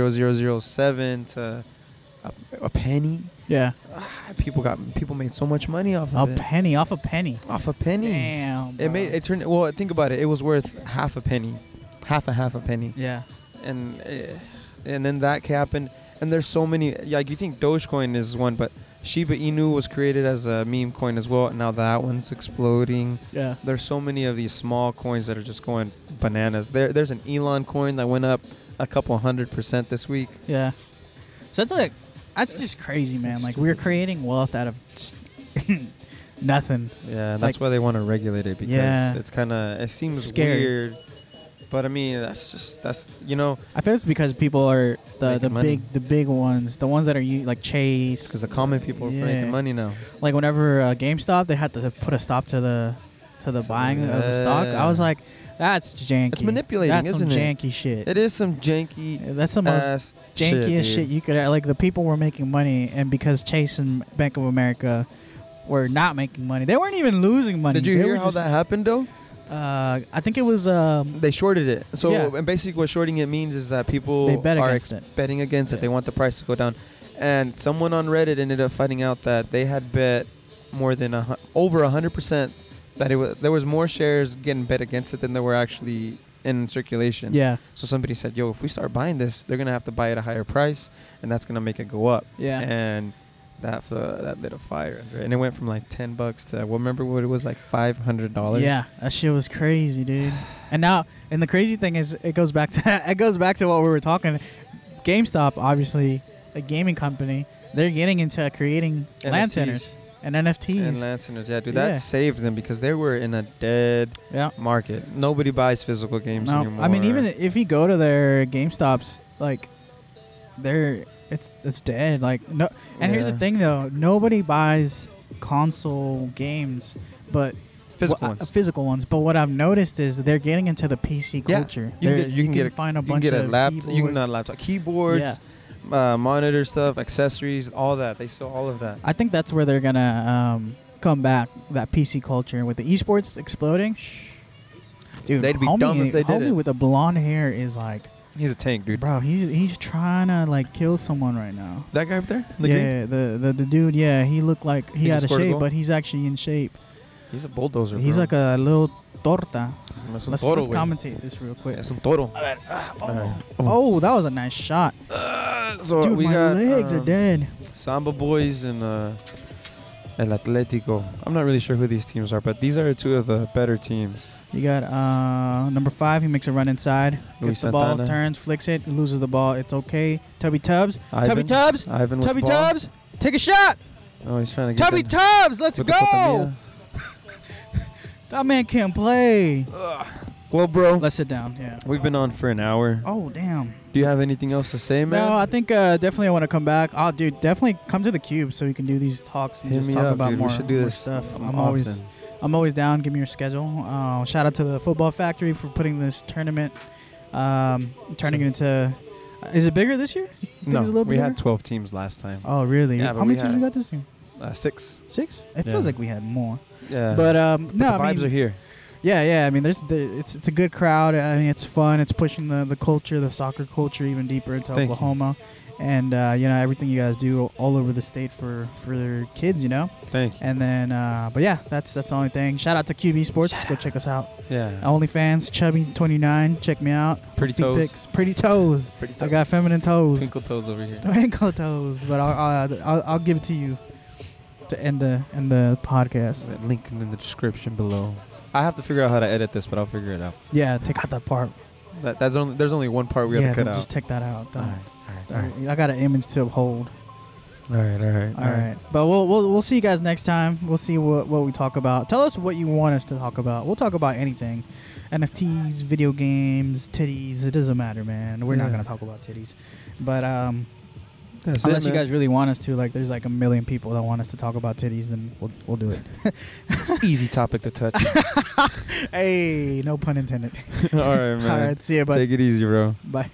[SPEAKER 1] 0.00007 to a, a penny,
[SPEAKER 2] Yeah.
[SPEAKER 1] ah, people got people made so much money off
[SPEAKER 2] A
[SPEAKER 1] of it.
[SPEAKER 2] penny off a penny.
[SPEAKER 1] Off a penny.
[SPEAKER 2] Damn.
[SPEAKER 1] It made it turned. Well, think about it. It was worth half a penny, half a half a penny,
[SPEAKER 2] Yeah.
[SPEAKER 1] and eh, and then that happened. And there's so many. Like you think Dogecoin is one, but Shiba Inu was created as a meme coin as well. And now that one's exploding.
[SPEAKER 2] Yeah.
[SPEAKER 1] There's so many of these small coins that are just going bananas. There, there's an Elon coin that went up a couple hundred percent this week.
[SPEAKER 2] Yeah. So that's like, that's just crazy, man. Like we're creating wealth out of just nothing.
[SPEAKER 1] Yeah, and
[SPEAKER 2] Like-
[SPEAKER 1] that's why they want to regulate it because
[SPEAKER 2] Yeah.
[SPEAKER 1] it's kind of it seems
[SPEAKER 2] Scary.
[SPEAKER 1] weird. But I mean, that's just that's you know
[SPEAKER 2] I feel it's because people are the,
[SPEAKER 1] Making
[SPEAKER 2] the
[SPEAKER 1] money.
[SPEAKER 2] big the big ones, the ones that are u- like Chase.
[SPEAKER 1] because the common people
[SPEAKER 2] Yeah.
[SPEAKER 1] are making money now.
[SPEAKER 2] Like whenever uh, GameStop, they had to put a stop to the to the buying of the stock. I was
[SPEAKER 1] Yeah.
[SPEAKER 2] like, that's janky.
[SPEAKER 1] It's manipulating,
[SPEAKER 2] That's
[SPEAKER 1] isn't
[SPEAKER 2] some
[SPEAKER 1] it?
[SPEAKER 2] janky shit.
[SPEAKER 1] It is some janky
[SPEAKER 2] that's the most
[SPEAKER 1] ass
[SPEAKER 2] jankiest shit,
[SPEAKER 1] dude.
[SPEAKER 2] you could like the people were making money and because Chase and Bank of America were not making money. They weren't even losing money.
[SPEAKER 1] Did you
[SPEAKER 2] They
[SPEAKER 1] hear
[SPEAKER 2] were
[SPEAKER 1] how
[SPEAKER 2] just,
[SPEAKER 1] that happened though?
[SPEAKER 2] Uh, I think it was um,
[SPEAKER 1] They shorted it. So
[SPEAKER 2] Yeah.
[SPEAKER 1] and basically what shorting it means is that people
[SPEAKER 2] They bet
[SPEAKER 1] are
[SPEAKER 2] against
[SPEAKER 1] ex-
[SPEAKER 2] it.
[SPEAKER 1] betting against
[SPEAKER 2] Yeah.
[SPEAKER 1] it. They want the price to go down. And someone on Reddit ended up finding out that they had bet more than a, hu- over 100% that it was there was more shares getting bet against it than there were actually in circulation.
[SPEAKER 2] yeah
[SPEAKER 1] So somebody said, "Yo, if we start buying this, they're going to have to buy at a higher price and that's going to make it go up."
[SPEAKER 2] yeah
[SPEAKER 1] and that uh, that lit a fire under it. and it went from like 10 bucks to well remember what it was like 500 dollars
[SPEAKER 2] yeah that shit was crazy, dude. And now and the crazy thing is it goes back to it goes back to what we were talking. GameStop, obviously a gaming company, they're getting into creating land
[SPEAKER 1] NFTs.
[SPEAKER 2] centers and NFTs.
[SPEAKER 1] and Lancers, yeah dude
[SPEAKER 2] Yeah.
[SPEAKER 1] that saved them because they were in a dead
[SPEAKER 2] yeah.
[SPEAKER 1] market nobody buys physical games
[SPEAKER 2] No,
[SPEAKER 1] anymore
[SPEAKER 2] I mean even if you go to their GameStops, like they're it's it's dead. Like no, and here's the
[SPEAKER 1] Yeah.
[SPEAKER 2] thing though, nobody buys console games, but
[SPEAKER 1] physical
[SPEAKER 2] well, uh,
[SPEAKER 1] ones
[SPEAKER 2] physical ones. But what I've noticed is they're getting into the PC
[SPEAKER 1] Yeah,
[SPEAKER 2] culture.
[SPEAKER 1] you can
[SPEAKER 2] They're-
[SPEAKER 1] get- you can get a-
[SPEAKER 2] find a
[SPEAKER 1] you can
[SPEAKER 2] bunch
[SPEAKER 1] get a
[SPEAKER 2] of
[SPEAKER 1] laptop you can uh,
[SPEAKER 2] keyboards.
[SPEAKER 1] not laptop keyboards uh, monitor stuff accessories all that they sell all of that
[SPEAKER 2] I think that's where they're gonna um, come back that PC culture with the esports exploding. Dude,
[SPEAKER 1] They'd be
[SPEAKER 2] homie,
[SPEAKER 1] dumb if they did
[SPEAKER 2] homie
[SPEAKER 1] it.
[SPEAKER 2] with the blonde hair is like,
[SPEAKER 1] he's a tank dude
[SPEAKER 2] bro, he's he's trying to like kill someone right now.
[SPEAKER 1] that guy up there in the
[SPEAKER 2] yeah,
[SPEAKER 1] green?
[SPEAKER 2] the, the the dude. Yeah, he looked like he,
[SPEAKER 1] He
[SPEAKER 2] had
[SPEAKER 1] just
[SPEAKER 2] a
[SPEAKER 1] scored a
[SPEAKER 2] shape,
[SPEAKER 1] goal?
[SPEAKER 2] but he's actually in shape.
[SPEAKER 1] he's a bulldozer
[SPEAKER 2] He's
[SPEAKER 1] bro.
[SPEAKER 2] like a little torta.
[SPEAKER 1] He's a- es un
[SPEAKER 2] Let's,
[SPEAKER 1] toro,
[SPEAKER 2] let's
[SPEAKER 1] güey.
[SPEAKER 2] commentate this real quick.
[SPEAKER 1] Es un toro.
[SPEAKER 2] Oh. Oh, that was a nice shot,
[SPEAKER 1] Uh, so
[SPEAKER 2] dude.
[SPEAKER 1] we
[SPEAKER 2] my
[SPEAKER 1] got,
[SPEAKER 2] legs are
[SPEAKER 1] um,
[SPEAKER 2] dead.
[SPEAKER 1] Samba Boys and uh, El Atletico. I'm not really sure who these teams are, but these are two of the better teams.
[SPEAKER 2] You got uh, number five. He makes a run inside,
[SPEAKER 1] Luis
[SPEAKER 2] gets the ball,
[SPEAKER 1] Santana.
[SPEAKER 2] turns, flicks it, loses the ball. It's okay. Tubby Tubbs, Tubby
[SPEAKER 1] Ivan,
[SPEAKER 2] Tubbs,
[SPEAKER 1] Ivan with
[SPEAKER 2] Tubby
[SPEAKER 1] ball.
[SPEAKER 2] Tubbs, take a shot.
[SPEAKER 1] Oh, he's trying to get
[SPEAKER 2] Tubby
[SPEAKER 1] that-
[SPEAKER 2] Tubbs, let's
[SPEAKER 1] with the
[SPEAKER 2] go.
[SPEAKER 1] Cotamilla.
[SPEAKER 2] That man can play.
[SPEAKER 1] Oh. Well, bro,
[SPEAKER 2] Let's sit down. Yeah.
[SPEAKER 1] we've been on for an hour.
[SPEAKER 2] Oh damn.
[SPEAKER 1] Do you have anything else to say, man?
[SPEAKER 2] No, I think uh, definitely I want to come back. Oh, dude, definitely come to the cube so we can do these talks and
[SPEAKER 1] Hit
[SPEAKER 2] just
[SPEAKER 1] me
[SPEAKER 2] talk
[SPEAKER 1] up,
[SPEAKER 2] about
[SPEAKER 1] dude.
[SPEAKER 2] more,
[SPEAKER 1] we should do
[SPEAKER 2] more
[SPEAKER 1] this
[SPEAKER 2] stuff.
[SPEAKER 1] um,
[SPEAKER 2] I'm always
[SPEAKER 1] often.
[SPEAKER 2] I'm always down. Give me your schedule. Uh, shout out to the Football Factory for putting this tournament, um, turning it into. Is it bigger this year? it's a
[SPEAKER 1] No,
[SPEAKER 2] little
[SPEAKER 1] we
[SPEAKER 2] bigger?
[SPEAKER 1] had 12 teams last time.
[SPEAKER 2] Oh, really?
[SPEAKER 1] Yeah, but
[SPEAKER 2] How many
[SPEAKER 1] we
[SPEAKER 2] teams
[SPEAKER 1] had-
[SPEAKER 2] we got this year?
[SPEAKER 1] Uh, six.
[SPEAKER 2] Six. It
[SPEAKER 1] Yeah.
[SPEAKER 2] feels like we had more.
[SPEAKER 1] Yeah.
[SPEAKER 2] But um,
[SPEAKER 1] But
[SPEAKER 2] no,
[SPEAKER 1] the
[SPEAKER 2] I
[SPEAKER 1] vibes
[SPEAKER 2] mean,
[SPEAKER 1] are here.
[SPEAKER 2] yeah, yeah. I mean, there's the, it's it's a good crowd. I mean, it's fun. It's pushing the, the culture, the soccer culture, even deeper into
[SPEAKER 1] Thank you.
[SPEAKER 2] Oklahoma, and uh, you know everything you guys do all over the state for for their kids, you know.
[SPEAKER 1] Thank you.
[SPEAKER 2] And then, uh, but yeah, that's that's the only thing. Shout out to QB Sports. Go check us out.
[SPEAKER 1] Yeah.
[SPEAKER 2] OnlyFans, chubby29. Check me out.
[SPEAKER 1] Pretty
[SPEAKER 2] Feet
[SPEAKER 1] toes.
[SPEAKER 2] pics, Pretty toes.
[SPEAKER 1] Pretty
[SPEAKER 2] I
[SPEAKER 1] tough.
[SPEAKER 2] got feminine toes.
[SPEAKER 1] twinkle toes over here.
[SPEAKER 2] Twinkle toes. But I'll, I'll, I'll, I'll give it to you to end the end the podcast.
[SPEAKER 1] That Link in the description below. I have to figure out how to edit this, but I'll figure it out.
[SPEAKER 2] Yeah, take out that part.
[SPEAKER 1] That, that's only there's only one part we
[SPEAKER 2] yeah,
[SPEAKER 1] have to cut
[SPEAKER 2] then
[SPEAKER 1] out.
[SPEAKER 2] just take that out.
[SPEAKER 1] all
[SPEAKER 2] Don't-
[SPEAKER 1] right, all right,
[SPEAKER 2] I got an image to uphold.
[SPEAKER 1] all right, all right,
[SPEAKER 2] All right. but we'll, we'll we'll see you guys next time. We'll see what what we talk about. Tell us what you want us to talk about. We'll talk about anything, NFTs, video games, titties. It doesn't matter, man. We're not
[SPEAKER 1] Yeah.
[SPEAKER 2] gonna talk about titties, but um,
[SPEAKER 1] That's
[SPEAKER 2] unless
[SPEAKER 1] it,
[SPEAKER 2] you guys really want us to, like, there's like a million people that want us to talk about titties, then we'll we'll do it.
[SPEAKER 1] guys, easy topic to touch.
[SPEAKER 2] hey, no pun intended.
[SPEAKER 1] all right, man.
[SPEAKER 2] All right, see you, bud.
[SPEAKER 1] Take it easy, bro.
[SPEAKER 2] Bye.